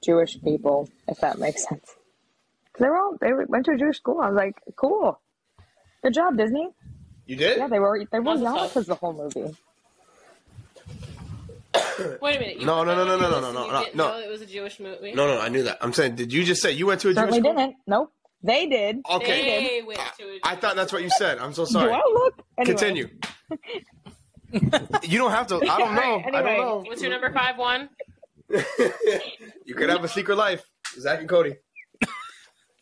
Speaker 4: Jewish people, if that makes sense. 'Cause They were all they went to a Jewish school. I was like, cool, good job, Disney.
Speaker 2: You did?
Speaker 4: Yeah, they were they were
Speaker 3: Mazel
Speaker 4: young
Speaker 3: tov.
Speaker 4: because the whole movie.
Speaker 3: Wait a minute. you
Speaker 2: No, no, no, no, no,
Speaker 5: no,
Speaker 2: no, no,
Speaker 5: you
Speaker 2: no,
Speaker 5: didn't
Speaker 2: no.
Speaker 5: know it was a Jewish movie.
Speaker 2: No, no, I knew that. I'm saying, did you just say you went to a Jewish
Speaker 4: Certainly
Speaker 2: school?
Speaker 4: didn't. Nope, they did.
Speaker 2: Okay,
Speaker 3: They went to a
Speaker 2: I thought that's what you said. I'm so
Speaker 4: Do
Speaker 2: sorry.
Speaker 4: I look? Anyway,
Speaker 2: Continue. you don't have to. I don't know.
Speaker 4: Alright,
Speaker 2: I don't
Speaker 4: anyway.
Speaker 2: know.
Speaker 5: What's your number five one?
Speaker 2: You could have a secret life, Zach and Cody.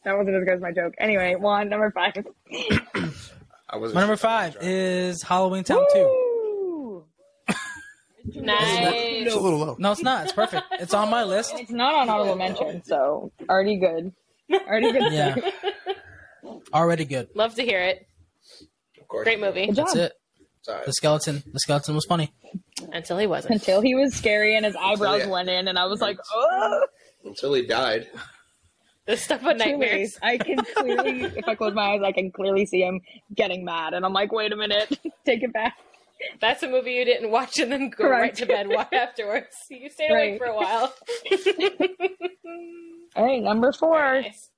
Speaker 4: That wasn't as good as my joke. Anyway, one number five.
Speaker 2: I was
Speaker 1: my number five is Halloween Town Two.
Speaker 4: Woo!
Speaker 5: Nice.
Speaker 2: It's a little low.
Speaker 1: No, it's not. It's perfect. It's on my list.
Speaker 4: It's not on honorable mention, so already good. Already good.
Speaker 1: Yeah, already good.
Speaker 5: Love to hear it.
Speaker 2: Of course.
Speaker 5: Great movie.
Speaker 4: Good job.
Speaker 1: That's it.
Speaker 2: Sorry.
Speaker 1: The skeleton. The skeleton was funny.
Speaker 5: Until he wasn't.
Speaker 4: Until he was scary and his eyebrows
Speaker 2: yeah.
Speaker 4: went in, and I was like, oh,
Speaker 2: Until he died.
Speaker 5: The stuff with
Speaker 4: Two ways.
Speaker 5: nightmares.
Speaker 4: I can clearly, if I close my eyes, I can clearly see him getting mad, and I'm like, wait a minute, take it back.
Speaker 5: That's a movie you didn't watch and then go
Speaker 4: Correct.
Speaker 5: right to bed wa- afterwards. You stayed
Speaker 4: Right.
Speaker 5: awake for a while.
Speaker 4: All right, number four,
Speaker 5: Nice.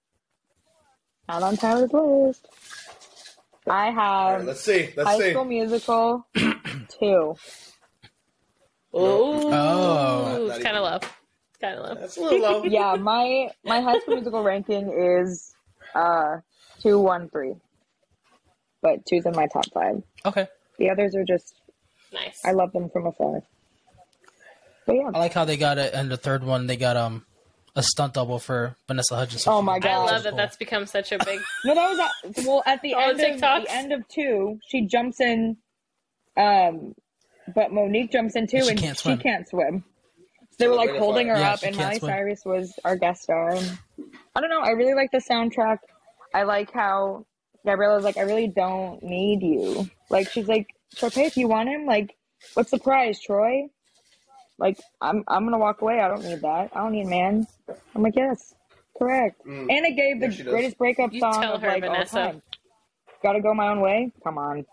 Speaker 4: not on Tyler's list. I
Speaker 2: All
Speaker 4: have
Speaker 2: right, let's see. Let's
Speaker 4: Um, High
Speaker 2: see.
Speaker 4: School Musical two.
Speaker 5: Ooh,
Speaker 1: Oh.
Speaker 5: it's kind of low. Kind of low.
Speaker 2: That's a little low.
Speaker 4: Yeah, my my High School Musical ranking is uh two one three, but two's in my top five.
Speaker 1: Okay,
Speaker 4: The others are just
Speaker 5: Nice.
Speaker 4: I love them from afar. But yeah.
Speaker 1: I like how they got it. And the third one, they got um a stunt double for Vanessa Hudgens.
Speaker 4: Oh my
Speaker 5: I
Speaker 4: God.
Speaker 5: love that that's become such a big.
Speaker 4: No, that was at, well at the
Speaker 5: Oh,
Speaker 4: end of
Speaker 5: TikToks?
Speaker 4: the end of two, she jumps in, um, but Monique jumps in too,
Speaker 1: And
Speaker 4: and
Speaker 1: she
Speaker 4: she,
Speaker 1: can't
Speaker 4: can't,
Speaker 1: swim.
Speaker 4: swim. So they were like holding her
Speaker 1: Yeah,
Speaker 4: up,
Speaker 1: she
Speaker 4: and
Speaker 1: can't
Speaker 4: Miley
Speaker 1: swim.
Speaker 4: Cyrus was our guest star. And I don't know. I really like the soundtrack. I like how Gabriella's like, I really don't need you. Like she's like, Troy, if you want him, like, what's the prize, Troy? Like I'm, I'm gonna walk away. I don't need that. I don't need a man. I'm like, yes, correct.
Speaker 2: Mm.
Speaker 4: And it gave
Speaker 2: Yeah,
Speaker 4: the
Speaker 2: she does.
Speaker 4: greatest breakup
Speaker 5: You
Speaker 4: song
Speaker 5: tell
Speaker 4: of,
Speaker 5: her,
Speaker 4: like
Speaker 5: Vanessa.
Speaker 4: all time. Gotta go my own way. Come on.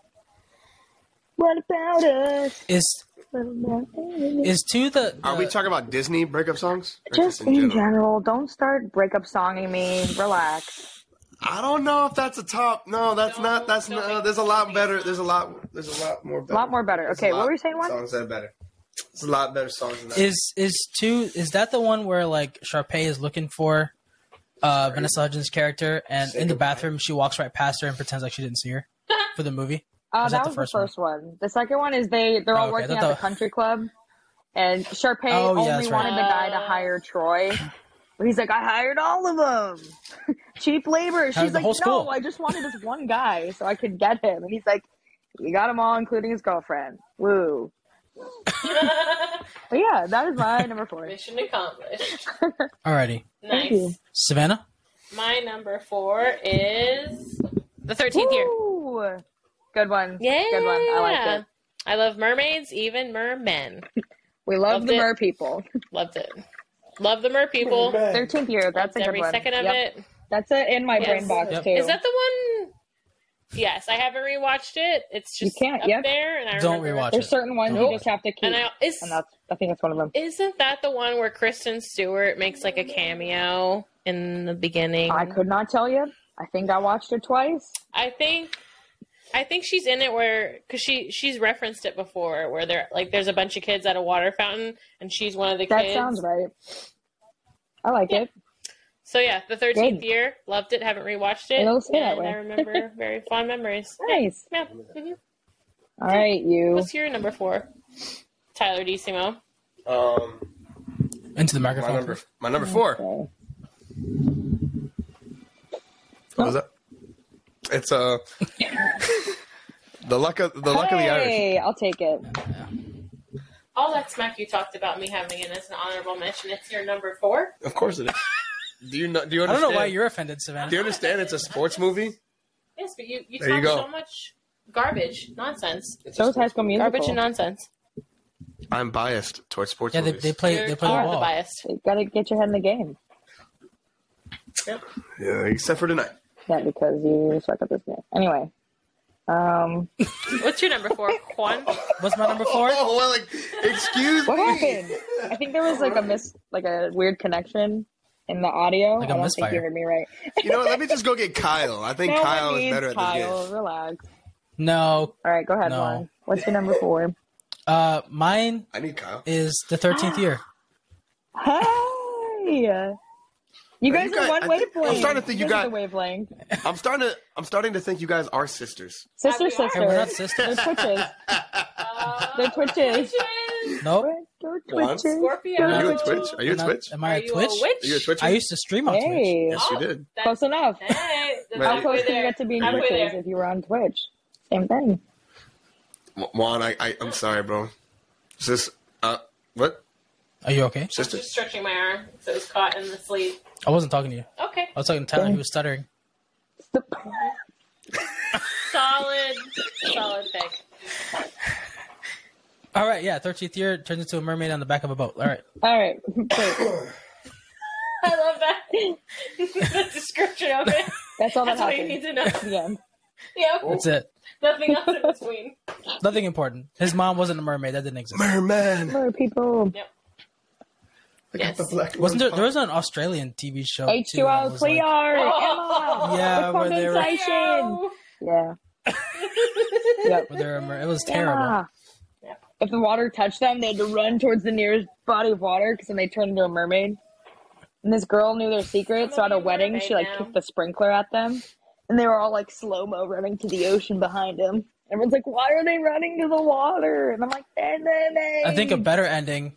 Speaker 4: What about us?
Speaker 1: Is
Speaker 4: What about us?
Speaker 1: is two the?
Speaker 2: Are we
Speaker 1: the-
Speaker 2: talking about Disney breakup songs? Or
Speaker 4: Just in general. don't start breakup songing me. Relax.
Speaker 2: I don't know if that's a top. No, that's
Speaker 5: Don't-
Speaker 2: not. That's
Speaker 5: don't
Speaker 2: no.
Speaker 5: make
Speaker 2: there's a
Speaker 5: me
Speaker 2: lot
Speaker 5: think
Speaker 2: better.
Speaker 5: so.
Speaker 2: There's a lot. There's a lot more. better.
Speaker 4: A lot more better.
Speaker 2: There's a
Speaker 4: Okay, what
Speaker 2: lot
Speaker 4: were you saying? One.
Speaker 2: Songs that are better. It's a lot better songs than that.
Speaker 1: Is is two? Is that the one where like Sharpay is looking for uh, Vanessa Hudgens' character, and
Speaker 2: Say
Speaker 1: in the
Speaker 2: goodbye.
Speaker 1: bathroom she walks right past her and pretends like she didn't see her for the movie?
Speaker 4: Uh,
Speaker 1: Was
Speaker 4: that, was the first, one? The second one is they they're
Speaker 1: Oh,
Speaker 4: all
Speaker 1: okay, I
Speaker 4: working
Speaker 1: thought
Speaker 4: at the
Speaker 1: that-
Speaker 4: country club, and Sharpay
Speaker 1: Oh, yeah,
Speaker 4: only
Speaker 1: that's right.
Speaker 4: wanted the guy to hire Troy. But he's like, I hired all of them, cheap labor.
Speaker 1: Hired
Speaker 4: She's
Speaker 1: the
Speaker 4: like,
Speaker 1: whole
Speaker 4: No,
Speaker 1: school."
Speaker 4: I just wanted this one guy so I could get him. And he's like, You got them all, including his girlfriend. Woo. But yeah, that is my number four.
Speaker 3: Mission accomplished.
Speaker 1: Alrighty,
Speaker 4: Thank you.
Speaker 5: Nice.
Speaker 1: Savannah.
Speaker 3: My number four is
Speaker 5: The 13th year.
Speaker 4: Woo. Good one.
Speaker 5: Yeah.
Speaker 4: Good one. I like it.
Speaker 5: I love mermaids, even mermen.
Speaker 4: We love
Speaker 5: Loved
Speaker 4: the
Speaker 5: it.
Speaker 4: mer people.
Speaker 5: Loved it. Love the mer people.
Speaker 4: Thirteenth year. That's
Speaker 5: Loved
Speaker 4: a good
Speaker 5: every
Speaker 4: one.
Speaker 5: second of
Speaker 4: Yep.
Speaker 5: it.
Speaker 4: That's it in my
Speaker 5: Yes.
Speaker 4: brain box
Speaker 1: Yep.
Speaker 4: too.
Speaker 5: Is that the one?
Speaker 3: Yes, I haven't rewatched it. It's
Speaker 4: You
Speaker 3: just
Speaker 4: can't,
Speaker 3: up
Speaker 4: yep.
Speaker 3: there, and I
Speaker 1: Don't
Speaker 3: remember-
Speaker 1: rewatch
Speaker 4: There's
Speaker 1: it.
Speaker 4: certain ones
Speaker 1: Nope.
Speaker 4: you just have to keep,
Speaker 3: And
Speaker 4: and,
Speaker 3: I is
Speaker 4: that's I think it's one of them.
Speaker 3: isn't that the one where Kristen Stewart makes like a cameo in the beginning?
Speaker 4: I could not tell you. I think I watched it twice.
Speaker 3: I think I think she's in it where because she she's referenced it before where there like there's a bunch of kids at a water fountain and she's one of the
Speaker 4: That
Speaker 3: kids.
Speaker 4: sounds right. I like it.
Speaker 3: So yeah, the thirteenth
Speaker 4: Good.
Speaker 3: year loved it. Haven't rewatched it.
Speaker 4: It'll stay that
Speaker 3: and
Speaker 4: way.
Speaker 3: I remember very fond memories.
Speaker 4: Nice.
Speaker 3: Yeah. mhm.
Speaker 4: All right, you.
Speaker 3: What's your number four? Tyler DeSimo.
Speaker 2: Um,
Speaker 1: Into the
Speaker 2: my
Speaker 1: microphone.
Speaker 2: number, my number four.
Speaker 4: Okay.
Speaker 2: What was that? It's uh, the luck of the luck of the Irish.
Speaker 4: Hey, I'll take it.
Speaker 3: All that smack you talked about me having it as an honorable mention. It's your number four.
Speaker 2: Of course it is. Do you know? Do you
Speaker 1: I
Speaker 2: understand?
Speaker 1: don't know why you're offended, Savannah.
Speaker 2: Do you understand? It's a sports movie.
Speaker 3: Yes, but you you
Speaker 2: There you
Speaker 3: talk
Speaker 2: go.
Speaker 3: so much garbage, nonsense,
Speaker 2: It's a
Speaker 4: So is High
Speaker 2: sports-
Speaker 4: School Musical.
Speaker 3: garbage and nonsense.
Speaker 2: I'm biased towards sports
Speaker 1: yeah, they,
Speaker 2: movies.
Speaker 1: they play they
Speaker 3: You're-
Speaker 1: play
Speaker 3: you
Speaker 1: the
Speaker 3: are the
Speaker 1: wall.
Speaker 3: biased.
Speaker 4: you gotta get your head in the game.
Speaker 2: yeah, except for tonight.
Speaker 4: Yeah, because you sweat up this game. Anyway, um,
Speaker 3: What's your number four, Juan?
Speaker 1: What's my number four?
Speaker 2: Oh well, like, excuse
Speaker 4: what
Speaker 2: me.
Speaker 4: happened? I think there was like a miss, like a weird connection in the audio.
Speaker 1: Like a
Speaker 4: I don't think you
Speaker 1: misfire.
Speaker 4: heard me right.
Speaker 2: You know, what, let me just go get Kyle. I think
Speaker 4: No
Speaker 2: Kyle
Speaker 4: one
Speaker 2: is
Speaker 4: needs
Speaker 2: better at
Speaker 4: Kyle.
Speaker 2: this game.
Speaker 4: Relax.
Speaker 1: No,
Speaker 4: All right, go ahead,
Speaker 1: No.
Speaker 4: Juan. What's your number four?
Speaker 1: uh, mine
Speaker 2: I need Kyle.
Speaker 1: is the thirteenth year.
Speaker 4: Hey, you guys
Speaker 2: you
Speaker 4: are
Speaker 2: guys-
Speaker 4: one
Speaker 2: I think-
Speaker 4: wavelength.
Speaker 2: I'm starting to think you
Speaker 4: This is
Speaker 2: got-
Speaker 4: the wavelength.
Speaker 2: I'm starting to. I'm starting to think you guys are sisters.
Speaker 4: Sister,
Speaker 3: we are.
Speaker 1: And we're
Speaker 4: sister.
Speaker 1: not
Speaker 4: They're
Speaker 1: sisters.
Speaker 4: twitches.
Speaker 3: Uh,
Speaker 4: They're twitches.
Speaker 3: Twitches.
Speaker 1: Nope.
Speaker 4: They're
Speaker 2: Juan?
Speaker 4: twitches.
Speaker 3: Scorpio.
Speaker 2: Are you a Twitch? Are you a
Speaker 1: Am I-
Speaker 2: Twitch?
Speaker 1: Am
Speaker 3: Are
Speaker 1: I a
Speaker 3: you
Speaker 1: Twitch?
Speaker 3: a witch? Oh,
Speaker 2: Are you a Twitch?
Speaker 1: I used to stream on Twitch.
Speaker 4: Hey,
Speaker 2: yes, you did.
Speaker 3: That's-
Speaker 4: close enough.
Speaker 3: Hey, that's
Speaker 2: How
Speaker 4: How
Speaker 3: halfway
Speaker 4: close do you
Speaker 3: there.
Speaker 4: get to being
Speaker 3: Halfway
Speaker 4: twitches
Speaker 3: there.
Speaker 4: if you were on Twitch? Same thing.
Speaker 2: Ju- Juan, I, I, I'm sorry, bro. Sis, uh, what?
Speaker 1: Are you okay?
Speaker 3: I was
Speaker 2: Sister?
Speaker 3: just stretching my arm, so it was caught in the sleeve.
Speaker 1: I wasn't talking to you.
Speaker 3: Okay,
Speaker 1: I was talking to Tyler.
Speaker 4: Okay.
Speaker 1: He was stuttering.
Speaker 3: solid, solid pick.
Speaker 1: All right, yeah. Thirteenth year turns into a mermaid on the back of a boat. All right.
Speaker 4: All right. Wait,
Speaker 3: I love that. the description of it.
Speaker 4: that's all that
Speaker 3: That's all you
Speaker 4: happened.
Speaker 3: need to know.
Speaker 4: The end.
Speaker 3: Yep.
Speaker 2: Oh.
Speaker 1: That's it.
Speaker 3: Nothing else in between.
Speaker 1: Nothing important. His mom wasn't a mermaid. That didn't exist.
Speaker 2: Merman.
Speaker 4: More people.
Speaker 3: Yes.
Speaker 1: Wasn't there? There was an Australian TV show. too, that
Speaker 4: H2O,
Speaker 1: was like-
Speaker 4: Clear,
Speaker 3: Oh.
Speaker 4: Emma.
Speaker 1: yeah,
Speaker 4: the
Speaker 1: where they were.
Speaker 4: condensation. Yeah. Yep.
Speaker 1: Where they were mer- it was terrible.
Speaker 4: Yeah. If the water touched them, they had to run towards the nearest body of water because then they turned into a mermaid. And this girl knew their secret, so at a
Speaker 3: I'm a
Speaker 4: wedding, she like
Speaker 3: mermaid now.
Speaker 4: kicked the sprinkler at them, and they were all like slow mo running to the ocean behind them. Everyone's like, "Why are they running to the water?" And I'm like, "They're mermaids."
Speaker 1: I think a better ending.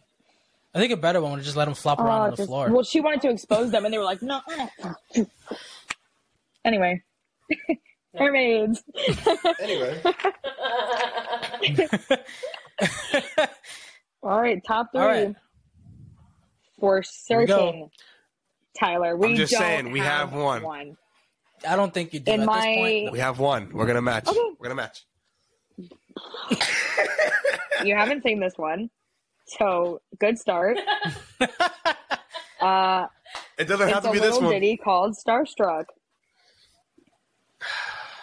Speaker 1: I think a better one would just let him flop around
Speaker 4: Oh,
Speaker 1: on the
Speaker 4: just-
Speaker 1: floor.
Speaker 4: Well, she wanted to expose them, and they were like, no. anyway. Mermaids.
Speaker 2: Anyway,
Speaker 4: All right, top three.
Speaker 1: All right.
Speaker 4: For
Speaker 1: we go.
Speaker 4: certain, Tyler. We
Speaker 2: I'm just
Speaker 4: don't
Speaker 2: saying, we have one.
Speaker 1: I don't think you do
Speaker 4: In
Speaker 1: at
Speaker 4: my-
Speaker 1: this point.
Speaker 2: we have one. We're gonna match.
Speaker 4: Okay.
Speaker 2: We're gonna match.
Speaker 4: You haven't seen this one. So, good start. uh,
Speaker 2: It doesn't have
Speaker 4: it's a
Speaker 2: to be this
Speaker 4: little
Speaker 2: one.
Speaker 4: ditty called Starstruck.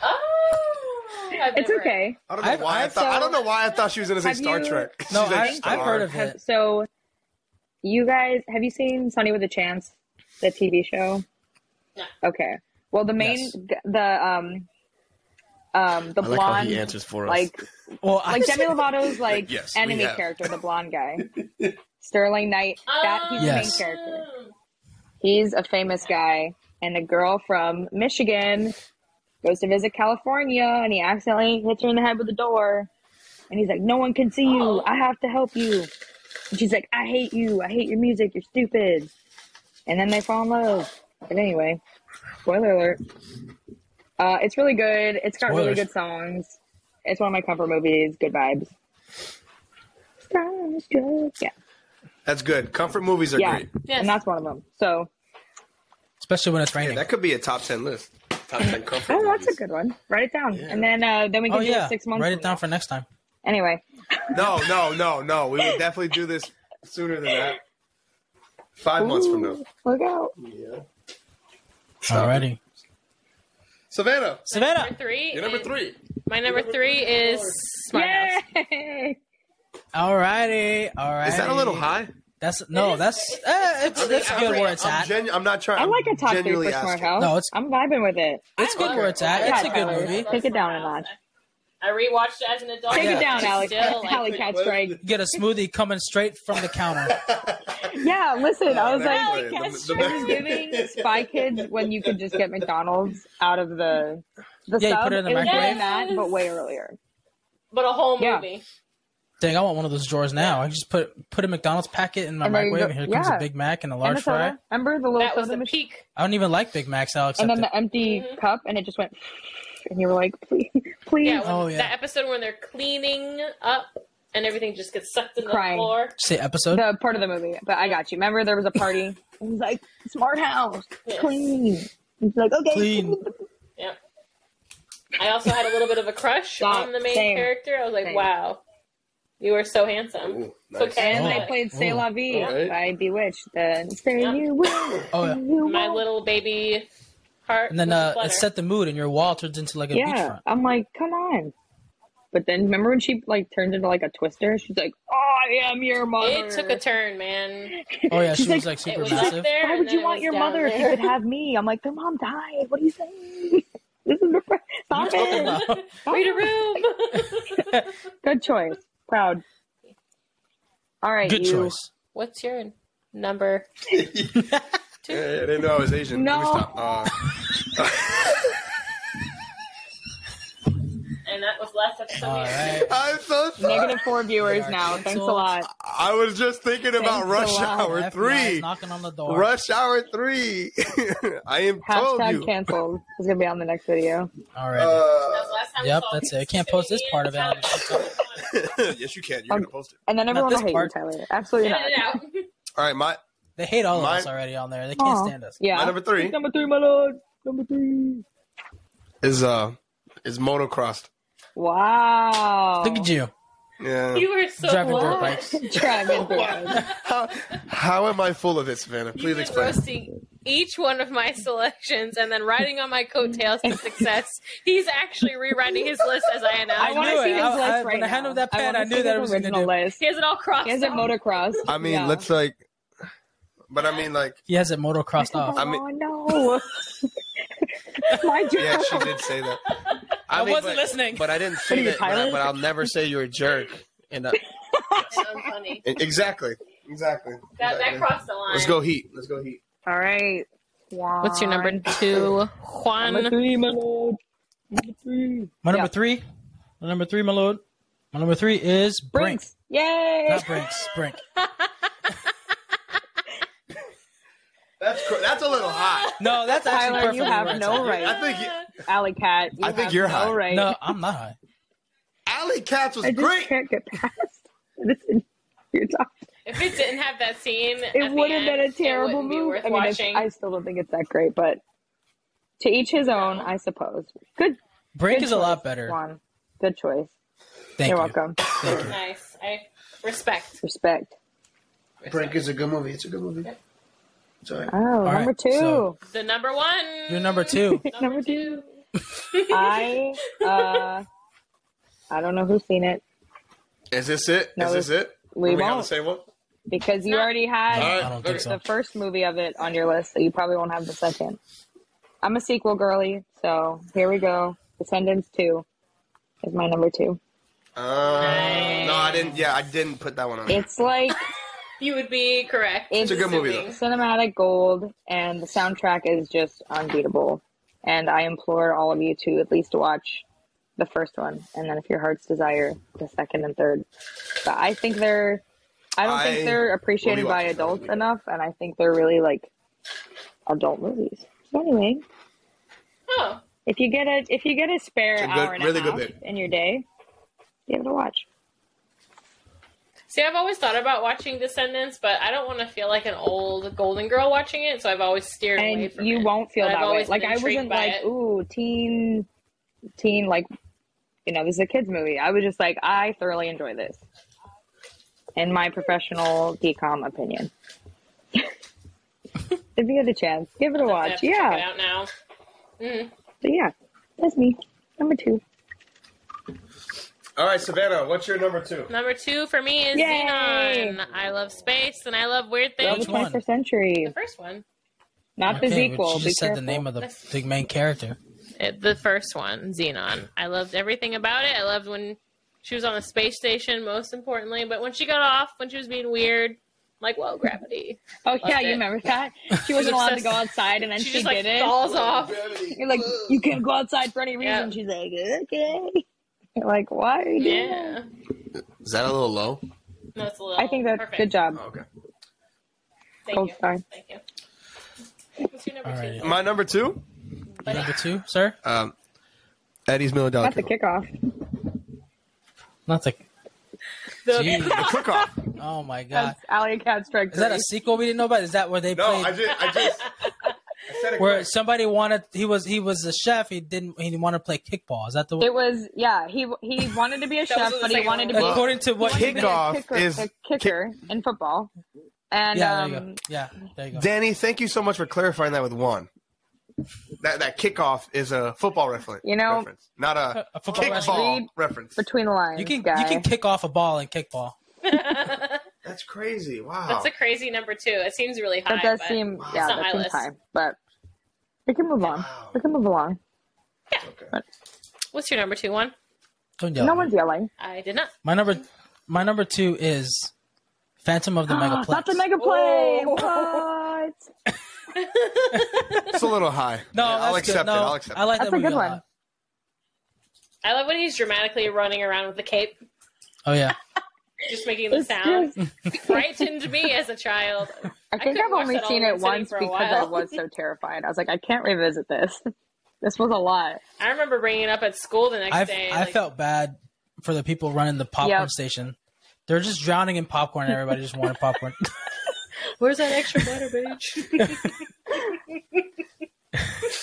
Speaker 3: Oh, I've
Speaker 4: It's
Speaker 3: never-
Speaker 4: okay.
Speaker 2: I don't know
Speaker 1: I've-
Speaker 2: why i
Speaker 1: I've-
Speaker 2: thought. I
Speaker 4: so-
Speaker 2: don't know why I thought she was gonna say
Speaker 4: Have
Speaker 2: Star
Speaker 4: you-
Speaker 2: Trek. She's
Speaker 1: No,
Speaker 2: like,
Speaker 1: I- I've heard of
Speaker 4: Have-
Speaker 1: it.
Speaker 4: so, you guys, have you seen Sunny with a Chance, the TV show?
Speaker 3: No.
Speaker 4: Okay. Well, the main,
Speaker 1: Yes.
Speaker 4: th- the um, um, the
Speaker 2: I like how
Speaker 4: blonde,
Speaker 2: he answers for us.
Speaker 4: like
Speaker 1: Well, I
Speaker 4: like Demi Lovato's like
Speaker 2: Yes, we
Speaker 4: enemy
Speaker 2: have.
Speaker 4: character, the blonde guy, Sterling Knight. That he's
Speaker 1: Yes.
Speaker 4: the main character. He's a famous guy, and a girl from Michigan goes to visit California, and he accidentally hits her in the head with a door. And he's like, "No one can see you.
Speaker 3: Oh.
Speaker 4: I have to help you." And she's like, "I hate you. I hate your music. You're stupid." And then they fall in love. But anyway, spoiler alert. Uh, it's really good. It's got really
Speaker 1: Spoilers.
Speaker 4: good songs. It's one of my comfort movies. Good vibes. Starstruck. Yeah,
Speaker 2: That's good. Comfort movies are
Speaker 4: Yeah.
Speaker 2: great.
Speaker 3: Yes.
Speaker 4: and that's one of them. So,
Speaker 1: especially when it's
Speaker 2: Yeah,
Speaker 1: raining.
Speaker 2: that could be a top ten list. Top ten comfort.
Speaker 4: oh, that's a
Speaker 2: movies.
Speaker 4: good one. Write it down,
Speaker 2: Yeah.
Speaker 4: and then uh, then we can
Speaker 1: oh
Speaker 4: do
Speaker 1: yeah,
Speaker 4: it six months.
Speaker 1: write
Speaker 4: from
Speaker 1: it down
Speaker 4: now.
Speaker 1: for next time.
Speaker 4: anyway.
Speaker 2: No, no, no, no. We will definitely do this sooner than that. Five months from now.
Speaker 4: Ooh, Look out!
Speaker 2: Yeah.
Speaker 1: Alrighty.
Speaker 2: Savannah,
Speaker 1: Savannah.
Speaker 3: Number three.
Speaker 2: you're number
Speaker 3: is-
Speaker 2: three.
Speaker 5: My number three is Smart House.
Speaker 4: Yay!
Speaker 1: Alrighty, alrighty.
Speaker 2: Is that a little high?
Speaker 1: That's no, that's uh, it's, it's good where it's
Speaker 2: I'm,
Speaker 1: at.
Speaker 2: genu- I'm not trying.
Speaker 4: I like a
Speaker 2: I'm
Speaker 4: top three for
Speaker 2: genuinely
Speaker 4: Smart
Speaker 2: asking.
Speaker 4: House.
Speaker 1: No, it's-
Speaker 4: I'm vibing with it.
Speaker 1: It's
Speaker 3: I
Speaker 1: good
Speaker 3: love
Speaker 1: where
Speaker 3: it.
Speaker 1: it's at.
Speaker 3: I
Speaker 1: It's a
Speaker 3: love
Speaker 1: good
Speaker 3: it.
Speaker 1: movie.
Speaker 4: Take it down a notch.
Speaker 3: I rewatched it as an adult.
Speaker 4: Take
Speaker 1: Yeah.
Speaker 4: it down, Alex.
Speaker 3: Still, like,
Speaker 4: Alley cat strike.
Speaker 1: Get a smoothie coming straight from the counter.
Speaker 4: Yeah, listen, I was
Speaker 2: Next
Speaker 4: like,
Speaker 2: one.
Speaker 3: Alley cat
Speaker 2: The- the
Speaker 3: strike.
Speaker 4: I was
Speaker 2: next-
Speaker 4: giving Spy Kids when you could just get McDonald's out of the the
Speaker 1: Yeah, you
Speaker 4: sub.
Speaker 1: put it in the
Speaker 4: was doing
Speaker 1: microwave.
Speaker 4: that, but way earlier.
Speaker 3: but a whole
Speaker 4: Yeah.
Speaker 3: movie.
Speaker 1: Dang, I want one of those drawers now. I just put put a McDonald's packet in my
Speaker 4: And there you
Speaker 1: microwave,
Speaker 4: go.
Speaker 1: and here comes
Speaker 4: Yeah.
Speaker 1: a Big Mac and a
Speaker 4: And
Speaker 1: large
Speaker 4: the soda.
Speaker 1: fry.
Speaker 4: Remember the little
Speaker 5: That was Mm-hmm.
Speaker 4: soda
Speaker 5: the
Speaker 4: machine? Oh,
Speaker 5: peak.
Speaker 1: I don't even like Big Macs. I'll accept
Speaker 4: And then
Speaker 1: it.
Speaker 4: the empty
Speaker 3: Mhm.
Speaker 4: cup, and it just went, and you were like, please, please.
Speaker 5: Yeah, when,
Speaker 1: Oh, yeah.
Speaker 5: that
Speaker 3: That episode when they're cleaning up and everything just gets sucked in the
Speaker 4: Crying.
Speaker 3: floor.
Speaker 1: Say episode.
Speaker 4: the part of the movie, but I got you. Remember, there was a party. it was like smart house,
Speaker 3: Yes.
Speaker 4: clean. It's like okay,
Speaker 1: Clean.
Speaker 3: Yep. I also had a little bit of a crush
Speaker 4: Stop.
Speaker 3: on the main
Speaker 4: Same.
Speaker 3: character. I was like,
Speaker 4: Same.
Speaker 3: wow, you are so handsome.
Speaker 2: Ooh, nice.
Speaker 3: Okay.
Speaker 4: And
Speaker 1: Oh.
Speaker 4: I played "Say
Speaker 1: Oh.
Speaker 4: La Vie"
Speaker 2: Alright.
Speaker 4: by Bewitched. The "Say
Speaker 3: Yep.
Speaker 4: You Will."
Speaker 1: Oh, yeah.
Speaker 4: say you
Speaker 3: My
Speaker 4: won't.
Speaker 3: little baby heart.
Speaker 1: And then
Speaker 3: was a
Speaker 1: uh,
Speaker 3: flutter.
Speaker 1: it set the mood, and your wall turns into like a
Speaker 4: Yeah,
Speaker 1: beachfront.
Speaker 4: I'm like, come on. But then remember when she like turned into like a twister? She's like, "Oh, I am your mother.
Speaker 5: It took a turn, man.
Speaker 1: Oh yeah, she
Speaker 4: She's
Speaker 1: was like
Speaker 3: it
Speaker 1: super
Speaker 3: was
Speaker 1: massive.
Speaker 3: up there.
Speaker 4: Why
Speaker 3: and
Speaker 4: would
Speaker 3: then
Speaker 4: you
Speaker 3: it
Speaker 4: want
Speaker 3: was
Speaker 4: your
Speaker 3: down
Speaker 4: mother if you
Speaker 3: there.
Speaker 4: could have me? I'm like, their mom died. What are you saying? this is the fr- stop
Speaker 1: talking
Speaker 4: it.
Speaker 1: about?
Speaker 4: Stop
Speaker 3: Read a
Speaker 4: it.
Speaker 3: room.
Speaker 4: Good choice. Proud. All right.
Speaker 1: Good
Speaker 4: you.
Speaker 1: choice.
Speaker 5: What's your number?
Speaker 2: Yeah, I didn't know I was Asian. Let me
Speaker 4: No.
Speaker 2: stop. Uh,
Speaker 3: and that was last episode.
Speaker 1: All right.
Speaker 2: I'm so sorry.
Speaker 4: Negative four viewers
Speaker 1: They are
Speaker 4: now. Thanks a
Speaker 1: canceled.
Speaker 4: lot.
Speaker 2: I was just thinking about
Speaker 4: Thanks
Speaker 2: Rush
Speaker 4: a lot.
Speaker 2: Hour
Speaker 1: FBI is
Speaker 2: Three.
Speaker 1: knocking on the door.
Speaker 2: Rush Hour Three. I am told
Speaker 4: Hashtag
Speaker 2: you.
Speaker 4: canceled. It's gonna be on the next video.
Speaker 1: All right.
Speaker 2: Uh,
Speaker 3: That was last time we
Speaker 1: Yep,
Speaker 3: saw
Speaker 1: that's it.
Speaker 3: Pizza
Speaker 1: I can't post this
Speaker 3: City
Speaker 1: part of it.
Speaker 3: and Tyler.
Speaker 2: yes, you can. You're
Speaker 4: Um,
Speaker 2: gonna post it.
Speaker 4: And then everyone will
Speaker 1: this
Speaker 4: hate
Speaker 1: part.
Speaker 4: you, Tyler. Absolutely
Speaker 3: Edit
Speaker 4: not.
Speaker 3: it out.
Speaker 2: All right, my
Speaker 1: they hate all of
Speaker 2: my-
Speaker 1: us already on there. They can't
Speaker 4: Aw.
Speaker 1: stand us.
Speaker 4: Yeah.
Speaker 2: my number three
Speaker 4: Number three, my lord. Number three.
Speaker 2: is uh is motocrossed.
Speaker 4: Wow.
Speaker 1: Look at you
Speaker 2: Yeah.
Speaker 3: You were so
Speaker 1: driving dirt
Speaker 3: wild.
Speaker 1: bikes.
Speaker 4: Driving through.
Speaker 2: How, how am I full of it, Savannah?
Speaker 5: You've
Speaker 2: Please
Speaker 5: been
Speaker 2: explain.
Speaker 5: roasting each one of my selections and then riding on my coattails to success. He's actually rewriting his list as I
Speaker 4: I
Speaker 5: announce.
Speaker 4: want
Speaker 1: knew
Speaker 4: to
Speaker 1: it.
Speaker 4: see his
Speaker 1: I-
Speaker 4: list
Speaker 1: I-
Speaker 4: right
Speaker 1: when
Speaker 4: now.
Speaker 1: I handled that pen,
Speaker 4: wanna
Speaker 1: I knew
Speaker 4: see
Speaker 1: that
Speaker 4: his
Speaker 1: it was gonna
Speaker 4: original
Speaker 1: do.
Speaker 4: list.
Speaker 5: He has it all crossed
Speaker 4: He has it
Speaker 5: out.
Speaker 4: motocross.
Speaker 2: I mean,
Speaker 4: Yeah.
Speaker 2: let's like. But I mean, like,
Speaker 1: He has it motocrossed off.
Speaker 2: I mean-
Speaker 4: oh no. my job.
Speaker 2: yeah, she did say that.
Speaker 1: I wasn't
Speaker 2: but-
Speaker 1: listening.
Speaker 2: but I didn't
Speaker 4: What are
Speaker 2: say
Speaker 4: you,
Speaker 2: that. But, I,
Speaker 4: Tyler?
Speaker 2: but I'll never say you're a jerk. And uh,
Speaker 3: Sounds funny.
Speaker 2: exactly, exactly.
Speaker 3: That, that
Speaker 2: Exactly.
Speaker 3: crossed the line.
Speaker 2: Let's go heat. Let's go heat.
Speaker 4: All right.
Speaker 5: What's your number two?
Speaker 4: Number
Speaker 5: Juan.
Speaker 4: three, my lord. Number three.
Speaker 1: My number
Speaker 4: Yeah.
Speaker 1: three, my number three, my lord. My number three is Brink.
Speaker 4: Brinks. Yay.
Speaker 1: Not Brinks, Brink.
Speaker 2: That's cr- that's a little hot.
Speaker 1: No, that's actually
Speaker 4: Tyler,
Speaker 1: perfectly
Speaker 4: you have
Speaker 1: right,
Speaker 4: no
Speaker 1: Tyler.
Speaker 4: right.
Speaker 2: I think you,
Speaker 4: Alley cat. You
Speaker 2: I think
Speaker 4: have
Speaker 2: you're
Speaker 4: no
Speaker 2: high.
Speaker 4: Right.
Speaker 1: No, I'm not high.
Speaker 2: Alley Cats was
Speaker 4: I just
Speaker 2: great.
Speaker 4: can't get past this. in- You're talking.
Speaker 3: If it didn't have that scene,
Speaker 4: It would have been a terrible move. I mean, it's, I still don't think it's that great, but to each his own, I suppose. Good.
Speaker 1: Brink
Speaker 4: good
Speaker 1: is a lot
Speaker 4: choice,
Speaker 1: better.
Speaker 4: Juan. Good choice.
Speaker 1: Thank
Speaker 4: you're
Speaker 1: you.
Speaker 4: welcome.
Speaker 1: Thank you.
Speaker 3: nice. I respect.
Speaker 4: Respect.
Speaker 2: Brink is a good movie. It's a good movie. Sorry.
Speaker 4: Oh,
Speaker 1: right,
Speaker 4: number two.
Speaker 1: so-
Speaker 3: The number one.
Speaker 1: You're number two. Uh,
Speaker 4: number two. I uh, I don't know who's seen it
Speaker 2: Is this it? Is
Speaker 4: No,
Speaker 2: this it?
Speaker 4: we
Speaker 2: Are we on the
Speaker 4: won't.
Speaker 2: same one?
Speaker 4: because you already had
Speaker 2: All right.
Speaker 1: I don't think so.
Speaker 4: the first movie of it on your list, so you probably won't have the second. I'm a sequel girly, so here we go. Descendants 2 is my number two.
Speaker 2: Uh, No, I didn't. Yeah, I didn't put that one on. there.
Speaker 4: It's like
Speaker 3: You would be correct.
Speaker 4: It's
Speaker 2: a good movie,
Speaker 3: Assuming.
Speaker 4: cinematic gold, and the soundtrack is just unbeatable. And I implore all of you to at least watch the first one, and then if your heart's desire, the second and third. But I think they're, I don't
Speaker 2: I
Speaker 4: think they're appreciated
Speaker 2: will be
Speaker 4: by
Speaker 2: watching that
Speaker 4: adults
Speaker 2: movie.
Speaker 4: enough, and I think they're really like adult movies. So anyway,
Speaker 3: Oh,
Speaker 4: if you get a if you get a spare
Speaker 2: It's a good-
Speaker 4: hour and
Speaker 2: really
Speaker 4: a
Speaker 2: good
Speaker 4: half
Speaker 2: bit.
Speaker 4: in your day, give it a watch.
Speaker 3: see, I've always thought about watching Descendants, but I don't want to feel like an old Golden Girl watching it, so I've always steered away
Speaker 4: and
Speaker 3: from
Speaker 4: you
Speaker 3: it.
Speaker 4: won't feel
Speaker 3: But I've
Speaker 4: that way.
Speaker 3: always
Speaker 4: Like
Speaker 3: been
Speaker 4: I
Speaker 3: intrigued
Speaker 4: wasn't
Speaker 3: by
Speaker 4: like,
Speaker 3: it.
Speaker 4: ooh, teen, teen, like, you know, this is a kids movie. I was just like, I thoroughly enjoy this, in my professional decom opinion. if you get a chance, give it a
Speaker 3: I have
Speaker 4: watch.
Speaker 3: to check it
Speaker 4: Yeah,
Speaker 3: out now. Mm.
Speaker 4: but yeah, That's me. Number two.
Speaker 2: All right, Savannah, what's your number two?
Speaker 3: Number two for me is
Speaker 4: Yay!
Speaker 3: Xenon. I love space and I love weird
Speaker 4: Love
Speaker 3: things.
Speaker 4: the
Speaker 1: Which one?
Speaker 4: 21st century.
Speaker 3: The first one.
Speaker 4: Not the
Speaker 1: Okay, but
Speaker 4: sequel.
Speaker 1: She
Speaker 4: Be
Speaker 1: just said the
Speaker 4: careful.
Speaker 1: name of the, the main character.
Speaker 3: It, eh, the first one, Xenon. I loved everything about it. I loved when she was on the space station, most importantly. But when she got off, when she was being weird, like, whoa, gravity.
Speaker 4: Oh yeah,
Speaker 3: Loved it.
Speaker 4: you remember that? She wasn't allowed to go outside, and then
Speaker 3: She,
Speaker 4: she,
Speaker 3: just like
Speaker 4: did it.
Speaker 3: falls off.
Speaker 4: You're like, you can't go outside for any
Speaker 3: Yeah.
Speaker 4: reason. She's like, okay. You're like, why? Are you doing that?
Speaker 3: Yeah.
Speaker 2: Is that a little low?
Speaker 3: That's a little
Speaker 4: I think that's
Speaker 3: perfect.
Speaker 4: good job.
Speaker 2: Oh, okay.
Speaker 3: Thank
Speaker 4: Oh,
Speaker 3: you.
Speaker 4: sorry.
Speaker 3: Thank you. What's your number
Speaker 1: Alrighty.
Speaker 3: two?
Speaker 2: My number two,
Speaker 3: Buddy?
Speaker 1: Number two, sir?
Speaker 2: um, Eddie's Million Dollar
Speaker 4: That's the
Speaker 2: Cook
Speaker 4: kickoff.
Speaker 1: Not the.
Speaker 3: The-
Speaker 1: Jeez.
Speaker 2: Off.
Speaker 1: Oh my god.
Speaker 4: That's Alley Cat Strike.
Speaker 1: Is that a
Speaker 4: three.
Speaker 1: sequel we didn't know about? Is that where they
Speaker 2: No,
Speaker 1: played?
Speaker 2: I just, I just, I said it
Speaker 1: where
Speaker 2: quick.
Speaker 1: somebody wanted he was he was a chef he didn't he wanted to play kickball is that the
Speaker 4: It was yeah. He he wanted to be a
Speaker 3: That was in
Speaker 4: chef,
Speaker 3: the
Speaker 4: but he
Speaker 3: second
Speaker 4: wanted to
Speaker 3: one.
Speaker 4: be,
Speaker 2: Well,
Speaker 1: according to what
Speaker 4: he wanted to be
Speaker 2: Kickoff
Speaker 4: a kicker,
Speaker 2: is-
Speaker 4: a kicker in football. And
Speaker 1: yeah there you
Speaker 4: um,
Speaker 1: go yeah there you go
Speaker 2: Danny, thank you so much for clarifying that with Juan. That that kickoff is a football reference.
Speaker 4: You know-
Speaker 2: reference, not a,
Speaker 1: A football
Speaker 2: kickball
Speaker 1: reference.
Speaker 2: reference.
Speaker 4: between the lines,
Speaker 1: you can
Speaker 4: guy.
Speaker 1: you can kick off a ball in kickball
Speaker 2: That's crazy! Wow.
Speaker 3: That's a crazy number two. It seems really high.
Speaker 4: that does
Speaker 3: but-
Speaker 4: seem
Speaker 2: It's
Speaker 4: yeah,
Speaker 3: not my
Speaker 4: that seems
Speaker 3: list.
Speaker 4: high, but we can move on.
Speaker 2: Wow.
Speaker 4: We can move along.
Speaker 2: okay.
Speaker 3: What's your number two one?
Speaker 1: don't yell
Speaker 4: No
Speaker 1: at me.
Speaker 4: one's yelling.
Speaker 3: I did not.
Speaker 1: my number my number two is Phantom of the Megaplex
Speaker 4: Not the mega play.
Speaker 3: Oh.
Speaker 4: What?
Speaker 2: It's a little high.
Speaker 1: no
Speaker 2: Yeah,
Speaker 1: that's
Speaker 2: I'll accept
Speaker 1: good. No,
Speaker 2: it. I'll accept
Speaker 1: I like
Speaker 4: That's
Speaker 1: that
Speaker 4: a
Speaker 1: movie
Speaker 4: good
Speaker 1: lot.
Speaker 4: one.
Speaker 3: I love when he's dramatically running around with the cape,
Speaker 1: oh yeah
Speaker 3: just making the
Speaker 4: It's
Speaker 3: sound.
Speaker 4: just-
Speaker 3: Frightened me as a child.
Speaker 4: I think
Speaker 3: couldn't
Speaker 4: I've
Speaker 3: watch
Speaker 4: only
Speaker 3: that all
Speaker 4: seen
Speaker 3: in one
Speaker 4: it
Speaker 3: sitting
Speaker 4: once
Speaker 3: for a
Speaker 4: because I
Speaker 3: while.
Speaker 4: was so terrified. I was like, I can't revisit this. This was a lot.
Speaker 3: I remember bringing it up at school the next
Speaker 1: I
Speaker 3: day.
Speaker 1: I
Speaker 3: like,
Speaker 1: felt bad for the people running the popcorn
Speaker 4: Yep.
Speaker 1: station they're just drowning in popcorn and everybody just wanted popcorn
Speaker 3: Where's that extra butter, bitch?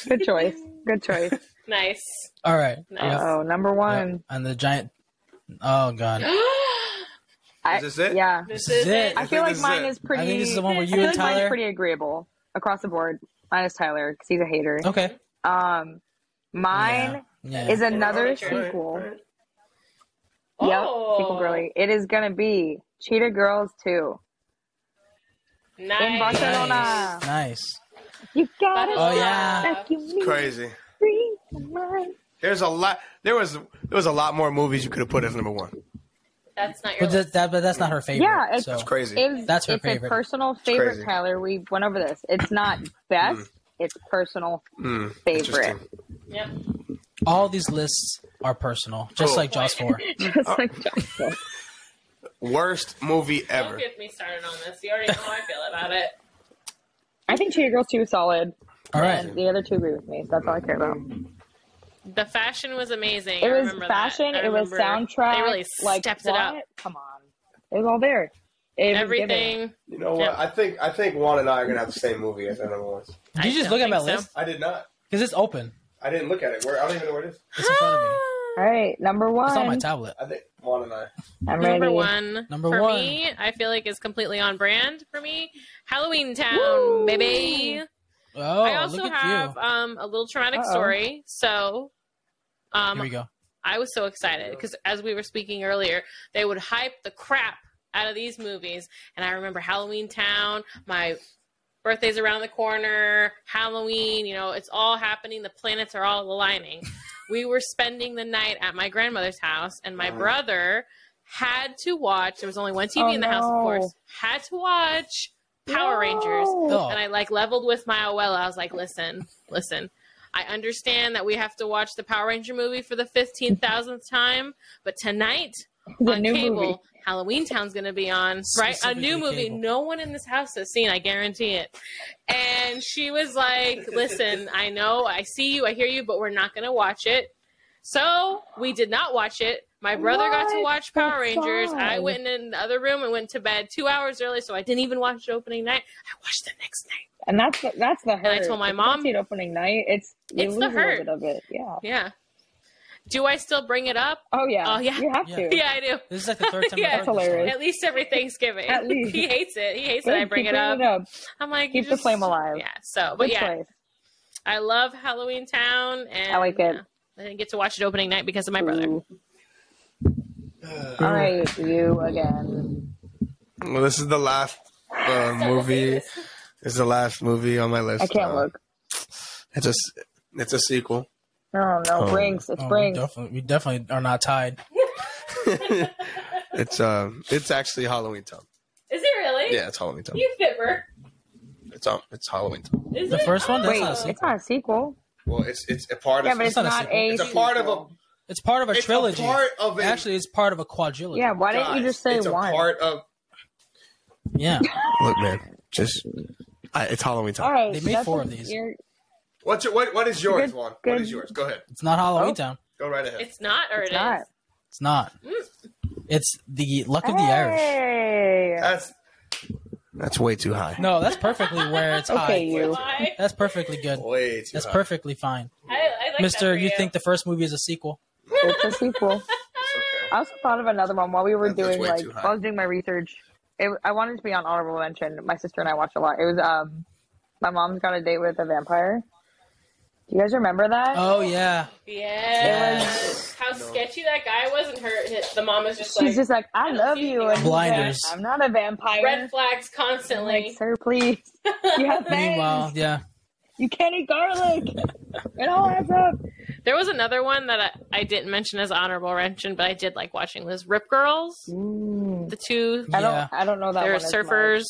Speaker 4: Good choice. Good choice.
Speaker 3: nice.
Speaker 1: all right
Speaker 3: Nice.
Speaker 1: Yep.
Speaker 4: Oh, number
Speaker 1: Yep.
Speaker 4: one.
Speaker 1: and the giant oh god
Speaker 4: I,
Speaker 2: Is this it?
Speaker 4: Yeah.
Speaker 3: this
Speaker 1: This
Speaker 3: is
Speaker 1: is
Speaker 3: it.
Speaker 1: it.
Speaker 4: I
Speaker 2: think
Speaker 4: feel
Speaker 2: this
Speaker 4: like
Speaker 2: is
Speaker 4: mine
Speaker 2: it.
Speaker 4: is pretty.
Speaker 1: I think this is the one where
Speaker 4: I
Speaker 1: you
Speaker 4: feel
Speaker 1: and
Speaker 4: like mine's
Speaker 1: Tyler
Speaker 4: pretty agreeable across the board. Minus Tyler because he's a hater.
Speaker 1: okay
Speaker 4: Um, mine
Speaker 1: yeah,
Speaker 4: is another
Speaker 3: Alright, alright,
Speaker 4: sequel. Yep,
Speaker 3: Oh,
Speaker 4: sequel girly. It is gonna be Cheetah Girls two. In
Speaker 3: Nice.
Speaker 4: Barcelona.
Speaker 1: nice nice
Speaker 4: You got it.
Speaker 1: Oh,
Speaker 5: uh,
Speaker 1: yeah.
Speaker 4: Back you mean
Speaker 2: Crazy.
Speaker 4: free my mind.
Speaker 2: There's a lot. There was there was a lot more movies you could have put as number one.
Speaker 3: That's not your
Speaker 1: But,
Speaker 3: list.
Speaker 1: that, that, but that's not her favorite.
Speaker 4: Yeah, it's-
Speaker 1: so.
Speaker 4: That's
Speaker 2: It's crazy.
Speaker 4: It's,
Speaker 1: That's her
Speaker 4: it's
Speaker 1: favorite.
Speaker 4: a personal favorite,
Speaker 2: crazy. Mm.
Speaker 4: Tyler. We went over this. It's not best. it's personal
Speaker 2: Hmm,
Speaker 4: favorite.
Speaker 2: interesting.
Speaker 3: Yep.
Speaker 1: All these lists are personal, just
Speaker 2: Cool.
Speaker 1: like Jaws 4.
Speaker 4: Just like
Speaker 2: Oh.
Speaker 4: Joshua.
Speaker 2: Worst movie
Speaker 3: Don't
Speaker 2: ever.
Speaker 3: get me started on this. You already know how I feel about it.
Speaker 4: I think Cheetah Girls two is solid.
Speaker 1: All right.
Speaker 4: And the other two agree with me. So that's all I care about.
Speaker 3: The fashion was amazing. I
Speaker 4: It was
Speaker 3: remember that.
Speaker 4: fashion.
Speaker 3: I
Speaker 4: It was
Speaker 3: remember
Speaker 4: soundtrack.
Speaker 3: They really
Speaker 4: like,
Speaker 3: stepped
Speaker 4: what?
Speaker 3: it up.
Speaker 4: Come on, it was all there. It was given.
Speaker 3: Everything.
Speaker 2: You know
Speaker 3: Yeah.
Speaker 2: I think I think Juan and I are gonna have the same movie as our number ones.
Speaker 1: Did
Speaker 3: I
Speaker 1: you just
Speaker 3: don't
Speaker 1: look at my
Speaker 3: think so.
Speaker 1: list?
Speaker 2: I did not.
Speaker 1: Because it's open.
Speaker 2: I didn't look at it. Where I don't even know where it is.
Speaker 1: It's in front of me.
Speaker 4: All right, number one.
Speaker 1: It's on my tablet.
Speaker 2: I think Juan and I.
Speaker 4: Ah! I'm ready.
Speaker 3: Number one.
Speaker 1: Number
Speaker 3: for
Speaker 1: one.
Speaker 3: me, I feel like is completely on brand for me. Halloween Town,
Speaker 4: Woo!
Speaker 3: baby.
Speaker 1: Oh,
Speaker 3: I also
Speaker 1: look at
Speaker 3: have
Speaker 1: you.
Speaker 3: um, a little traumatic
Speaker 4: Uh-oh.
Speaker 3: story. So
Speaker 1: Here we
Speaker 3: um,
Speaker 1: go.
Speaker 3: I was so excited because as we were speaking earlier, they would hype the crap out of these movies. And I remember Halloween Town, my birthday's around the corner, Halloween, you know, it's all happening. The planets are all aligning. we were spending the night at my grandmother's house, and my
Speaker 1: Mm.
Speaker 2: Wow.
Speaker 3: brother had to watch, there was only one TV
Speaker 4: Oh,
Speaker 3: in the house, of
Speaker 4: no.
Speaker 3: course, had to watch Power Rangers
Speaker 1: Oh,
Speaker 3: and I like leveled with my Oella. I was like, listen, listen. I understand that we have to watch the Power Ranger movie for the fifteen thousandth time, but tonight
Speaker 4: The
Speaker 3: on
Speaker 4: new
Speaker 3: cable,
Speaker 4: movie.
Speaker 3: Halloween Town's going to be on, right? A new
Speaker 1: Specifically
Speaker 3: movie.
Speaker 1: cable.
Speaker 3: No one in this house has seen. I guarantee it. And she was like, "Listen, I know, I see you, I hear you, but we're not going to watch it." So we did not watch it. My brother got to
Speaker 4: What?
Speaker 3: watch Power
Speaker 4: That's
Speaker 3: Rangers. I
Speaker 4: sad.
Speaker 3: went in the other room and went to bed two hours early, so I didn't even watch it opening night. I watched it next night.
Speaker 4: and that's the, that's the hurt.
Speaker 3: I told my
Speaker 4: If you
Speaker 3: mom-
Speaker 4: don't see it opening night. It's you
Speaker 3: It's
Speaker 4: lose
Speaker 3: the
Speaker 4: a little
Speaker 3: hurt.
Speaker 4: bit of it. Yeah.
Speaker 3: Yeah. Do I still bring it up?
Speaker 4: Oh yeah.
Speaker 3: Oh, yeah.
Speaker 4: You have
Speaker 1: Yeah.
Speaker 4: to.
Speaker 3: Yeah, I do.
Speaker 1: This is like the third time
Speaker 3: Yeah.
Speaker 1: I've heard
Speaker 3: That's
Speaker 1: this
Speaker 4: hilarious.
Speaker 1: one.
Speaker 3: At least every Thanksgiving.
Speaker 4: At least.
Speaker 3: He hates it. He hates
Speaker 4: Good,
Speaker 3: that I bring
Speaker 4: keep
Speaker 3: it up.
Speaker 4: bringing up.
Speaker 3: I'm like,
Speaker 4: Keep
Speaker 3: you
Speaker 4: the flame alive.
Speaker 3: Yeah. So, but
Speaker 4: Good
Speaker 3: yeah,
Speaker 4: choice.
Speaker 3: I love Halloween Town, and uh,
Speaker 4: I like it.
Speaker 3: I didn't get to watch it opening night because of my brother.
Speaker 4: All right, you again.
Speaker 2: Well, this is the last uh, movie. This is the last movie on my list.
Speaker 4: I can't
Speaker 2: Uh,
Speaker 4: look.
Speaker 2: It's a s- it's a sequel.
Speaker 4: Oh no,
Speaker 2: Oh.
Speaker 4: Brinks. It's
Speaker 1: Oh, we,
Speaker 4: Brinks.
Speaker 1: definitely, we definitely are not tied.
Speaker 2: It's um it's actually Halloween Town.
Speaker 5: Is it really?
Speaker 2: Yeah, it's Halloween Town.
Speaker 5: You fibber.
Speaker 2: It's um it's Halloween Town.
Speaker 5: Is
Speaker 1: The
Speaker 5: it?
Speaker 1: first one? That's
Speaker 4: Wait,
Speaker 1: not a sequel.
Speaker 4: it's not a sequel.
Speaker 2: Well, it's it's a part
Speaker 4: Yeah,
Speaker 2: of
Speaker 4: but it's
Speaker 1: not a
Speaker 4: not
Speaker 1: sequel.
Speaker 4: a.
Speaker 2: It's a part of a-
Speaker 4: sequel.
Speaker 1: It's part of a
Speaker 2: it's a
Speaker 1: trilogy.
Speaker 2: part of a-
Speaker 1: Actually, it's part of a quadrilogy.
Speaker 4: Yeah, why didn't
Speaker 2: Guys,
Speaker 4: you just say
Speaker 2: it's
Speaker 4: one?
Speaker 2: A part of
Speaker 1: Yeah.
Speaker 2: look, man. Just I, it's Halloween Town.
Speaker 4: All right,
Speaker 1: They made
Speaker 4: that's
Speaker 1: four
Speaker 4: a-
Speaker 1: of these.
Speaker 4: you're-
Speaker 2: What's your, what what is yours,
Speaker 4: Good-
Speaker 2: Juan? What
Speaker 4: good.
Speaker 2: is yours? Go ahead.
Speaker 1: It's not Halloween
Speaker 4: Oh.
Speaker 1: Town.
Speaker 2: Go right ahead.
Speaker 3: It's not, or
Speaker 4: It's
Speaker 3: it's
Speaker 4: not.
Speaker 1: It's not.
Speaker 3: Mm.
Speaker 1: It's the Luck of the Irish.
Speaker 4: Hey.
Speaker 2: That's that's way too high.
Speaker 1: No, that's perfectly where it's high.
Speaker 4: Okay, you.
Speaker 5: Why?
Speaker 1: That's perfectly good.
Speaker 2: Way too
Speaker 1: That's
Speaker 2: high.
Speaker 1: perfectly fine.
Speaker 5: I, I like that
Speaker 1: Mister,
Speaker 5: for
Speaker 1: you think the first movie is a sequel?
Speaker 4: It's a sequel.
Speaker 2: It's
Speaker 4: I also thought of another one while we were
Speaker 2: That- that's
Speaker 4: doing
Speaker 2: way
Speaker 4: like
Speaker 2: too high.
Speaker 4: while I was doing my research. It, I wanted to be on honorable mention. My sister and I watched a lot. It was um, my mom's got a date with a vampire. Do you guys remember that?
Speaker 1: Oh yeah.
Speaker 5: Yeah.
Speaker 1: Yes.
Speaker 5: How sketchy that guy was, and her, his, the mom is just
Speaker 4: She's
Speaker 5: like
Speaker 4: just like, I,
Speaker 5: I don't
Speaker 4: love
Speaker 5: see
Speaker 4: you.
Speaker 5: anything
Speaker 4: And he's like,
Speaker 1: Blinders.
Speaker 4: I'm not a vampire.
Speaker 5: red flags
Speaker 4: I'm
Speaker 5: constantly.
Speaker 4: like, sir, please. You have
Speaker 1: Meanwhile,
Speaker 4: fangs.
Speaker 1: yeah.
Speaker 4: You can't eat garlic. it all adds up.
Speaker 3: There was another one that I, I didn't mention as honorable mention, but I did like watching was Rip Girls.
Speaker 4: Mm.
Speaker 3: The two,
Speaker 4: I
Speaker 1: Yeah.
Speaker 4: don't. I don't know that.
Speaker 3: they're
Speaker 4: one as much.
Speaker 3: surfers.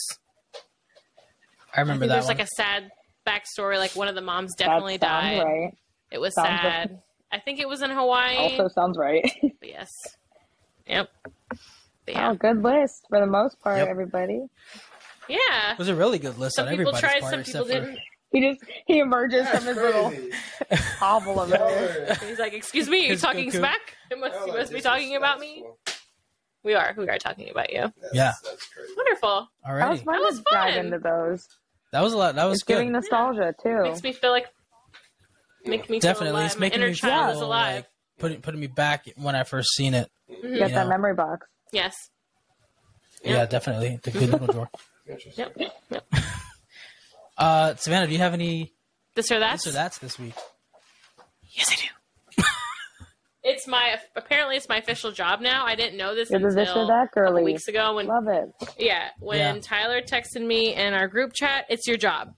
Speaker 1: I remember
Speaker 3: I think
Speaker 1: that
Speaker 3: there's
Speaker 1: one.
Speaker 3: like a sad backstory. Like one of the moms
Speaker 4: That
Speaker 3: definitely
Speaker 4: sounds
Speaker 3: died.
Speaker 4: Right.
Speaker 3: It was
Speaker 4: Sounds
Speaker 3: sad. I think it was in Hawaii.
Speaker 4: Also sounds right.
Speaker 3: but yes. Yep. But yeah.
Speaker 4: Oh, good list for the most part,
Speaker 1: Yep.
Speaker 4: everybody.
Speaker 3: yeah.
Speaker 1: it was a really good list
Speaker 3: Some
Speaker 1: on
Speaker 3: people
Speaker 1: everybody's
Speaker 3: tried,
Speaker 1: part
Speaker 3: some people
Speaker 1: except for
Speaker 3: didn't.
Speaker 4: He just he emerges
Speaker 2: That's
Speaker 4: from his little
Speaker 2: crazy.
Speaker 4: hovel over there.
Speaker 3: He's like, "Excuse me, you
Speaker 1: His
Speaker 3: talking
Speaker 1: cuckoo.
Speaker 3: smack? You must, you must be talking about me." We are. We are talking about you.
Speaker 1: Yeah.
Speaker 2: That's crazy.
Speaker 3: Wonderful.
Speaker 4: That
Speaker 1: already.
Speaker 4: was
Speaker 1: That was,
Speaker 4: fun
Speaker 3: That was
Speaker 4: to dive
Speaker 3: fun.
Speaker 4: into those.
Speaker 1: a lot. That was
Speaker 4: It's giving
Speaker 1: good.
Speaker 4: nostalgia
Speaker 3: Makes
Speaker 4: too.
Speaker 3: me feel like. Make me
Speaker 1: Definitely,
Speaker 3: Feel alive.
Speaker 1: it's
Speaker 3: My
Speaker 1: making
Speaker 3: inner
Speaker 1: me feel
Speaker 3: child is alive.
Speaker 1: like putting putting me back when I first seen it.
Speaker 4: You Mm-hmm. got
Speaker 1: you
Speaker 4: that
Speaker 1: know.
Speaker 4: memory box.
Speaker 3: Yes.
Speaker 1: Yeah, definitely. The good little drawer.
Speaker 2: Interesting.
Speaker 3: Yep. yep.
Speaker 1: Uh, Savannah, do you have any
Speaker 3: This or that.
Speaker 1: this or that's this week?
Speaker 3: Yes, I do. it's my apparently it's my official job now. I didn't know this
Speaker 4: You're the
Speaker 3: until
Speaker 4: this or that
Speaker 3: a couple
Speaker 4: girly.
Speaker 3: weeks ago when
Speaker 4: Love it.
Speaker 3: Yeah, when
Speaker 1: Yeah.
Speaker 3: Tyler texted me in our group chat, it's your job.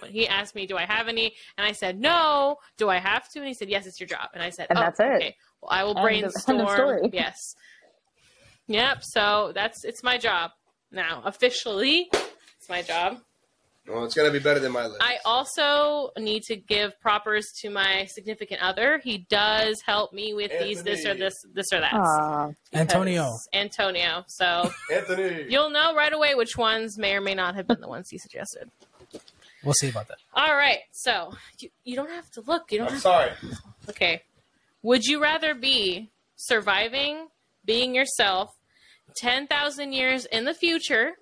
Speaker 3: when he asked me, "Do I have any?" and I said, "No." Do I have to? And he said, "Yes, it's your job." And I said,
Speaker 4: And
Speaker 3: "Oh,
Speaker 4: that's it.
Speaker 3: Okay. Well, I will
Speaker 4: End of- end of
Speaker 3: brainstorm.
Speaker 4: story.
Speaker 3: Yes. Yep. So that's it's my job now officially. It's my job.
Speaker 2: Well, it's gonna be better than my list.
Speaker 3: I also need to give propers to my significant other. He does help me with these this or
Speaker 2: Anthony.
Speaker 3: this this or that.
Speaker 4: Aw.
Speaker 1: Antonio.
Speaker 3: Antonio. So
Speaker 2: Anthony.
Speaker 3: You'll know right away which ones may or may not have been the ones he suggested.
Speaker 1: We'll see about that.
Speaker 3: All right, so you, you don't have to look. You don't
Speaker 2: I'm
Speaker 3: have
Speaker 2: sorry.
Speaker 3: to. Okay. Would you rather be surviving, being yourself, 10,000 years in the future?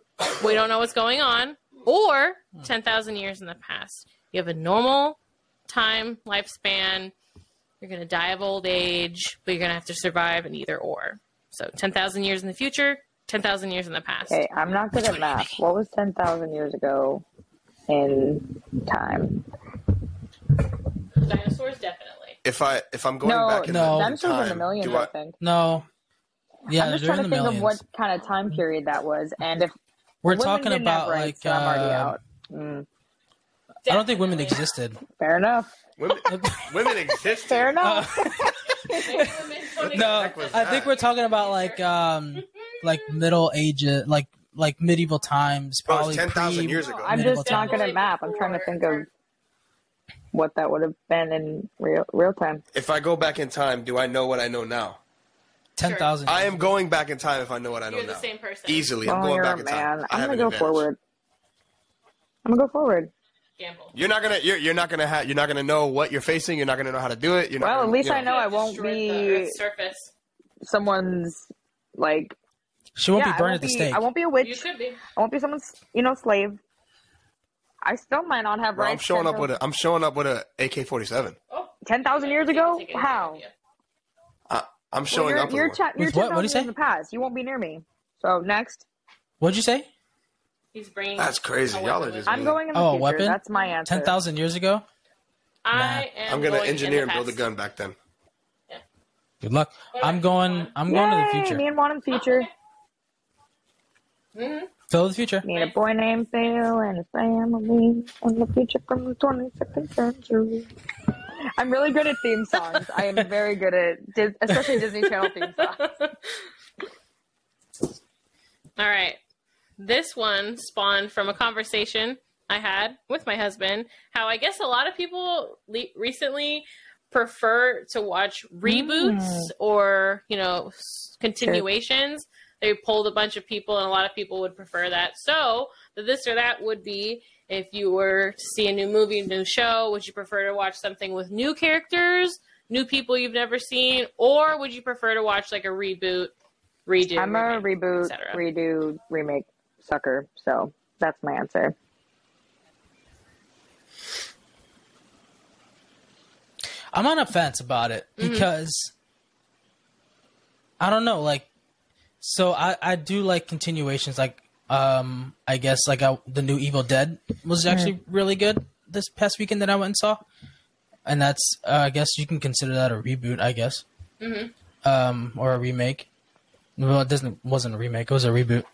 Speaker 3: We don't know what's going on, or 10,000 years in the past? You have a normal time lifespan. You're going to die of old age, but you're going to have to survive in either or. So 10,000 years in the future, 10,000 years in the past.
Speaker 4: Okay, I'm not good at math. What was ten thousand years ago in time?
Speaker 3: Dinosaurs, definitely.
Speaker 2: If I if I'm going
Speaker 4: No,
Speaker 2: back in
Speaker 1: no.
Speaker 2: the
Speaker 4: Dinosaurs were in the
Speaker 2: time,
Speaker 4: millions,
Speaker 2: do
Speaker 4: I,
Speaker 2: I-
Speaker 4: think.
Speaker 1: No. Yeah,
Speaker 4: I'm just
Speaker 1: they're
Speaker 4: trying
Speaker 1: in
Speaker 4: to
Speaker 1: the
Speaker 4: think
Speaker 1: millions.
Speaker 4: of what kind of time period that was, and if
Speaker 1: We're
Speaker 4: women
Speaker 1: talking
Speaker 4: didn't
Speaker 1: about
Speaker 4: have
Speaker 1: like.
Speaker 4: rights, then I'm already
Speaker 1: uh,
Speaker 4: out. Mm,
Speaker 1: I don't think women
Speaker 3: Definitely.
Speaker 1: existed.
Speaker 4: fair enough.
Speaker 2: women, women exist.
Speaker 4: Fair
Speaker 1: Uh,
Speaker 4: enough.
Speaker 1: no,
Speaker 2: heck was
Speaker 1: I think
Speaker 2: that?
Speaker 1: we're talking about like um like middle ages, like like medieval times,
Speaker 2: Oh,
Speaker 1: probably
Speaker 2: it's 10,000
Speaker 1: pre-
Speaker 2: years ago.
Speaker 4: I'm
Speaker 1: medieval
Speaker 4: just not
Speaker 1: times.
Speaker 4: good at math. I'm trying to think of what that would have been in real real time.
Speaker 2: If I go back in time, do I know what I know now?
Speaker 1: ten thousand.
Speaker 2: I am going back in time if I know what I know
Speaker 3: You're the
Speaker 2: now.
Speaker 3: same person.
Speaker 2: Easily, I'm
Speaker 4: Well,
Speaker 2: going
Speaker 4: Oh, you're
Speaker 2: back
Speaker 4: a
Speaker 2: in time.
Speaker 4: man.
Speaker 2: I
Speaker 4: I'm
Speaker 2: have
Speaker 4: gonna
Speaker 2: an
Speaker 4: go
Speaker 2: advantage.
Speaker 4: forward. I'm gonna go forward.
Speaker 3: Gamble.
Speaker 2: You're not gonna. You're, you're not gonna. Ha- you're not gonna know what you're facing. You're not gonna know how to do it. You're not
Speaker 4: Well,
Speaker 2: gonna-
Speaker 4: at least
Speaker 2: you know.
Speaker 4: I know I won't
Speaker 3: Destroyed
Speaker 4: be
Speaker 3: the Earth's surface.
Speaker 4: someone's like.
Speaker 1: She won't
Speaker 4: yeah,
Speaker 1: be
Speaker 4: I
Speaker 1: burned
Speaker 4: won't
Speaker 1: at the
Speaker 4: be-
Speaker 1: stake.
Speaker 4: I won't be a
Speaker 3: You
Speaker 4: witch.
Speaker 3: could be.
Speaker 4: I won't be someone's you know slave. I still might not have
Speaker 2: Bro,
Speaker 4: rights.
Speaker 2: I'm showing up
Speaker 4: 10,000
Speaker 2: with a. I'm showing up with a AK-47.
Speaker 3: Oh,
Speaker 4: ten thousand years ago. How?
Speaker 2: I, I'm
Speaker 4: Well,
Speaker 2: showing
Speaker 4: you're
Speaker 2: up. with
Speaker 4: you're,
Speaker 2: one.
Speaker 4: cha- you're
Speaker 1: With what?
Speaker 4: ten
Speaker 1: What'd you
Speaker 4: thousand years
Speaker 1: say?
Speaker 4: in the past. You won't be near me. So next,
Speaker 1: What'd you say?
Speaker 3: He's bringing.
Speaker 2: That's crazy.
Speaker 3: a
Speaker 2: Y'all are
Speaker 3: weapon
Speaker 2: just.
Speaker 3: with him.
Speaker 4: I'm going in the
Speaker 1: Oh, a
Speaker 4: future.
Speaker 1: weapon?
Speaker 4: That's my answer.
Speaker 1: Ten thousand years ago?
Speaker 3: I am
Speaker 2: I'm gonna
Speaker 3: going in
Speaker 2: engineer and
Speaker 3: the
Speaker 2: build a
Speaker 3: past.
Speaker 2: gun back then.
Speaker 1: Good luck. I'm going. I'm going to the
Speaker 4: Yay,
Speaker 1: future.
Speaker 4: Me and one in the future.
Speaker 5: Mhm.
Speaker 1: Phil, the future.
Speaker 4: Me and a boy named Phil and his family and the future from the 22nd century. I'm really good at theme songs. I am very good at, Dis- especially Disney Channel theme songs.
Speaker 3: All right. This one spawned from a conversation I had with my husband. How I guess a lot of people le- recently prefer to watch reboots
Speaker 4: Hmm.
Speaker 3: or, you know, s- continuations. They polled a bunch of people, and a lot of people would prefer that. So, the this or that would be if you were to see a new movie, a new show, would you prefer to watch something with new characters, new people you've never seen, or would you prefer to watch like a reboot, redo?
Speaker 4: I'm a
Speaker 3: remake?
Speaker 4: reboot,
Speaker 3: cetera.
Speaker 4: redo, remake sucker. So that's my answer.
Speaker 1: I'm on a fence about it because I don't know, like so I I do like continuations like um I guess like I, the new Evil Dead was actually really good this past weekend that I went and saw. And that's uh, I guess you can consider that a reboot, I guess. Um or a remake. Well, it doesn't wasn't a remake, it was a reboot.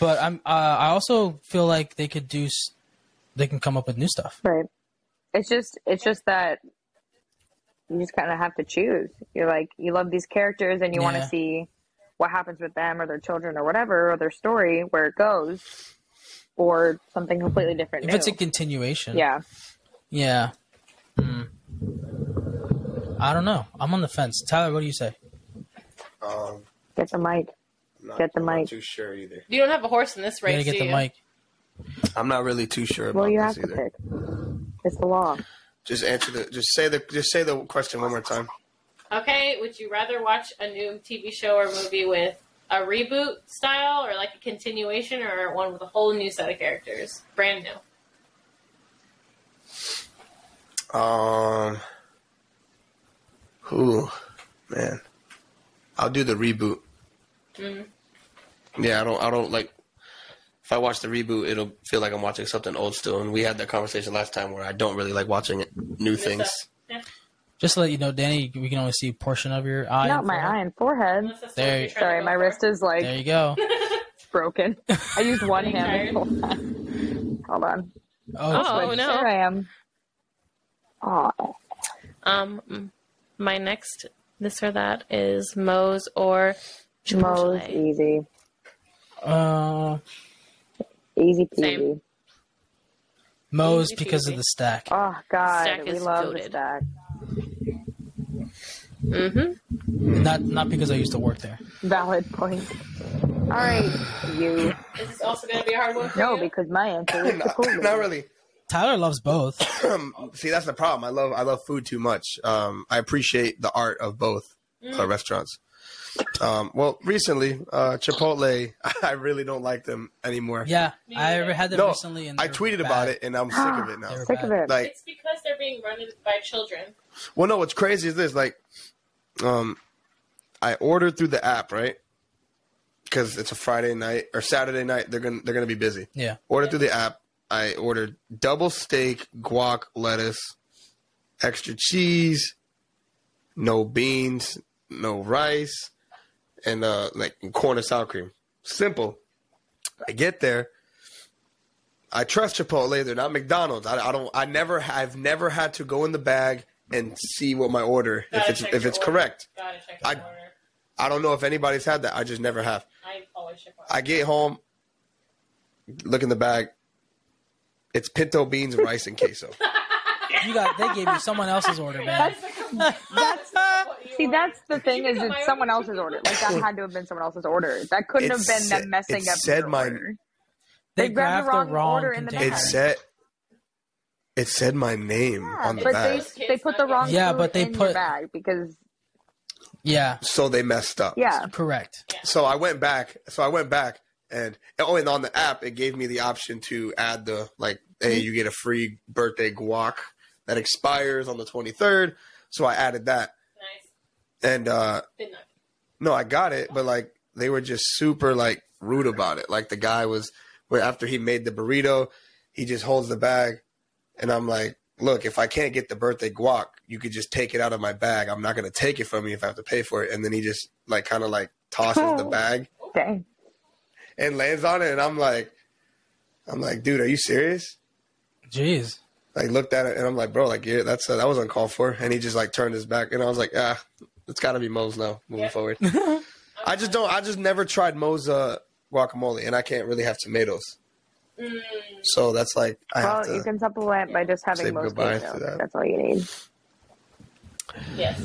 Speaker 1: But I'm uh, I also feel like they could do s- they can come up with new stuff.
Speaker 4: Right. It's just it's just that you just kind of have to choose. You're like you love these characters and you want
Speaker 1: Yeah.
Speaker 4: to see what happens with them or their children or whatever or their story where it goes or something completely different.
Speaker 1: If it's a
Speaker 4: new.
Speaker 1: continuation.
Speaker 4: yeah.
Speaker 1: Yeah. Hmm. I don't know. I'm on the fence. Tyler, what do you say?
Speaker 2: Um,
Speaker 4: Get the mic.
Speaker 2: I'm not,
Speaker 4: Get the
Speaker 2: I'm not
Speaker 4: mic.
Speaker 2: too sure either.
Speaker 3: You don't have a horse in this
Speaker 1: You gotta
Speaker 3: race.
Speaker 1: get
Speaker 3: do
Speaker 1: the
Speaker 3: you?
Speaker 1: mic.
Speaker 2: I'm not really too sure about
Speaker 4: Well, you have
Speaker 2: this
Speaker 4: to
Speaker 2: either.
Speaker 4: pick. It's the law.
Speaker 2: Just answer the. Just say the. Just say the question one more time.
Speaker 3: Okay, would you rather watch a new TV show or movie with a reboot style or like a continuation or one with a whole new set of characters? Brand new.
Speaker 2: Um. Who, man? I'll do the reboot.
Speaker 3: Mm-hmm.
Speaker 2: Yeah, I don't. I don't like. If I watch the reboot, it'll feel like I'm watching something old still. And we had that conversation last time where I don't really like watching it, new things.
Speaker 1: Just to let you know, Danny, we can only see a portion of your eye.
Speaker 4: Not
Speaker 1: and
Speaker 4: my
Speaker 1: forehead.
Speaker 4: eye and forehead.
Speaker 3: Unless that's
Speaker 1: There
Speaker 3: what
Speaker 1: you-
Speaker 3: you're trying to
Speaker 4: Sorry,
Speaker 3: go
Speaker 4: my
Speaker 3: for.
Speaker 4: wrist is like
Speaker 1: There you go.
Speaker 4: broken. I used one
Speaker 3: you
Speaker 4: hand. the whole time. Hold on.
Speaker 1: Oh,
Speaker 3: Oh, no.
Speaker 4: There I am. Aw.
Speaker 3: Um, my next this or that is Moe's or
Speaker 4: Mo's
Speaker 3: Chipotle.
Speaker 4: easy.
Speaker 1: Uh,
Speaker 4: Easy peasy.
Speaker 3: Same.
Speaker 1: Moe's
Speaker 3: Easy
Speaker 1: because of
Speaker 3: peasy.
Speaker 1: the stack.
Speaker 4: Oh God,
Speaker 3: Stack
Speaker 4: we
Speaker 3: is
Speaker 4: love the
Speaker 3: goated.
Speaker 4: stack.
Speaker 3: Mm-hmm.
Speaker 1: Not not because I used to work there.
Speaker 4: Valid point. All right, you
Speaker 3: Is this also going to be a hard one? For
Speaker 4: no,
Speaker 3: you?
Speaker 4: because my answer is
Speaker 2: Not,
Speaker 4: Chipotle.
Speaker 2: not really.
Speaker 1: Tyler loves both.
Speaker 2: Um, See, that's the problem. I love I love food too much. Um, I appreciate the art of both
Speaker 1: Mm.
Speaker 2: uh, restaurants. Um, well, recently, uh, Chipotle, I really don't like them anymore.
Speaker 1: Yeah, I
Speaker 3: neither.
Speaker 1: had that
Speaker 2: No,
Speaker 1: recently. And
Speaker 2: I
Speaker 1: they're
Speaker 2: tweeted
Speaker 1: bad.
Speaker 2: about it, and I'm sick of it now.
Speaker 1: They're
Speaker 4: Sick of it.
Speaker 2: Like,
Speaker 3: it's because they're being run by children.
Speaker 2: well, no, what's crazy is this. Like, um, I ordered through the app, right? Because it's a Friday night or Saturday night. They're gonna they're gonna be busy.
Speaker 1: Yeah.
Speaker 2: Ordered through the app. I ordered double steak, guac, lettuce, extra cheese, no beans, no rice, and uh like corn and sour cream. Simple. I get there. I trust Chipotle. They're not McDonald's. I, I don't. I never. I've never had to go in the bag and see what my order if
Speaker 3: Gotta
Speaker 2: it's
Speaker 3: check
Speaker 2: if
Speaker 3: your
Speaker 2: it's
Speaker 3: order.
Speaker 2: correct.
Speaker 3: Gotta check
Speaker 2: I-
Speaker 3: the order.
Speaker 2: I don't know if anybody's had that. I just never have.
Speaker 3: I always check order.
Speaker 2: I get home, look in the bag. It's pinto beans, rice, and queso.
Speaker 1: You got. They gave you someone else's order, man.
Speaker 4: See, that's the thing is
Speaker 3: got my
Speaker 4: it's someone
Speaker 3: order.
Speaker 4: else's order. Like that had to have been someone else's order. That couldn't
Speaker 2: It
Speaker 4: have been
Speaker 2: sa-
Speaker 4: them messing
Speaker 2: it
Speaker 4: up.
Speaker 2: said
Speaker 4: your
Speaker 2: my-
Speaker 4: order.
Speaker 1: They,
Speaker 4: They
Speaker 1: grabbed the wrong
Speaker 4: order in the
Speaker 1: container.
Speaker 2: It
Speaker 4: bag.
Speaker 2: said, it said my name on the
Speaker 4: but
Speaker 2: bag,
Speaker 4: they they put the wrong
Speaker 1: Yeah,
Speaker 4: food
Speaker 1: but they
Speaker 4: in
Speaker 1: put-
Speaker 4: your bag because
Speaker 1: Yeah,
Speaker 2: so they messed up.
Speaker 4: yeah.
Speaker 1: correct.
Speaker 2: So I went back. So I went back, and oh, and on the app, it gave me the option to add the like, hey,
Speaker 4: Mm-hmm.
Speaker 2: you get a free birthday guac that expires on the twenty third. So I added that,
Speaker 3: Nice.
Speaker 2: and uh,
Speaker 3: Did not.
Speaker 2: No, I got it, but like they were just super like rude about it. Like the guy was where after he made the burrito, he just holds the bag, and I'm like, look, if I can't get the birthday guac, you could just take it out of my bag. I'm not going to take it from you if I have to pay for it. And then he just like kind of like tosses the bag
Speaker 4: Dang.
Speaker 2: and lands on it. And I'm like, I'm like, dude, are you serious?
Speaker 1: Jeez.
Speaker 2: Like looked at it and I'm like, bro, like yeah, that's uh, that was uncalled for. And he just like turned his back and I was like, ah, it's got to be Moe's now moving forward. I just don't. I just never tried Moe's uh, guacamole, and I can't really have tomatoes. So that's like I have
Speaker 4: Well,
Speaker 2: to.
Speaker 4: you can supplement by just
Speaker 2: Say
Speaker 4: having most
Speaker 2: goodbye
Speaker 4: queso.
Speaker 2: to that.
Speaker 4: That's all you need.
Speaker 5: Yes.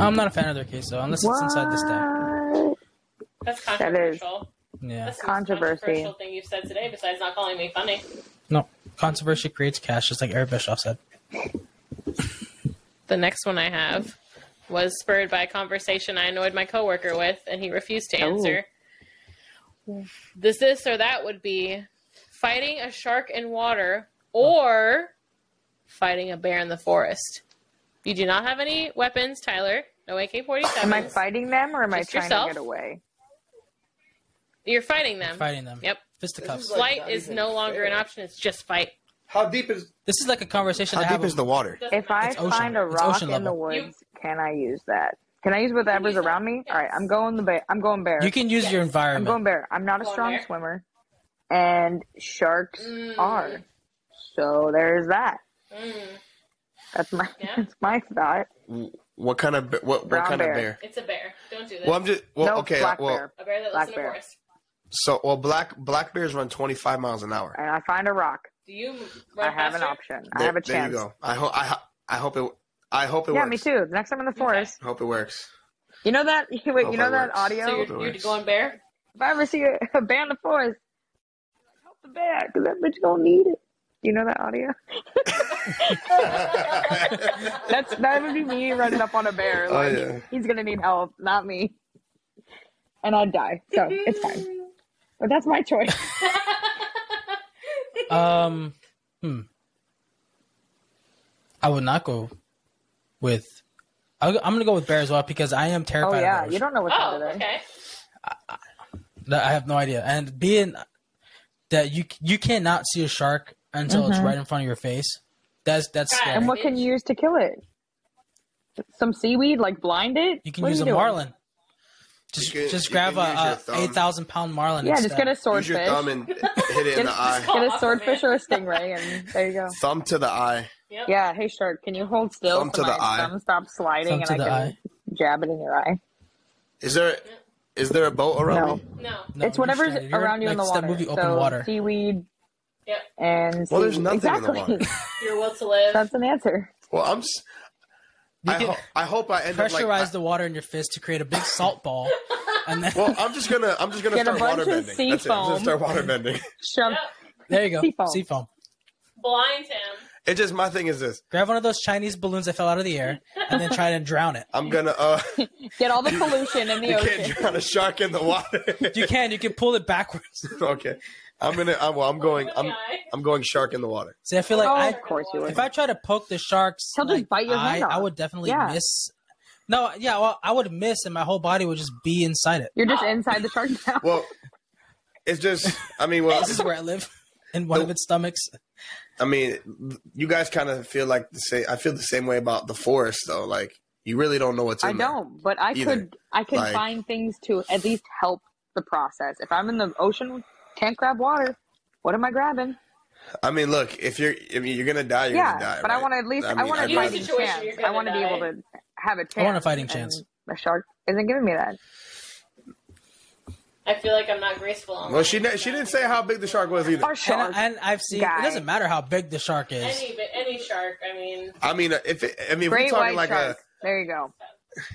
Speaker 1: I'm not a fan of their queso unless it's inside the stack.
Speaker 4: What?
Speaker 5: That's
Speaker 4: is-
Speaker 5: controversial.
Speaker 1: Yeah.
Speaker 5: That's the most
Speaker 4: Controversy.
Speaker 5: controversial thing you've said today, besides not calling me funny.
Speaker 1: No. Controversy creates cash, just like Eric Bischoff said.
Speaker 3: The next one I have was spurred by a conversation I annoyed my coworker with, and he refused to answer.
Speaker 4: Oh.
Speaker 3: This, this, or that would be fighting a shark in water or fighting a bear in the forest. You do not have any weapons, Tyler. No AK
Speaker 4: Am I
Speaker 3: 47.
Speaker 4: fighting them or am I
Speaker 3: Just
Speaker 4: trying
Speaker 3: yourself?
Speaker 4: to get away?
Speaker 3: You're fighting them.
Speaker 1: Fighting them.
Speaker 3: Yep.
Speaker 1: Fisticuffs.
Speaker 2: This is like-
Speaker 3: Flight
Speaker 2: not
Speaker 3: is
Speaker 2: even
Speaker 3: no longer an
Speaker 2: fair.
Speaker 3: option. It's just fight.
Speaker 2: How deep is
Speaker 1: This is like a conversation
Speaker 2: how
Speaker 1: I have.
Speaker 2: deep is the water?
Speaker 3: Doesn't
Speaker 4: If I
Speaker 1: It's ocean.
Speaker 4: find a
Speaker 1: It's
Speaker 4: rock
Speaker 1: ocean
Speaker 4: in the
Speaker 1: level.
Speaker 4: woods, can I use that? Can I use whatever's
Speaker 5: use
Speaker 4: around me? All right, I'm going the bear. I'm going bear.
Speaker 1: you can use your
Speaker 4: I'm
Speaker 1: environment.
Speaker 4: going bear. I'm not a
Speaker 5: Going
Speaker 4: strong
Speaker 5: bear. Mm.
Speaker 4: swimmer, and sharks are. So there's that. That's my
Speaker 5: Yeah.
Speaker 4: that's my thought.
Speaker 2: What kind of be- what what
Speaker 4: Brown
Speaker 2: kind
Speaker 4: bear.
Speaker 2: of bear?
Speaker 5: It's a bear. Don't do this.
Speaker 2: Well, I'm just well
Speaker 4: no
Speaker 2: okay.
Speaker 4: black
Speaker 2: well,
Speaker 4: bear.
Speaker 5: a bear that
Speaker 4: Black
Speaker 5: lives in a
Speaker 4: bear.
Speaker 5: forest.
Speaker 2: so well black black bears run 25 miles an hour.
Speaker 4: And I find a rock.
Speaker 5: Do you
Speaker 4: I
Speaker 5: run
Speaker 4: have an
Speaker 5: faster?
Speaker 4: option. I have a
Speaker 2: There-
Speaker 4: chance.
Speaker 2: There you go. I hope I ho- I hope it I hope it
Speaker 4: Yeah,
Speaker 2: works.
Speaker 4: me too. The next time I'm in the forest,
Speaker 2: I hope it works.
Speaker 4: you know that. Wait,
Speaker 2: Hope
Speaker 4: you
Speaker 2: it
Speaker 4: know that
Speaker 2: works.
Speaker 4: audio.
Speaker 5: So
Speaker 2: Hope it
Speaker 5: you're, you're
Speaker 2: works.
Speaker 5: going bear?
Speaker 4: if I ever see a, a bear in the forest, like, help the bear because that bitch gonna need it. You know that audio?
Speaker 2: Oh,
Speaker 4: That's that would be me running up on a bear.
Speaker 2: Oh,
Speaker 4: Like,
Speaker 2: yeah.
Speaker 4: he's gonna need help, not me. And I'd die, so it's fine. But that's my choice.
Speaker 1: Um, hmm. I would not go with. I'll, I'm gonna go with bear as well because I am
Speaker 4: Oh
Speaker 1: terrified.
Speaker 4: yeah,
Speaker 1: of
Speaker 4: you don't know what's
Speaker 5: Oh,
Speaker 4: under there.
Speaker 5: okay.
Speaker 1: That I have no idea. And being that you you cannot see a shark until it's right in front of your face. That's that's
Speaker 5: God.
Speaker 1: scary.
Speaker 4: And what can you use to kill it? Some seaweed, like blind it.
Speaker 1: you can
Speaker 4: What are
Speaker 1: use a
Speaker 4: doing?
Speaker 1: marlin. Just
Speaker 2: can-
Speaker 1: just
Speaker 2: you
Speaker 1: grab a,
Speaker 2: can use your
Speaker 1: a
Speaker 2: thumb.
Speaker 1: eight thousand pound marlin.
Speaker 4: Yeah, just get a
Speaker 2: Use your
Speaker 4: swordfish.
Speaker 2: thumb and hit it in the eye.
Speaker 4: Get
Speaker 5: Oh,
Speaker 4: a swordfish or a stingray, and there you go.
Speaker 2: Thumb to the eye.
Speaker 5: Yep.
Speaker 4: Yeah, hey shark, can you hold still?
Speaker 2: Thumb
Speaker 4: so
Speaker 2: to the
Speaker 4: my
Speaker 2: eye.
Speaker 4: Thumb stop
Speaker 1: Thumb
Speaker 4: sliding,
Speaker 1: to
Speaker 4: and I
Speaker 1: the
Speaker 4: can
Speaker 1: eye.
Speaker 4: jab it in your eye.
Speaker 2: Is there is there a boat around?
Speaker 4: No.
Speaker 2: Me?
Speaker 5: No.
Speaker 1: No,
Speaker 4: it's
Speaker 1: you're
Speaker 4: whatever's
Speaker 1: stranded. You're
Speaker 4: around you in the
Speaker 1: like
Speaker 4: water.
Speaker 1: That movie, Open
Speaker 4: so
Speaker 1: Water.
Speaker 4: seaweed
Speaker 5: Yep.
Speaker 4: and
Speaker 2: Well, there's
Speaker 4: seaweed.
Speaker 2: nothing in the
Speaker 4: exactly.
Speaker 2: water.
Speaker 5: Your will to live.
Speaker 4: That's an answer.
Speaker 2: Well, I'm. s-
Speaker 1: You
Speaker 2: I,
Speaker 1: can-
Speaker 2: ho- I hope I end up like.
Speaker 1: pressurize
Speaker 2: I-
Speaker 1: the water in your fist to create a big salt ball, and then
Speaker 2: well, I'm just gonna I'm just gonna
Speaker 4: Get a
Speaker 2: start
Speaker 4: bunch
Speaker 2: water
Speaker 4: of
Speaker 2: bending.
Speaker 4: sea
Speaker 2: That's it. I'm
Speaker 4: foam.
Speaker 2: just gonna start water bending.
Speaker 4: Shove.
Speaker 5: Yep.
Speaker 1: there you go. Sea
Speaker 4: Seafoam.
Speaker 1: foam.
Speaker 5: Blind him.
Speaker 2: It just my thing is this.
Speaker 1: Grab one of those Chinese balloons that fell out of the air, and then try to drown it.
Speaker 2: I'm gonna uh. You
Speaker 4: Get all the pollution in the
Speaker 2: can't
Speaker 4: ocean.
Speaker 2: drown a shark in the water.
Speaker 1: You can. You can pull it backwards.
Speaker 2: okay. I'm gonna. I'm, well, I'm going. I'm. I'm going shark in the water.
Speaker 1: See, I feel like
Speaker 4: oh,
Speaker 1: I,
Speaker 4: of course you would.
Speaker 1: if I try to poke the shark's
Speaker 4: He'll just
Speaker 1: like,
Speaker 4: bite your
Speaker 1: eye,
Speaker 4: hand off.
Speaker 1: I would definitely
Speaker 4: Yeah.
Speaker 1: miss. No, yeah, well, I would miss, and my whole body would just be inside it.
Speaker 4: You're just inside the shark now.
Speaker 2: Well, it's just. I mean, well,
Speaker 1: This is where I live, in one of its stomachs.
Speaker 2: I mean, you guys kind of feel like the same. I feel the same way about the forest, though. Like you really don't know what's in
Speaker 4: I don't, but I
Speaker 2: Either.
Speaker 4: could. I could
Speaker 2: Like-
Speaker 4: find things to at least help the process. If I'm in the ocean, can't grab water. What am I grabbing?
Speaker 2: there. I mean, look, if you're, I mean, you're gonna die. You're
Speaker 4: yeah,
Speaker 2: gonna die.
Speaker 4: but I
Speaker 2: right?
Speaker 4: want to at least. I,
Speaker 2: mean,
Speaker 4: want
Speaker 2: I'd
Speaker 4: a
Speaker 5: You
Speaker 4: fighting
Speaker 2: rather-
Speaker 5: situation,
Speaker 4: chance.
Speaker 5: you're
Speaker 4: I want to be
Speaker 5: gonna
Speaker 4: able
Speaker 5: die.
Speaker 4: to have a chance.
Speaker 1: I want a fighting
Speaker 4: and
Speaker 1: chance.
Speaker 4: The shark isn't giving me that.
Speaker 5: I feel like I'm not graceful. on
Speaker 2: Well,
Speaker 5: my-
Speaker 2: she ne- she didn't say how big the shark was either.
Speaker 4: Our shark.
Speaker 1: And, and I've seen
Speaker 4: guy.
Speaker 1: it doesn't matter how big the shark is.
Speaker 5: Any, but any shark, I mean,
Speaker 2: I mean, if it, I mean, if we're
Speaker 4: Great white
Speaker 2: talking like
Speaker 4: shark. There you go.
Speaker 2: a.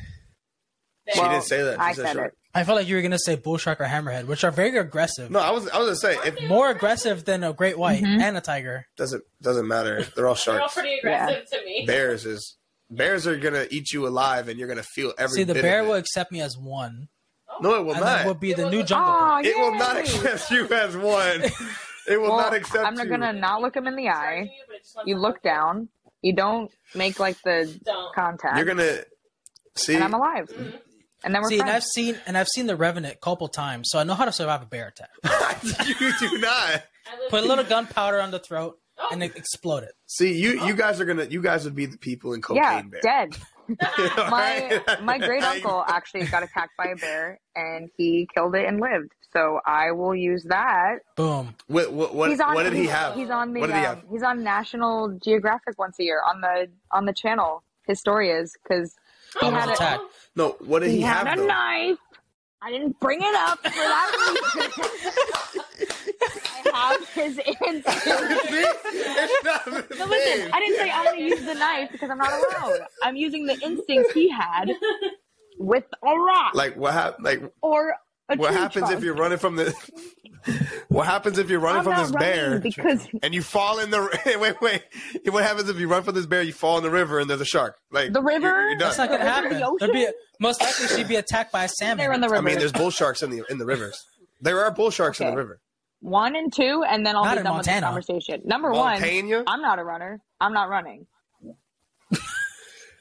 Speaker 2: She
Speaker 4: Well,
Speaker 2: didn't say that. She
Speaker 4: I
Speaker 2: said
Speaker 4: said
Speaker 2: shark.
Speaker 1: I felt like you were gonna say bull shark or hammerhead, which are very aggressive,
Speaker 2: No, I was I was gonna say it
Speaker 1: more aggressive than a great white
Speaker 4: Mm-hmm.
Speaker 1: and a tiger.
Speaker 2: doesn't doesn't matter. They're all
Speaker 5: they're all
Speaker 2: sharks.
Speaker 5: pretty aggressive to me.
Speaker 2: Bears is bears are gonna eat you alive, and you're gonna feel every.
Speaker 1: See, the
Speaker 2: bit of
Speaker 1: bear
Speaker 2: it.
Speaker 1: will accept me as one,
Speaker 2: No, it will
Speaker 1: and that
Speaker 2: not.
Speaker 1: would be the
Speaker 5: It
Speaker 1: new
Speaker 5: will-
Speaker 1: jungle. Book.
Speaker 4: Oh,
Speaker 2: It will
Speaker 4: yay.
Speaker 2: not accept you as one. It will
Speaker 4: Well,
Speaker 2: not accept
Speaker 4: I'm not
Speaker 2: you.
Speaker 4: gonna not look him in the eye.
Speaker 5: but it just lets
Speaker 4: You
Speaker 5: them
Speaker 4: look down. You don't make like the
Speaker 5: Don't.
Speaker 4: contact.
Speaker 2: You're gonna see.
Speaker 4: and I'm alive. And then we're
Speaker 1: See, and I've
Speaker 4: friends.
Speaker 1: seen and I've seen the Revenant a couple times, so I know how to survive a bear attack.
Speaker 2: you do not.
Speaker 5: I live
Speaker 1: Put a little gunpowder on the throat, and it exploded.
Speaker 2: See, you you guys are gonna you guys would be the people in cocaine
Speaker 4: yeah,
Speaker 2: bear.
Speaker 4: dead.
Speaker 2: All
Speaker 4: My
Speaker 2: right?
Speaker 4: my great uncle actually got attacked by a bear and he killed it and lived. So I will use that.
Speaker 1: Boom.
Speaker 2: What what what,
Speaker 4: he's on,
Speaker 2: what did he
Speaker 4: he's-
Speaker 2: have?
Speaker 4: He's on the
Speaker 2: What did he have?
Speaker 4: um, he's on National Geographic once a year on the on the channel. His story is because
Speaker 1: I
Speaker 4: had
Speaker 1: was
Speaker 4: a-
Speaker 1: attacked.
Speaker 2: No, what did he, have?
Speaker 4: had a
Speaker 2: though?
Speaker 4: knife. I didn't bring it up for that reason. I have his answer.
Speaker 2: it's not the
Speaker 4: But listen,
Speaker 2: same.
Speaker 4: I didn't say I'm going to use the knife because I'm not allowed. I'm using the instincts he had with a rock
Speaker 2: Like what hap- like
Speaker 4: or a
Speaker 2: what
Speaker 4: tree
Speaker 2: happens if
Speaker 4: trunk.
Speaker 2: you're running from the What happens if you're running
Speaker 4: I'm
Speaker 2: from
Speaker 4: not
Speaker 2: this
Speaker 4: running
Speaker 2: bear
Speaker 4: because
Speaker 2: and you fall in the wait wait what happens if you run from this bear you fall in the river and there's a shark like
Speaker 4: The
Speaker 2: you're-
Speaker 4: river?
Speaker 2: you're done.
Speaker 1: That's not gonna
Speaker 4: Over the
Speaker 1: happen. There'd be
Speaker 4: ocean?
Speaker 1: most likely she'd be attacked by a salmon.
Speaker 4: they're in the
Speaker 2: I
Speaker 4: river.
Speaker 2: mean there's bull sharks in the in the rivers there are bull sharks in
Speaker 4: Okay.
Speaker 2: the river
Speaker 4: one and two, and then I'll
Speaker 1: Not
Speaker 4: be
Speaker 1: in
Speaker 4: done with
Speaker 1: Montana.
Speaker 4: the conversation. Number one,
Speaker 2: Montana
Speaker 4: I'm not a runner. I'm not running.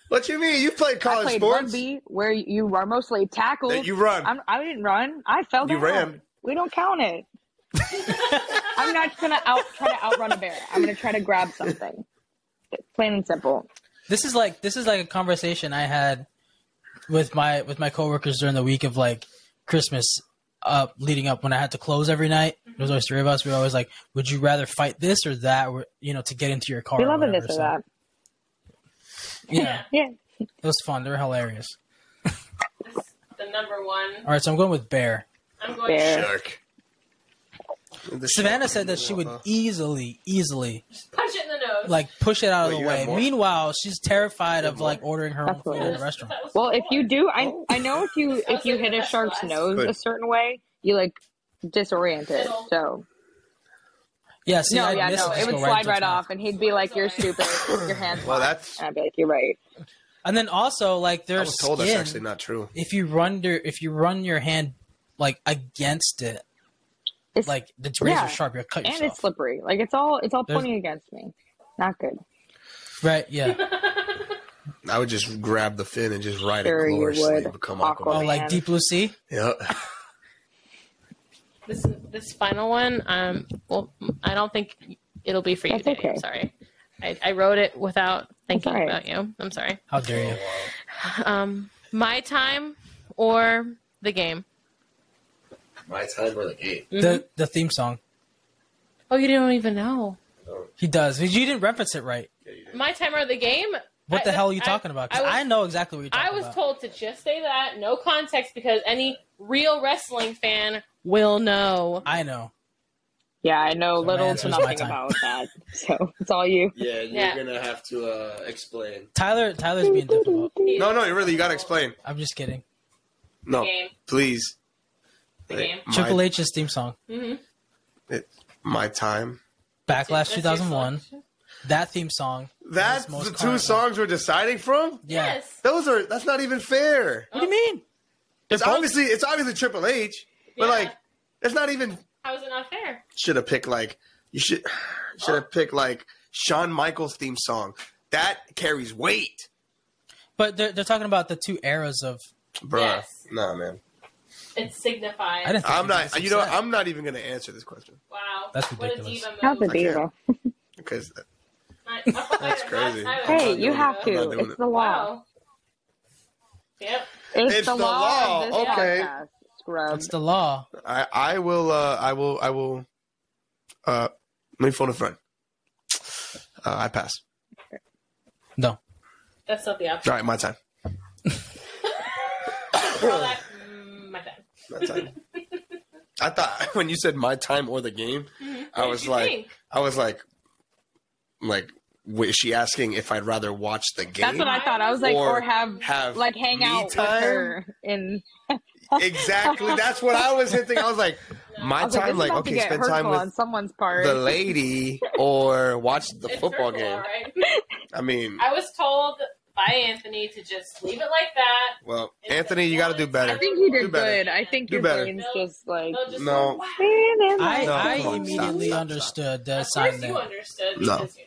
Speaker 2: what you mean you played
Speaker 4: I
Speaker 2: college
Speaker 4: played
Speaker 2: sports
Speaker 4: rugby, where you are mostly tackled.
Speaker 2: that you run
Speaker 4: I'm, I didn't run. I fell
Speaker 2: You
Speaker 4: down.
Speaker 2: ran.
Speaker 4: We don't count it. I'm not gonna out try to outrun a bear. I'm gonna try to grab something. Plain and simple.
Speaker 1: this is like this is like a conversation I had with my with my coworkers during the week of like Christmas uh leading up when I had to close every night. There was always three of us. We were always like, would you rather fight this or that or you know, to get into your car?
Speaker 4: We
Speaker 1: or
Speaker 4: love it
Speaker 1: whatever.
Speaker 4: this or
Speaker 1: So,
Speaker 4: that.
Speaker 1: Yeah.
Speaker 4: Yeah.
Speaker 1: It was fun. They were hilarious.
Speaker 3: This is the number one.
Speaker 1: All right, so I'm going with Bear.
Speaker 3: I'm going
Speaker 4: Bear.
Speaker 2: shark The
Speaker 1: Savannah
Speaker 2: shark.
Speaker 1: said that she would
Speaker 2: Uh-huh.
Speaker 1: easily, easily
Speaker 3: to punch it in the nose.
Speaker 1: like push it out
Speaker 2: Wait,
Speaker 1: of the
Speaker 2: you have
Speaker 1: way.
Speaker 2: more?
Speaker 1: Meanwhile, she's terrified of like ordering her own
Speaker 4: That's what
Speaker 1: food
Speaker 4: it
Speaker 1: at
Speaker 3: That
Speaker 1: a restaurant.
Speaker 3: was
Speaker 4: Well, if
Speaker 3: four.
Speaker 4: you do, I I know if you if you hit a shark's nose a certain way, you like disorient it. So
Speaker 1: Yeah, see,
Speaker 4: no,
Speaker 1: I'd
Speaker 4: yeah,
Speaker 1: miss
Speaker 4: no,
Speaker 1: and
Speaker 4: it
Speaker 1: just
Speaker 4: would
Speaker 1: go
Speaker 4: slide
Speaker 1: into
Speaker 4: right
Speaker 1: its mouth.
Speaker 4: off, and he'd be like, "You're stupid. Your hands."
Speaker 2: well
Speaker 4: fine."
Speaker 2: that's
Speaker 4: And I'd be like, "You're right."
Speaker 1: And then also, like,
Speaker 2: I
Speaker 1: there's
Speaker 2: was told that's actually not true
Speaker 1: if you run your if you run your hand like against it,
Speaker 4: It's,
Speaker 1: like the razor
Speaker 4: Yeah.
Speaker 1: sharp, you'll cut
Speaker 4: and
Speaker 1: yourself.
Speaker 4: it's slippery. Like it's all it's all
Speaker 1: There's-
Speaker 4: pointing against me. Not good.
Speaker 1: right? Yeah.
Speaker 2: I would just grab the fin and just ride
Speaker 4: Sure
Speaker 2: it
Speaker 4: you
Speaker 2: gloriously
Speaker 4: would.
Speaker 2: and become
Speaker 4: Aquaman.
Speaker 1: oh,
Speaker 2: Aquaman.
Speaker 1: like
Speaker 4: man.
Speaker 1: deep blue sea.
Speaker 2: Yep.
Speaker 3: This this final one. Um. Well, I don't think it'll be for you.
Speaker 4: That's
Speaker 3: Danny. I'm
Speaker 4: okay.
Speaker 3: sorry. I, I wrote it without thinking
Speaker 4: all right.
Speaker 3: about you. I'm sorry.
Speaker 1: How dare you?
Speaker 3: Um. My time or the game.
Speaker 7: My time or the game.
Speaker 1: The the theme song.
Speaker 3: Oh, you don't even know.
Speaker 1: He does. You didn't reference it right.
Speaker 3: My time or the game.
Speaker 1: What
Speaker 3: I-
Speaker 1: the hell are you
Speaker 3: I-
Speaker 1: talking about? 'Cause
Speaker 3: I was-
Speaker 1: I, know exactly what you're talking
Speaker 3: I
Speaker 1: about.
Speaker 3: was told to just say that, no context, because any real wrestling fan will know.
Speaker 1: I know.
Speaker 4: Yeah, I know
Speaker 1: my
Speaker 4: little
Speaker 1: answer
Speaker 4: to
Speaker 1: is my
Speaker 4: nothing
Speaker 1: time.
Speaker 4: about that. So it's all you.
Speaker 7: Yeah, you're
Speaker 3: Yeah.
Speaker 7: gonna have to uh, explain.
Speaker 1: Tyler Tyler's being difficult.
Speaker 2: No, no, you really, you gotta explain.
Speaker 1: I'm just kidding.
Speaker 2: No,
Speaker 3: Game.
Speaker 2: please.
Speaker 3: The game. Mm-hmm.
Speaker 2: My-
Speaker 1: Triple H's theme song,
Speaker 2: My time.
Speaker 1: Backlash
Speaker 3: That's your
Speaker 1: 2001.
Speaker 3: selection?
Speaker 1: That theme song.
Speaker 2: That's
Speaker 1: most
Speaker 2: the two
Speaker 1: current
Speaker 2: songs we're deciding from.
Speaker 1: Yeah.
Speaker 3: Yes.
Speaker 2: Those are. That's not even fair.
Speaker 1: What do you mean?
Speaker 2: It's obviously. It's obviously Triple H. But
Speaker 3: Yeah.
Speaker 2: like, it's not even.
Speaker 3: How is it not fair?
Speaker 2: Should have picked like. You should. Should
Speaker 3: Oh.
Speaker 2: have picked like Shawn Michaels theme song. That carries weight,
Speaker 1: But they're, they're talking about the two eras of.
Speaker 2: bruh.
Speaker 3: Yes.
Speaker 2: Nah, man.
Speaker 3: It signifies.
Speaker 1: I didn't. Think
Speaker 2: I'm
Speaker 1: you
Speaker 2: not.
Speaker 1: guys
Speaker 2: You know,
Speaker 1: said.
Speaker 2: I'm not even gonna answer this question
Speaker 3: wow.
Speaker 1: That's
Speaker 3: What a
Speaker 1: ridiculous.
Speaker 3: diva move.
Speaker 4: How's the
Speaker 2: Okay.
Speaker 4: diva?
Speaker 2: because
Speaker 3: Not- not-
Speaker 2: That's
Speaker 3: not
Speaker 2: crazy.
Speaker 3: Tyler.
Speaker 2: I'm not
Speaker 4: Hey,
Speaker 2: doing
Speaker 4: you
Speaker 2: it.
Speaker 4: have
Speaker 2: I'm not
Speaker 4: to.
Speaker 2: doing
Speaker 4: It's
Speaker 2: it.
Speaker 4: the law.
Speaker 3: Wow. Yep.
Speaker 4: It's,
Speaker 2: It's
Speaker 4: the,
Speaker 2: the
Speaker 4: law.
Speaker 2: law.
Speaker 4: Of this
Speaker 2: Okay.
Speaker 4: Podcast, scrub.
Speaker 1: It's the law.
Speaker 2: I I will uh I will I will uh let me phone a friend. Uh, I pass.
Speaker 1: No.
Speaker 3: That's not the option.
Speaker 2: All right, my time.
Speaker 3: Call that mm, my bad.
Speaker 2: My time. I thought when you said my time or the game, I
Speaker 3: What
Speaker 2: was
Speaker 3: did you
Speaker 2: like
Speaker 3: think?
Speaker 2: I was like like was she asking if I'd rather watch the game?
Speaker 4: That's what I thought. I was like, or,
Speaker 2: Or
Speaker 4: have,
Speaker 2: have
Speaker 4: like hang
Speaker 2: me
Speaker 4: out
Speaker 2: time?
Speaker 4: with her in.
Speaker 2: exactly. That's what I was hinting. I was like my
Speaker 4: I was
Speaker 2: time like
Speaker 4: like, like
Speaker 2: okay, spend
Speaker 4: hurtful
Speaker 2: time
Speaker 4: on
Speaker 2: with
Speaker 4: someone's part.
Speaker 2: the lady or watch the
Speaker 3: It's
Speaker 2: football
Speaker 3: hurtful,
Speaker 2: game.
Speaker 3: all right?
Speaker 2: I mean,
Speaker 3: I was told by Anthony to just leave it like that.
Speaker 2: well,
Speaker 3: It's
Speaker 2: Anthony, you got to do
Speaker 4: I
Speaker 2: better.
Speaker 4: think you
Speaker 2: Do
Speaker 4: did
Speaker 2: better.
Speaker 4: good. I think
Speaker 2: Do
Speaker 4: your
Speaker 2: better.
Speaker 4: brain's just like.
Speaker 3: They'll just
Speaker 2: No.
Speaker 3: go, wow.
Speaker 1: I,
Speaker 2: No,
Speaker 1: I
Speaker 2: come on,
Speaker 1: immediately
Speaker 2: stop, stop,
Speaker 1: understood
Speaker 3: Of
Speaker 1: the
Speaker 3: course
Speaker 1: sign
Speaker 3: you
Speaker 1: there.
Speaker 3: understood
Speaker 2: No.
Speaker 3: because you're not.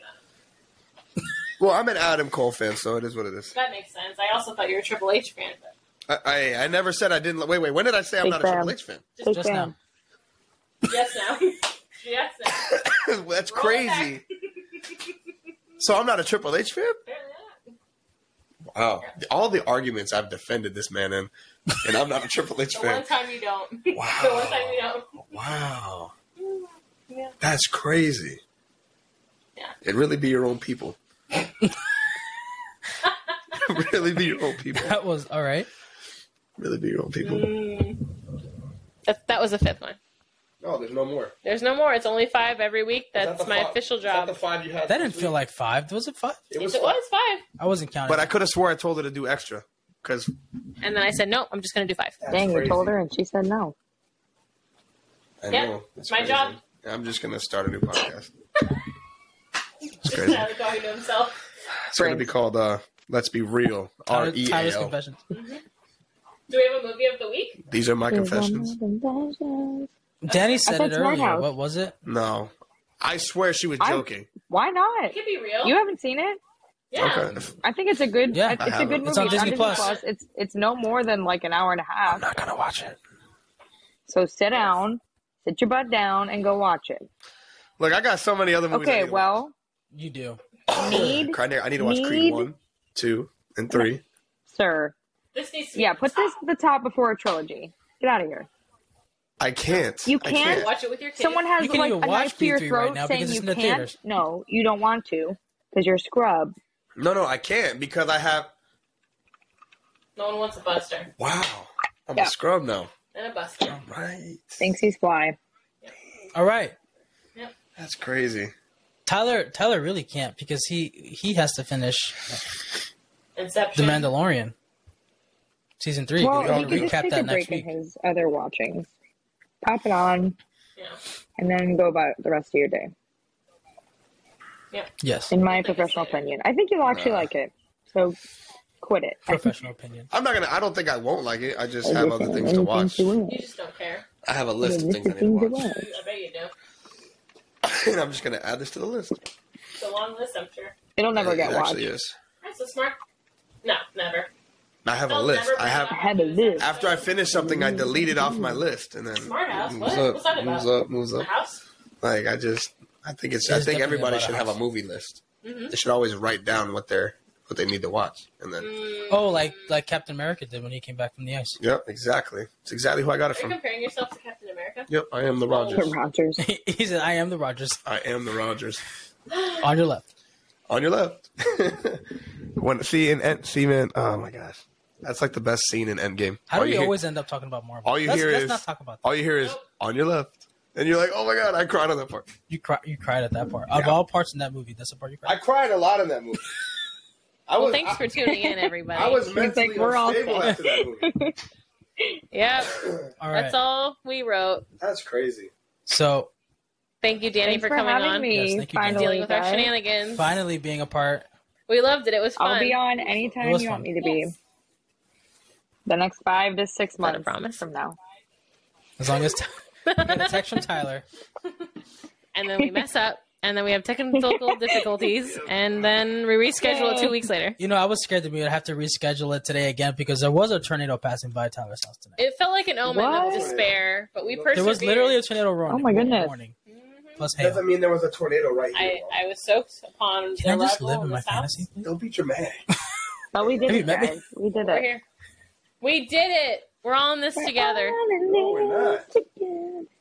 Speaker 2: Well, I'm an Adam Cole fan, so it is what it is.
Speaker 3: That makes sense. I also thought you were a Triple H fan. But
Speaker 2: I, I, I never said I didn't. li- Wait, wait. When did I say I'm
Speaker 4: Big
Speaker 2: not a
Speaker 4: fan.
Speaker 2: Triple H fan?
Speaker 4: Take
Speaker 1: Just now.
Speaker 4: them.
Speaker 3: yes, now. yes, now.
Speaker 2: That's
Speaker 3: Roll it
Speaker 2: crazy. So I'm not a Triple H fan.
Speaker 5: Apparently not.
Speaker 2: Wow, all the arguments I've defended this man in, and I'm not a Triple H
Speaker 5: The
Speaker 2: fan.
Speaker 5: one time you don't. the one time you
Speaker 2: Wow,
Speaker 5: don't.
Speaker 2: wow,
Speaker 5: Yeah.
Speaker 2: that's crazy.
Speaker 5: Yeah.
Speaker 2: It really be your own people. really be your own people.
Speaker 1: That was all right.
Speaker 2: Really be your own people.
Speaker 5: Mm.
Speaker 3: That, that was the fifth one.
Speaker 2: No, there's no more.
Speaker 3: There's no more. It's only five every week. That's my official job.
Speaker 6: five you had?
Speaker 1: That didn't feel like five. Was it five?
Speaker 6: It
Speaker 5: Yes, it was five.
Speaker 1: I wasn't counting.
Speaker 2: But I could have swore I told her to do extra because
Speaker 3: And then I said, nope, I'm just going to do five.
Speaker 4: Dang, you told her and she said no.
Speaker 2: I
Speaker 5: Yeah,
Speaker 2: know. It's
Speaker 5: my job.
Speaker 2: I'm just gonna start a new podcast. it's crazy.
Speaker 5: Tyler talking to himself.
Speaker 2: It's gonna be called uh, "Let's Be Real." R
Speaker 1: Tyler-
Speaker 2: E A
Speaker 1: Tyler's
Speaker 2: L.
Speaker 1: confessions.
Speaker 5: Do we have a movie of the week?
Speaker 2: These are my confessions.
Speaker 1: Danny said
Speaker 4: thought
Speaker 1: it
Speaker 4: it's my
Speaker 1: earlier.
Speaker 4: house.
Speaker 1: What was it?
Speaker 2: No, I swear she was
Speaker 4: I-
Speaker 2: joking.
Speaker 4: Why not?
Speaker 5: It could be real.
Speaker 4: You haven't seen it?
Speaker 5: yeah.
Speaker 2: Okay, If-
Speaker 4: I think it's a good.
Speaker 1: Yeah,
Speaker 4: Yeah, it's
Speaker 2: I
Speaker 4: a good
Speaker 2: haven't.
Speaker 4: movie.
Speaker 1: It's on Disney Plus.
Speaker 4: It's it's no more than like an hour and a
Speaker 2: I'm
Speaker 4: half.
Speaker 2: not gonna watch it.
Speaker 4: So sit down, sit your butt down, and go watch it.
Speaker 2: Look, I got so many other movies. I
Speaker 4: Okay,
Speaker 2: need to
Speaker 4: well,
Speaker 1: You do.
Speaker 2: watch.
Speaker 4: need-
Speaker 2: Cry- I need to watch Creed
Speaker 4: need-
Speaker 2: one, two, and three.
Speaker 4: sir.
Speaker 5: This needs to be
Speaker 4: Yeah, put this at the top before a trilogy. Get out of here.
Speaker 2: I can't.
Speaker 4: You
Speaker 2: I
Speaker 4: can't?
Speaker 5: watch it with your kids.
Speaker 4: Someone has
Speaker 1: You can
Speaker 4: like a
Speaker 1: even watch
Speaker 4: knife to your
Speaker 1: Creed three right
Speaker 4: throat
Speaker 1: now
Speaker 4: saying
Speaker 1: because it's
Speaker 4: you
Speaker 1: in the
Speaker 4: can't.
Speaker 1: theaters.
Speaker 4: No, you don't want to because you're a scrub.
Speaker 2: No, no, I can't because I have.
Speaker 5: No one wants a buster.
Speaker 2: Wow, I'm
Speaker 4: Yeah.
Speaker 2: a scrub now.
Speaker 5: And a buster.
Speaker 2: Right.
Speaker 4: Thinks he's fly.
Speaker 1: All right.
Speaker 2: That's crazy.
Speaker 1: Tyler Tyler really can't because he he has to finish The
Speaker 5: Inception.
Speaker 1: Mandalorian season three.
Speaker 4: Well,
Speaker 1: we ought
Speaker 4: he
Speaker 1: to
Speaker 4: can just
Speaker 1: recap
Speaker 4: take a
Speaker 1: that next
Speaker 4: break in
Speaker 1: week.
Speaker 4: his other watchings. Pop it on
Speaker 5: Yeah.
Speaker 4: and then go about the rest of your day.
Speaker 1: Yes,
Speaker 4: In my professional opinion, I think you'll
Speaker 2: Uh,
Speaker 4: actually like it. So quit it. I
Speaker 1: professional opinion.
Speaker 2: I'm not gonna. I don't think I won't like it. I just
Speaker 4: think
Speaker 2: have other things to watch.
Speaker 4: You will.
Speaker 5: You just don't care.
Speaker 2: I have a
Speaker 4: You
Speaker 2: list of
Speaker 4: list
Speaker 2: things I
Speaker 4: of
Speaker 2: need to
Speaker 4: things to
Speaker 2: watch.
Speaker 4: watch.
Speaker 5: I bet you do.
Speaker 2: and I'm just gonna add this to the list.
Speaker 5: It's a long list, I'm sure.
Speaker 4: It'll never
Speaker 2: it
Speaker 4: get watched.
Speaker 2: actually is.
Speaker 5: That's so smart. No, never.
Speaker 2: I have a
Speaker 5: They'll
Speaker 2: list.
Speaker 5: never
Speaker 2: I
Speaker 5: bring
Speaker 2: have
Speaker 5: it up.
Speaker 4: Had a list.
Speaker 2: after I finish something, I delete it off my list, and then
Speaker 5: Smart ass.
Speaker 2: moves
Speaker 5: What?
Speaker 2: up,
Speaker 5: What's that
Speaker 2: moves
Speaker 5: about?
Speaker 2: up, moves
Speaker 5: The
Speaker 2: up.
Speaker 5: house?
Speaker 2: Like I just, I think it's.
Speaker 1: It
Speaker 2: I
Speaker 1: is
Speaker 2: think
Speaker 1: definitely
Speaker 2: everybody
Speaker 1: about a
Speaker 2: should have a
Speaker 1: house.
Speaker 2: movie list.
Speaker 5: Mhm.
Speaker 2: They should always write down what they're what they need to watch, and then
Speaker 5: Mm,
Speaker 1: Oh, like like Captain America did when he came back from the ice.
Speaker 2: yep, exactly. It's exactly who I got it
Speaker 5: Are you
Speaker 2: from.
Speaker 5: comparing yourself to Captain America?
Speaker 2: Yep, I am the Rogers.
Speaker 4: The Rogers.
Speaker 1: he said, "I am the Rogers
Speaker 2: I am the Rogers.
Speaker 1: on your left."
Speaker 2: On your left. when see in End- see man, oh my gosh, that's like the best scene in Endgame.
Speaker 1: How
Speaker 2: All
Speaker 1: do we
Speaker 2: you hear-
Speaker 1: always end up talking about Marvel?
Speaker 2: all you
Speaker 1: let's,
Speaker 2: hear
Speaker 1: let's
Speaker 2: is-
Speaker 1: not talk about that.
Speaker 2: All you hear is on your left, and you're like, oh my god, I cried on that part.
Speaker 1: You cry, you cried at that part. Of
Speaker 2: Yeah.
Speaker 1: all parts in that movie, that's the part you cried.
Speaker 2: I cried a lot in that movie. I
Speaker 3: Well,
Speaker 2: was,
Speaker 3: thanks
Speaker 2: I,
Speaker 3: for tuning in, everybody.
Speaker 2: I was
Speaker 4: like,
Speaker 2: mentally
Speaker 4: we're all
Speaker 2: unstable
Speaker 4: sad.
Speaker 2: after that movie.
Speaker 3: Yep.
Speaker 1: all right.
Speaker 3: That's all we wrote.
Speaker 2: That's crazy.
Speaker 1: So
Speaker 3: Thank you, Danny,
Speaker 4: Thanks
Speaker 3: for
Speaker 4: for,
Speaker 3: coming
Speaker 4: having
Speaker 3: on.
Speaker 1: Yes,
Speaker 4: me.
Speaker 1: thank you, guys.
Speaker 4: finally,
Speaker 3: Dealing with our
Speaker 4: guys.
Speaker 3: shenanigans.
Speaker 1: finally being a part.
Speaker 3: We loved it. It was fun.
Speaker 4: I'll be on
Speaker 1: It
Speaker 4: anytime
Speaker 1: was
Speaker 4: you want
Speaker 1: fun.
Speaker 4: me to be. The next five to six
Speaker 3: Not a
Speaker 4: months
Speaker 3: promise.
Speaker 4: from now.
Speaker 1: As long as we got a text from Tyler,
Speaker 3: and then we mess up. And then we have technical difficulties. And then we reschedule it two weeks later.
Speaker 1: you know, I was scared that we would have to reschedule it today again because there was a tornado passing by Tyler's house tonight.
Speaker 3: It felt like an omen
Speaker 4: What?
Speaker 3: of despair, but we persevered.
Speaker 1: There was literally a tornado warning.
Speaker 4: Oh my goodness.
Speaker 1: Warning plus hail.
Speaker 2: Doesn't mean there was a tornado right here.
Speaker 5: Mm-hmm. I, I was soaked upon
Speaker 1: Can I
Speaker 5: the
Speaker 1: just
Speaker 5: level
Speaker 1: live
Speaker 5: of
Speaker 1: in my
Speaker 5: this house.
Speaker 1: fantasy?
Speaker 2: Don't be dramatic.
Speaker 4: But we did
Speaker 1: Hey,
Speaker 4: it,
Speaker 1: maybe-
Speaker 4: guys. We did
Speaker 5: We're
Speaker 4: it.
Speaker 5: here. We did it. We're all in this together.
Speaker 2: No, we're not.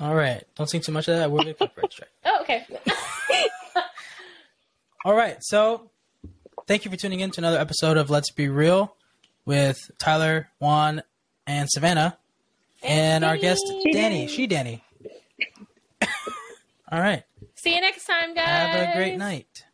Speaker 1: All right, don't think too much of that. We're gonna copyright strike.
Speaker 5: Oh, okay.
Speaker 1: All right, so thank you for tuning in to another episode of Let's Be Real with Tyler, Juan, and Savannah, and our guest Danny.
Speaker 4: She Danny.
Speaker 1: She Danny. All right,
Speaker 3: See you next time, guys.
Speaker 1: have a great night.